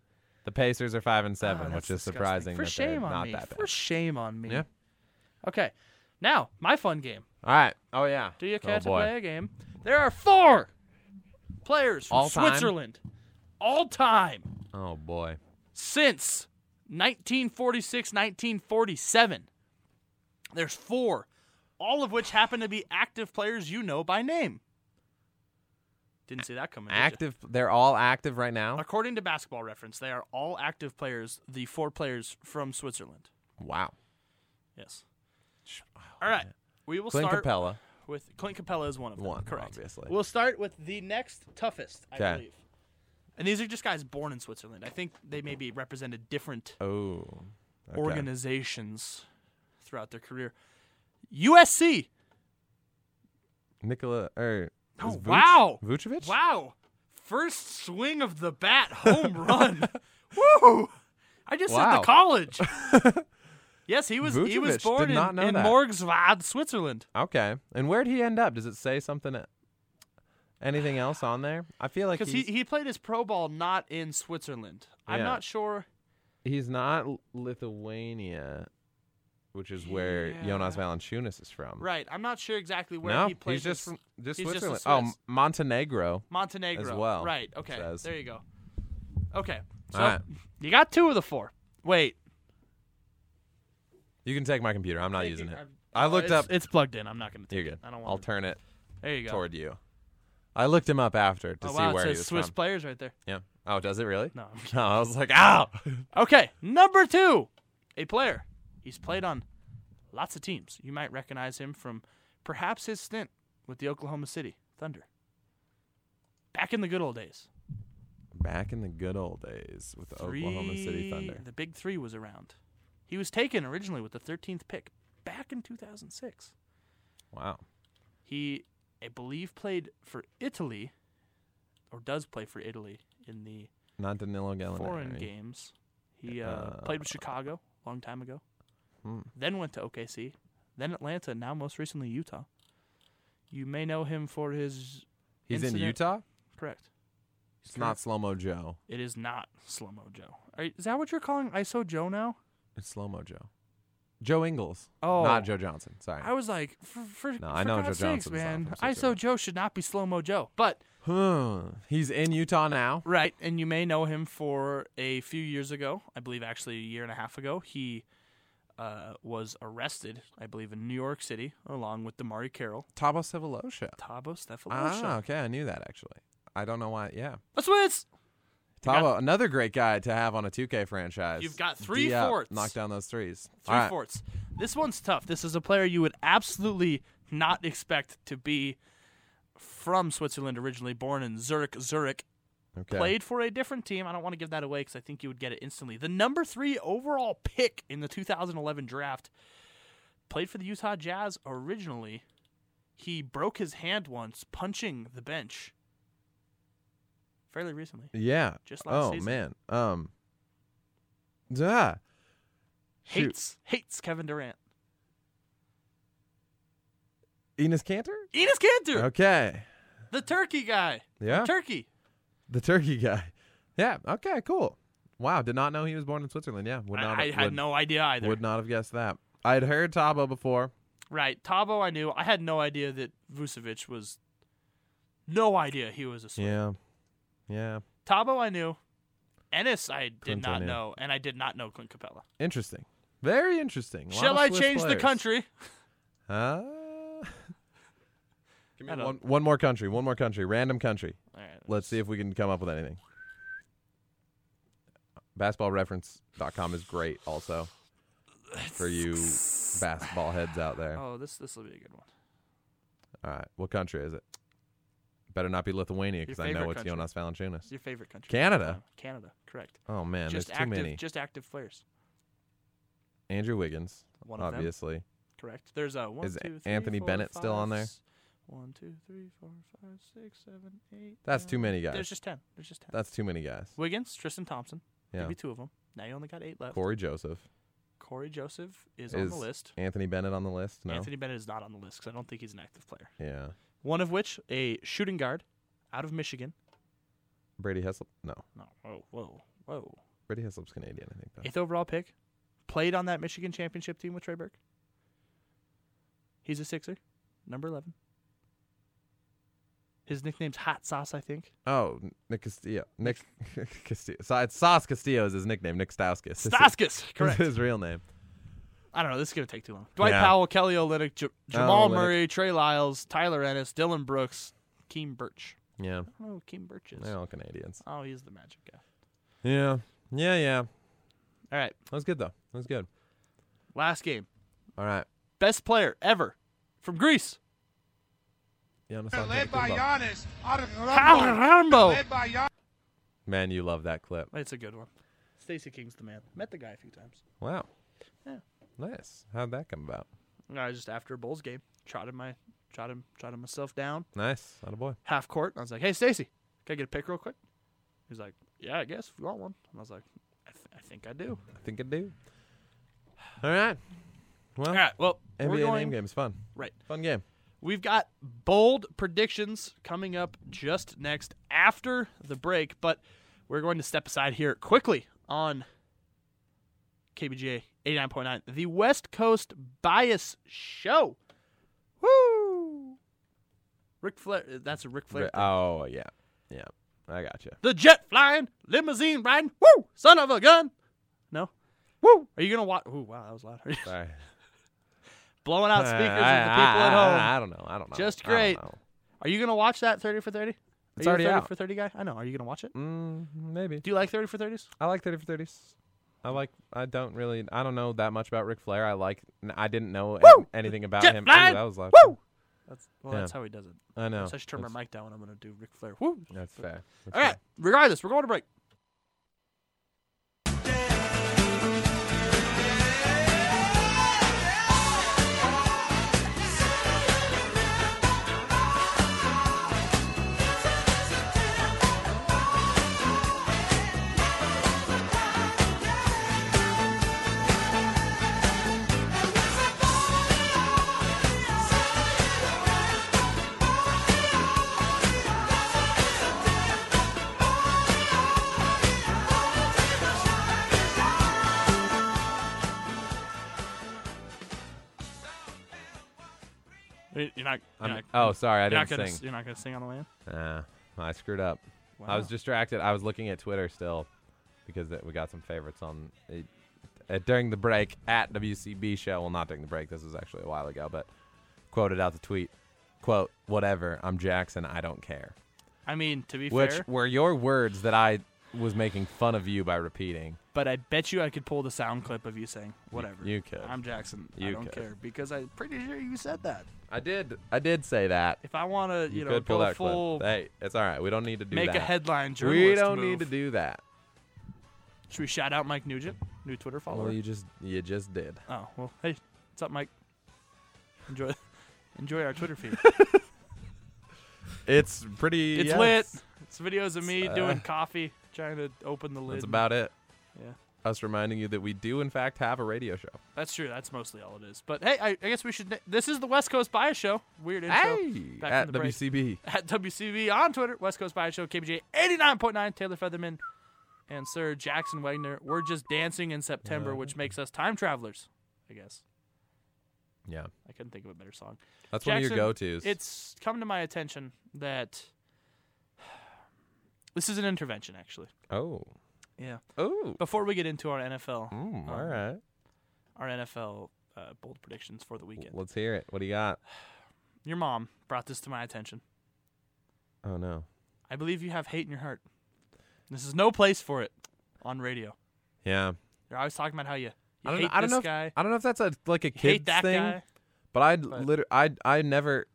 The Pacers are five and seven,
Ah,
which is
that's disgusting.
surprising.
For
that they're
shame on
not
me.
that bad.
For shame on me.
Yeah.
Okay. Now, my fun game.
All right. Oh yeah.
Do you
Oh,
catch
boy.
a play a game? There are four players from
All time?
Switzerland, all time
Oh boy.
since 1946 1947. There's four, all of which happen to be active players you know by name. Didn't see that coming. did ya?
Active. They're all active right now.
According to basketball reference, they are all active players, the four players from Switzerland.
Wow.
Yes. All right. We will
oh, Clint
start
Capella.
with Clint Capella is one of them.
One,
correct.
obviously.
We'll start with the next toughest, I
'Kay.
believe. And these are just guys born in Switzerland. I think they maybe represented different
Oh. Okay.
organizations throughout their career. USC.
Nikola. Er,
Oh,
is Vuc-
wow.
Vucevic.
Wow. First swing of the bat,
[LAUGHS]
home run. Woo! I just said
Wow.
the college.
[LAUGHS]
[LAUGHS] yes, he was he was
Vucevic,
born
did not
in,
know
in
that.
Morgswad, Switzerland.
Okay. And where'd he end up? Does it say something? uh, Anything else on there? I feel like
Because he,
he's,
he played his pro ball not in Switzerland. I'm
Yeah.
not sure.
he's not L- Lithuania, which is where Jonas Valanciunas is from.
Right. I'm not sure exactly where
no,
he played.
he's just
from
just
he's just a
Switzerland. oh,
Swiss.
M- Montenegro. as
Montenegro.
well,
Right.
it
Okay.
says.
There you go. Okay. So
All right,
you got two of the four. Wait.
you can take my computer. I'm not
Thank
using
you.
it.
I'm-
I looked
it's,
up.
It's plugged in. I'm not going
[LAUGHS]
to
You're
take
good.
it. I don't
I'll
want to.
turn it
There you go.
toward you. I looked him up after to
oh,
see
wow.
where
it
he
says
was
Swiss
from.
players right there.
yeah. Oh, does it really?
No, I'm
[LAUGHS]
[LAUGHS]
No, I was like, ow. [LAUGHS]
Okay, number two, a player. He's played on lots of teams. You might recognize him from perhaps his stint with the Oklahoma City Thunder. Back in the good old days.
Back in the good old days with the Oklahoma City
Three-
Thunder.
The big three was around. He was taken originally with the 13th pick back in 2006.
Wow.
He, I believe, played for Italy, or does play for Italy in the
Not Danilo Gallinari.
foreign games. He uh, played with Chicago a long time ago.
Hmm.
Then went to OKC, then Atlanta, now most recently Utah. You may know him for his
He's in
incident-
Utah.
Correct.
It's not Slow Mo Joe.
It is not Slow Mo Joe. Are you- is that what you're calling ISO Joe now?
It's Slow Mo Joe. Joe Ingles.
Oh.
Not Joe Johnson. Sorry.
I was like, for, for,
No,
for
I know Joe
God's sakes,
Johnson's not
man.
from
ISO
Switzerland.
Joe should not be Slow Mo Joe. But
Hmm. He's in Utah now.
Right, and you may know him for a few years ago. I believe actually a year and a half ago, he uh, was arrested. I believe in New York City, along with Damari Carroll,
Tabo Sivilosha.
Tabo Stefanovic.
Ah, okay. I knew that actually. I don't know why. Yeah.
A Swiss. got-
Tabo, another great guy to have on a 2K franchise.
You've got three
D up,
fourths.
Knock down those threes.
Three
All right.
fourths. This one's tough. This is a player you would absolutely not expect to be from Switzerland originally, born in Zurich, Zurich.
Okay.
Played for a different team. I don't want to give that away because I think you would get it instantly. The number three overall pick in the 2011 draft played for the Utah Jazz originally. He broke his hand once punching the bench fairly recently.
Yeah.
Just last
oh
season.
man. Um. Yeah. Shoot.
Hates hates Kevin Durant.
Enos Cantor.
Enos Cantor,
Okay.
the turkey guy.
Yeah.
Turkey.
the turkey guy. [LAUGHS] Yeah. Okay. Cool. Wow. Did not know he was born in Switzerland. Yeah. Would not.
I, I
have,
had
would,
no idea either.
Would not have guessed that. I had heard Tabo before.
Right. Tabo, I knew. I had no idea that Vucevic was. No idea he was a Swiss.
Yeah. Yeah.
Tabo, I knew. Ennis, I did
Clint, I
not
knew.
know, and I did not know Clint Capella.
Interesting. Very interesting. A lot
Shall
of
I
Swiss
change the
players.
country?
Uh, give me
I don't-
one, one more country. One more country. Random country.
All right.
Let's see if we can come up with anything. Basketballreference.com is great also for you basketball heads out there.
Oh, this this will be a good one.
All right. What country is it? Better not be Lithuania because I know
favorite
it's
country.
Jonas Valanciunas.
Your favorite country?
Canada.
Canada, correct.
Oh, man.
just
there's too
active,
many.
just active players.
Andrew Wiggins,
One of them.
obviously.
Correct. There's a one.
Is
two, three,
Anthony
four,
Bennett still
five,
on there?
s- One, two, three, four, five, six, seven, eight.
That's
nine.
too many guys.
There's just ten. There's just ten.
That's too many guys.
Wiggins, Tristan Thompson.
Yeah.
Give you two of them. Now you only got eight left.
Corey Joseph
Corey Joseph is,
is
on the list.
Anthony Bennett on the list. No.
Anthony Bennett is not on the list because I don't think he's an active player.
Yeah.
One of which, a shooting guard out of Michigan.
Brady Heslop. No.
No, whoa, whoa, whoa.
Brady Heslop's Canadian, I think. Though.
Eighth overall pick. Played on that Michigan championship team with Trey Burke. He's a Sixer, number 11. His nickname's Hot Sauce, I think.
Oh, Nick Castillo. Nick [LAUGHS] Castillo. So it's Sauce Castillo is his nickname. Nick Stauskas. is [LAUGHS] his-
Stauskas, correct.
Is his real name.
I don't know. This is going to take too long. Dwight
Yeah.
Powell, Kelly Olynyk, J- Jamal
Olynyk.
Murray, Trey Lyles, Tyler Ennis, Dylan Brooks, Keem Birch.
Yeah.
I don't know who Keem Birch is.
They're all Canadians.
Oh, he's the magic guy.
Yeah. Yeah. Yeah.
All right,
That was good though. That was good.
last game.
All right.
Best player ever from Greece.
Giannis
Led by
Antetokounmpo.
Giannis Antetokounmpo.
Rambo.
Led by Giannis.
Man, you love that clip.
It's a good one. Stacey King's the man. Met the guy a few times.
Wow.
Yeah.
Nice. How'd that come about?
And I just after a Bulls game, trotted my trotted trotted myself down
Nice. Not a boy.
half court. And I was like, "Hey, Stacy, can I get a pick real quick?" He's like, "Yeah, I guess if you want one." And I was like, "I, th- I think I do."
I think I do. All right. Well,
All right. Well, we're
NBA
going
name game is fun.
right.
Fun game.
We've got bold predictions coming up just next after the break, but we're going to step aside here quickly on KBJ 89.9, the West Coast Bias Show. Woo! Rick Flair, uh, that's a Rick Flair. thing.
Oh yeah, yeah. I got you.
the jet flying, limousine riding, woo! Son of a gun! No? Woo! Are you going to watch? Ooh, wow, that was loud. [LAUGHS] Are you
Sorry. [LAUGHS]
blowing out speakers of the people
I-
at home?
I, I don't know. I don't know.
Just
I don't
great.
know.
Are you gonna watch that thirty for thirty?
It's
Are you a
already
30
out.
for thirty guy. I know. Are you gonna watch it?
Mm, maybe.
Do you like thirty for thirties?
I like thirty for thirties. I like. I don't really. I don't know that much about Ric Flair. I like. n- I didn't know an-
Woo!
anything about
Jet
him. Ooh,
flying!
that was loud.
Woo! That's well,
Yeah.
that's how he does it.
I know.
so I should turn
That's-
my mic down when I'm gonna do Ric Flair. Woo!
That's fair. That's
All right.
fair.
Regardless, we're going to break. You're not. You're
I'm-
not,
oh, sorry. I
you're not
didn't
gonna.
sing.
You're not gonna sing on the land.
Ah, I screwed up. I was
Wow.
distracted. I was looking at Twitter still because that we got some favorites on it, uh, during the break at WCB show. Well, not during the break. This was actually a while ago, but quoted out the tweet. Quote, whatever, I'm Jackson, I don't care.
I mean, to be
Which
fair,
were your words that I was making fun of you by repeating.
but I bet you I could pull the sound clip of you saying whatever.
you could.
I'm Jackson. I
You
don't
could.
care because I'm pretty sure you said that.
I did I did say that.
If I want to, you,
You,
know,
could pull
go
that
full,
clip. Hey, it's all right. We don't need to do
make
that.
a headline journalist
we don't
move.
need to do that.
Should we shout out Mike Nugent, new Twitter follower?
Well, you just you just did.
Oh well, hey, what's up, Mike? Enjoy, [LAUGHS] enjoy our
[LAUGHS]
Twitter feed.
It's pretty
It's
yeah,
lit. It's videos of me
Uh,
doing coffee, trying to open the lid.
That's about it.
Yeah.
Us reminding you that we do, in fact, have a radio show.
That's true. That's mostly all it is. But hey, I, I guess we should. na- This is the West Coast Bias Show. Weird intro. back
at
from the break.
WCB.
[LAUGHS] At WCB on Twitter, West Coast Bias Show, KBJ eighty nine point nine, Taylor Featherman, and Sir Jackson Wagner. We're just dancing in September, which makes us time travelers. I guess
Yeah.
I couldn't think of a better song.
That's one of your
Jackson,
go tos.
It's come to my attention that [SIGHS] this is an intervention, actually.
Oh.
Yeah.
Oh.
Before we get into our NFL,
Mm,
um,
all right.
our NFL uh, bold predictions for the weekend.
Let's hear it. What do you got?
Your mom brought this to my attention.
Oh, no.
I believe you have hate in your heart. This is no place for it on radio.
Yeah.
You're always talking about how you, you
I don't,
hate
know, I don't
this
know if,
guy,
I don't know if that's a like a
you
kid's
hate that
thing,
guy.
but I
but-
literally I I never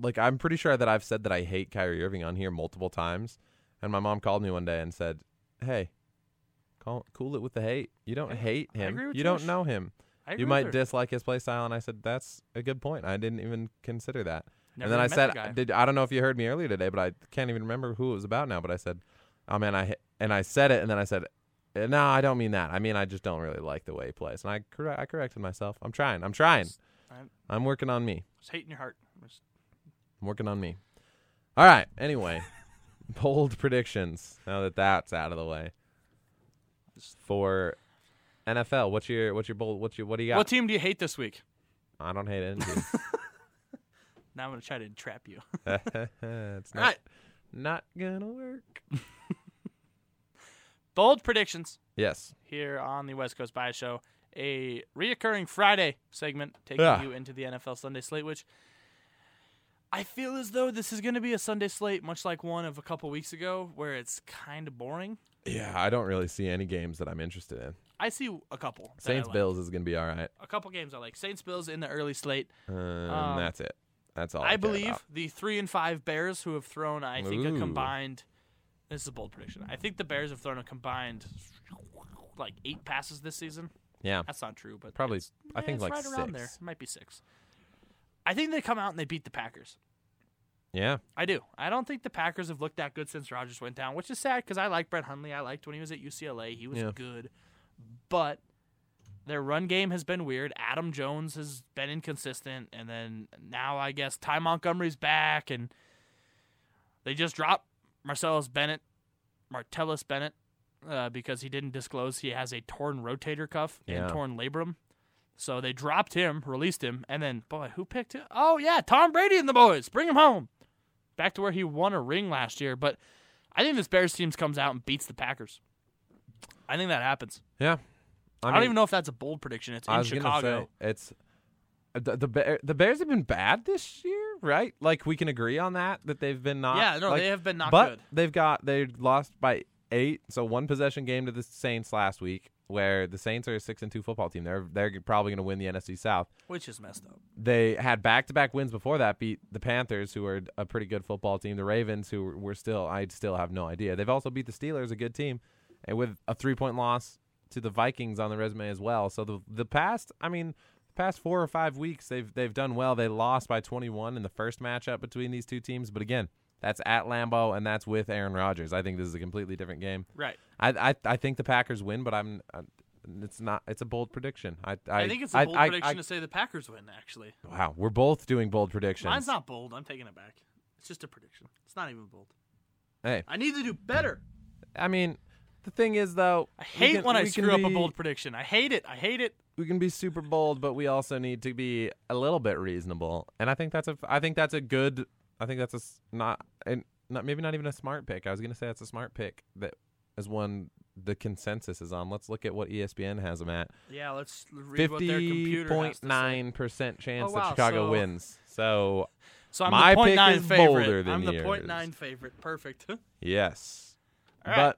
like I'm pretty sure that I've said that I hate Kyrie Irving on here multiple times, and my mom called me one day and said, "Hey, call, cool it with the hate. You don't hate
I
him.
agree with
you
you.
don't know him.
I agree
you
with
might
her.
dislike his play style, and I said that's a good point. I didn't even consider that.
Never
and then I
even met
said,
the guy.
did I don't know if you heard me earlier today, but I can't even remember who it was about now. But I said, oh man, I hi- and I said it, and then I said, "Eh, no, I don't mean that. I mean I just don't really like the way he plays, and I corre- I corrected myself. I'm trying. I'm trying.
I'm-
I'm working on me.
Just hate in your heart. Just-
I'm working on me. All right.
[LAUGHS]
Anyway, bold predictions. Now that that's out of the way, for NFL, what's your what's your bold what's your what do you got?
What team do you hate this week?
I don't hate it.
Now I'm gonna try to trap you. [LAUGHS]
it's not
Alright.
not gonna work.
Bold predictions
Yes.
here on the West Coast Bias Show, a reoccurring Friday segment taking
Yeah.
you into the NFL Sunday slate, which I feel as though this is gonna be a Sunday slate, much like one of a couple weeks ago, where it's kind of boring.
Yeah, I don't really see any games that I'm interested in.
I see a couple. that I
Saints
like.
Bills is gonna be all right.
A couple games I like. Saints Bills in the early slate.
Um,
Um,
that's it. That's all. I,
I
care
believe
about.
the three and five Bears who have thrown, I think,
Ooh.
a combined. This is a bold prediction. I think the Bears have thrown a combined like eight passes this season.
Yeah,
That's not true, but
Probably-
it's-
I think
it's
like
right around there.
six.
It might be six. I think they come out and they beat the Packers.
yeah.
I do. I don't think the Packers have looked that good since Rodgers went down, which is sad because I like Brett Hundley. I liked when he was at UCLA. He was
Yeah.
good. But their run game has been weird. Adam Jones has been inconsistent. And then now I guess Ty Montgomery's back. And they just dropped Marcellus Bennett, Martellus Bennett, uh, because he didn't disclose he has a torn rotator cuff
Yeah.
and torn labrum. So they dropped him, released him, and then boy, who picked him? Oh yeah, Tom Brady and the boys. Bring him home. Back to where he won a ring last year, but I think this Bears team comes out and beats the Packers. I think that happens.
Yeah.
I,
mean,
don't even know if that's a bold prediction. It's
I
in
was
Chicago.
gonna say it's uh, the the, Bear, the Bears have been bad this year, right? Like we can agree on that that they've been not.
Yeah, no,
like-
they have been not
but
good.
They've got they lost by eight, so one possession game to the Saints last week, where the Saints are a six and two football team. They're they're probably going to win the NFC South.
Which is messed up.
They had back to back wins before that, beat the Panthers, who are a pretty good football team. The Ravens, who were still I still have no idea. They've also beat the Steelers, a good team, and with a three point loss to the Vikings on the resume as well. So the the past, I mean. Past four or five weeks, they've they've done well. They lost by 21 in the first matchup between these two teams, but again, that's at Lambeau and that's with Aaron Rodgers. I think this is a completely different game.
Right.
I I, I think the Packers win, but I'm uh, it's not it's a bold prediction. I I,
I, think it's a bold
I- I-
prediction to say the Packers win, actually.
Wow, we're both doing bold predictions.
Mine's not bold. I'm taking it back. It's just a prediction. It's not even bold.
Hey,
I need to do better.
I mean, the thing is though,
I hate when I screw up a bold prediction. I hate it. I hate it.
We can be super bold, but we also need to be a little bit reasonable. And I think that's a I think that's a good. I think that's a s- not and not maybe not even a smart pick. I was gonna say that's a smart pick that is one the consensus is on. Let's look at what E ESPN has them at.
Yeah, let's read what their
Fifty
computer has
point
to
nine percent chance
Oh,
that
wow,
Chicago
so-
wins. So
say. So I'm
My
the
pick
point nine
is
favorite.
bolder than
I'm the
yours.
point nine favorite. Perfect. [LAUGHS] Do
yes,
All right.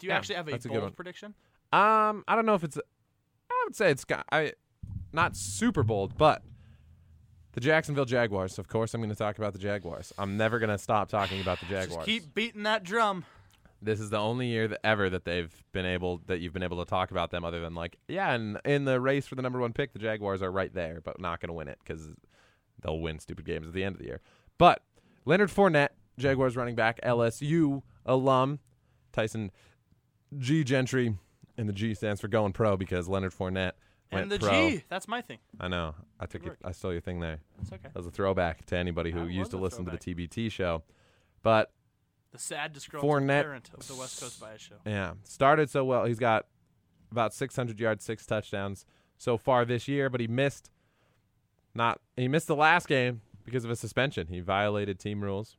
you
Yeah,
actually have a
that's a good
bold
one.
prediction?
but um, I don't know if it's. I would say it's got I, not super bold, but the Jacksonville Jaguars. Of course, I'm going to talk about the Jaguars. I'm never going to stop talking about the Jaguars.
[SIGHS] Just keep beating that drum.
this is the only year that ever that they've been able that you've been able to talk about them other than like yeah and in the race for the number one pick the jaguars are right there but not going to win it because they'll win stupid games at the end of the year but leonard Fournette, jaguars running back lsu alum tyson g gentry and the g stands for going pro because leonard Fournette went
And the
pro
G. That's my thing.
i know i took your, i stole your thing there
It's okay.
that was a throwback to anybody who
That was
used to
a
listen
throwback.
to the tbt show but
The sad disgruntled
Fournette-
parent of the West Coast Bias Show.
Yeah, started so well. He's got about 600 yards, six touchdowns so far this year, but he missed not he missed the last game because of a suspension. He violated team rules.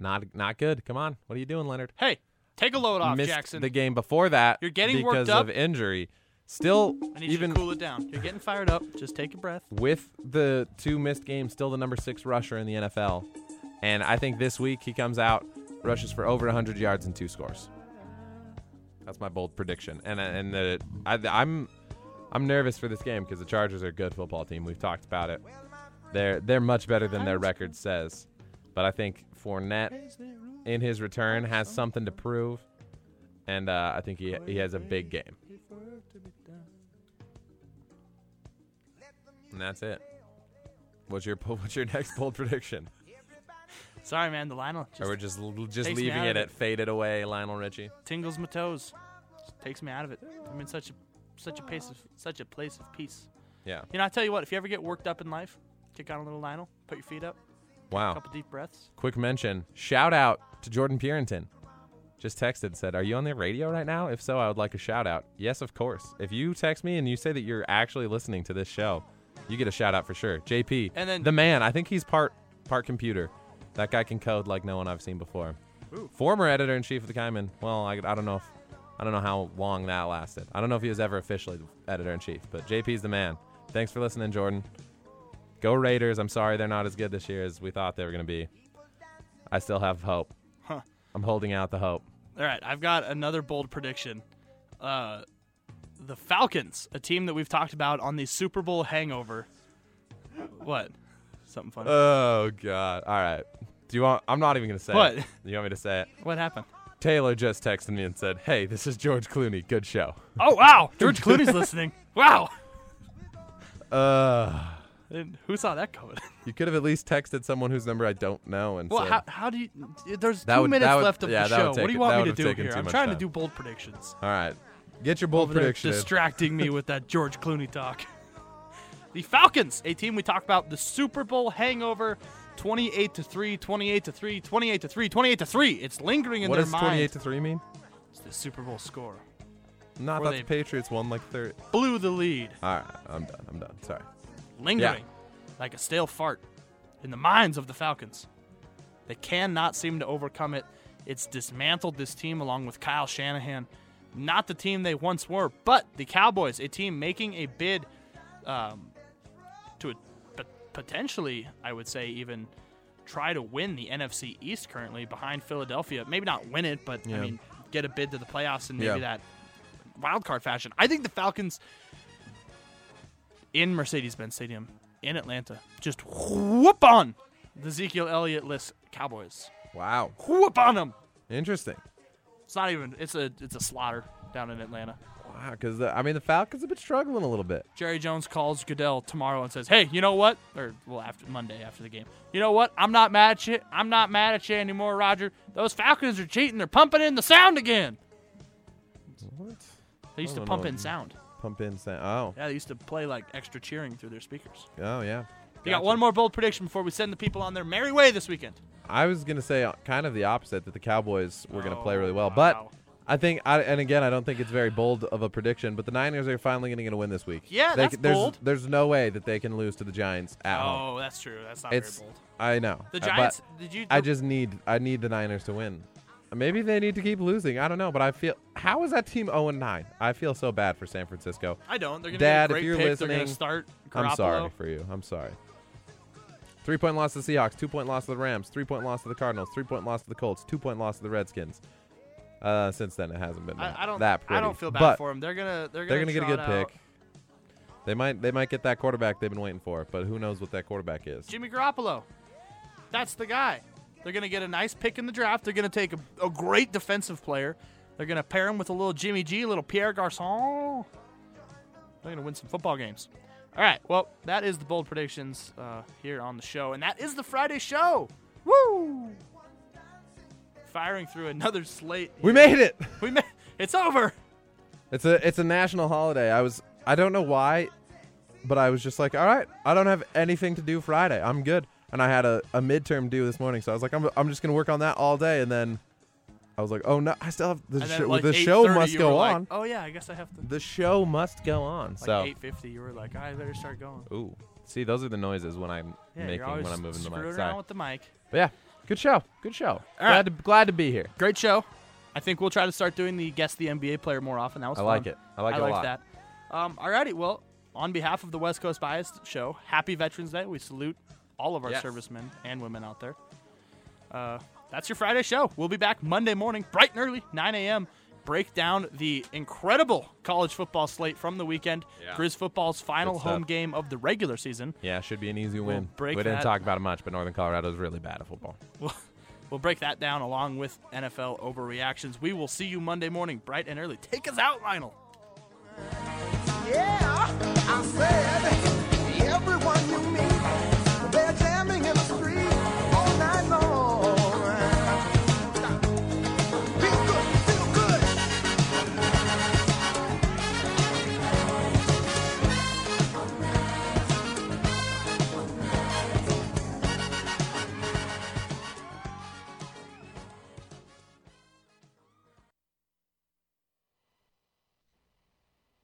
Not not good. Come on, what are you doing, Leonard?
Hey, take a load off,
missed
Jackson.
the game before that.
You're getting worked
because
up.
of injury. Still,
I need
even
you to cool it down. You're getting fired up. Just take a breath.
with the two missed games, still the number six rusher in the NFL. And I think this week he comes out, rushes for over 100 yards and two scores. That's my bold prediction. And uh, and the I, I'm I'm nervous for this game because the Chargers are a good football team. We've talked about it. They're they're much better than their record says. But I think Fournette in his return has something to prove. And uh, I think he, he has a big game. And that's it. What's your [LAUGHS] po- what's your next bold prediction?
Sorry, man. The Lionel
or
just
we're just l- just
takes me
leaving
out
it
of
at
it.
faded away, Lionel Richie.
tingles my toes. Just takes me out of it. I'm in such a such a pace of such a place of peace.
Yeah.
You know, I tell you what. If you ever get worked up in life, kick out a little Lionel. Put your feet up. A
Wow.
couple deep breaths.
Quick mention. Shout out to Jordan Purinton. Just texted said, "Are you on the radio right now? If so, I would like a shout out." Yes, of course. If you text me and you say that you're actually listening to this show, you get a shout out for sure. JP,
And then-
the man. I think he's part part computer. That guy can code like no one I've seen before. Former editor in chief of the Kaiman. Well, I, I don't know if I don't know how long that lasted. I don't know if he was ever officially editor in chief, but JP's the man. Thanks for listening, Jordan. Go Raiders. I'm sorry they're not as good this year as we thought they were going to be. I still have hope.
Huh.
I'm holding out the hope.
All right, I've got another bold prediction. Uh, the Falcons, a team that we've talked about on the Super Bowl hangover. What? Something funny.
Oh God! All right. Do you want? I'm not even going to say
What?
it. You want me to say it?
what happened?
Taylor just texted me and said, "Hey, this is George Clooney. Good show."
Oh wow,
[LAUGHS]
George Clooney's listening. Wow.
Uh,
And who saw that coming?
you could have at least texted someone whose number I don't know and
Well,
said,
how, how do you? There's
That
two
would-
minutes
that would-
left of
yeah,
the
that would
show.
take
What do you
it-
want
that
me to
would've
do
taken
here?
too
I'm
much
trying
time.
to do bold predictions.
"All right, get your bold
They're
prediction." in." [LAUGHS]
distracting me with that George Clooney talk. The Falcons, a team we talked about, the Super Bowl hangover, 28 to 3, 28 to 3, 28 to 3, 28 to 3. It's lingering in
what
their
does 28
mind.
to three mean?
It's the Super Bowl score.
Not
Or
that
they-
the Patriots won like thirty.
Blew the lead,
All right, I'm done. I'm done. Sorry.
lingering like a stale fart in the minds of the Falcons. They cannot seem to overcome it. It's dismantled this team along with Kyle Shanahan. Not the team they once were, but the Cowboys, a team making a bid um, to a, pot- potentially, I would say, even try to win the NFC East currently behind Philadelphia. Maybe not win it, but I
Yeah.
mean, get a bid to the playoffs in maybe
Yeah.
that wild card fashion. I think the Falcons in Mercedes-Benz Stadium in Atlanta just whoop on the Ezekiel Elliott list Cowboys.
Wow.
Whoop on them.
Interesting.
It's not even. It's a it's a slaughter down in Atlanta.
Wow, because I mean the Falcons have been struggling a little bit.
Jerry Jones calls Goodell tomorrow and says, "Hey, you know what? Or well, after Monday after the game, you know what? I'm not mad at you. I'm not mad at you anymore, Roger. Those Falcons are cheating. They're pumping in the sound again.
What?
They used
I
to
don't
pump
know.
in sound.
Pump in sound. Oh,
Yeah, they used to play like extra cheering through their speakers.
oh yeah.
We got
Gotcha.
one more bold prediction before we send the people on their merry way this weekend.
I was gonna say uh, kind of the opposite that the Cowboys were gonna play
Oh,
really well,
wow.
but I think, I, and again, I don't think it's very bold of a prediction, but the Niners are finally going to win this week.
Yeah,
they,
that's
c- there's,
bold.
There's no way that they can lose to the Giants at home.
Oh, that's true. That's not
It's
very bold.
I know
The
uh, but
Giants. Did you?
I just need I need the Niners to win. Maybe they need to keep losing. I don't know, but I feel how is that team 0 and 9? I feel so bad for San Francisco.
I don't. They're gonna
Dad,
get a
if
great
you're
pick. They're gonna
listening,
start.
I'm
Garoppolo.
sorry for you. I'm sorry. Three point loss to the Seahawks, two point loss to the Rams, three point loss to the Cardinals, three point loss to the Colts, two point loss to the Redskins. Uh, since then, it hasn't been that,
I, I don't.
that pretty.
I don't feel bad
but
for them. They're gonna. They're
They're gonna
gonna,
get a good
trot out-
pick. They might they might get that quarterback they've been waiting for, but who knows what that quarterback is?
Jimmy Garoppolo. That's the guy. They're going to get a nice pick in the draft. They're going to take a, a great defensive player. They're going to pair him with a little Jimmy G, little Pierre Garcon. They're going to win some football games. All right. Well, that is the bold predictions uh, here on the show, and that is the Friday show. Woo! Firing through another slate.
We made it.
We made. It's over.
It's a it's a national holiday. I was I don't know why, but I was just like, all right, I don't have anything to do Friday. I'm good. And I had a, a midterm due this morning, so I was like, I'm, I'm just gonna work on that all day. And then I was like, oh no, I still have the
And then,
show.
like,
the show
8:30,
must
you
go
were like,
on.
oh yeah, I guess I have to.
The show must go on.
Like
so
8:50, you were like, I better start going.
ooh, see, those are the noises when I'm
Yeah,
making
you're always
when I'm moving the
screwing
mic.
around
Sorry.
with the mic.
But yeah, good show. Good show. glad
right.
to glad to be here.
Great show. I think we'll try to start doing the guess the NBA player more often. That was
I
fun.
like it. I like it a lot.
that. Um, alrighty, well, on behalf of the West Coast Biased show, happy Veterans Day. We salute all of our
Yes.
servicemen and women out there. Uh, that's your Friday show. We'll be back Monday morning, bright and early, 9 a.m. Break down the incredible college football slate from the weekend.
Yeah.
Grizz football's final
Good stuff.
home game of the regular season.
Yeah, should be an easy win.
break
we didn't
that.
talk about it much, but Northern Colorado is really bad at football.
We'll, we'll break that down along with NFL overreactions. We will see you Monday morning, bright and early. Take us out, Lionel.
Yeah, I said.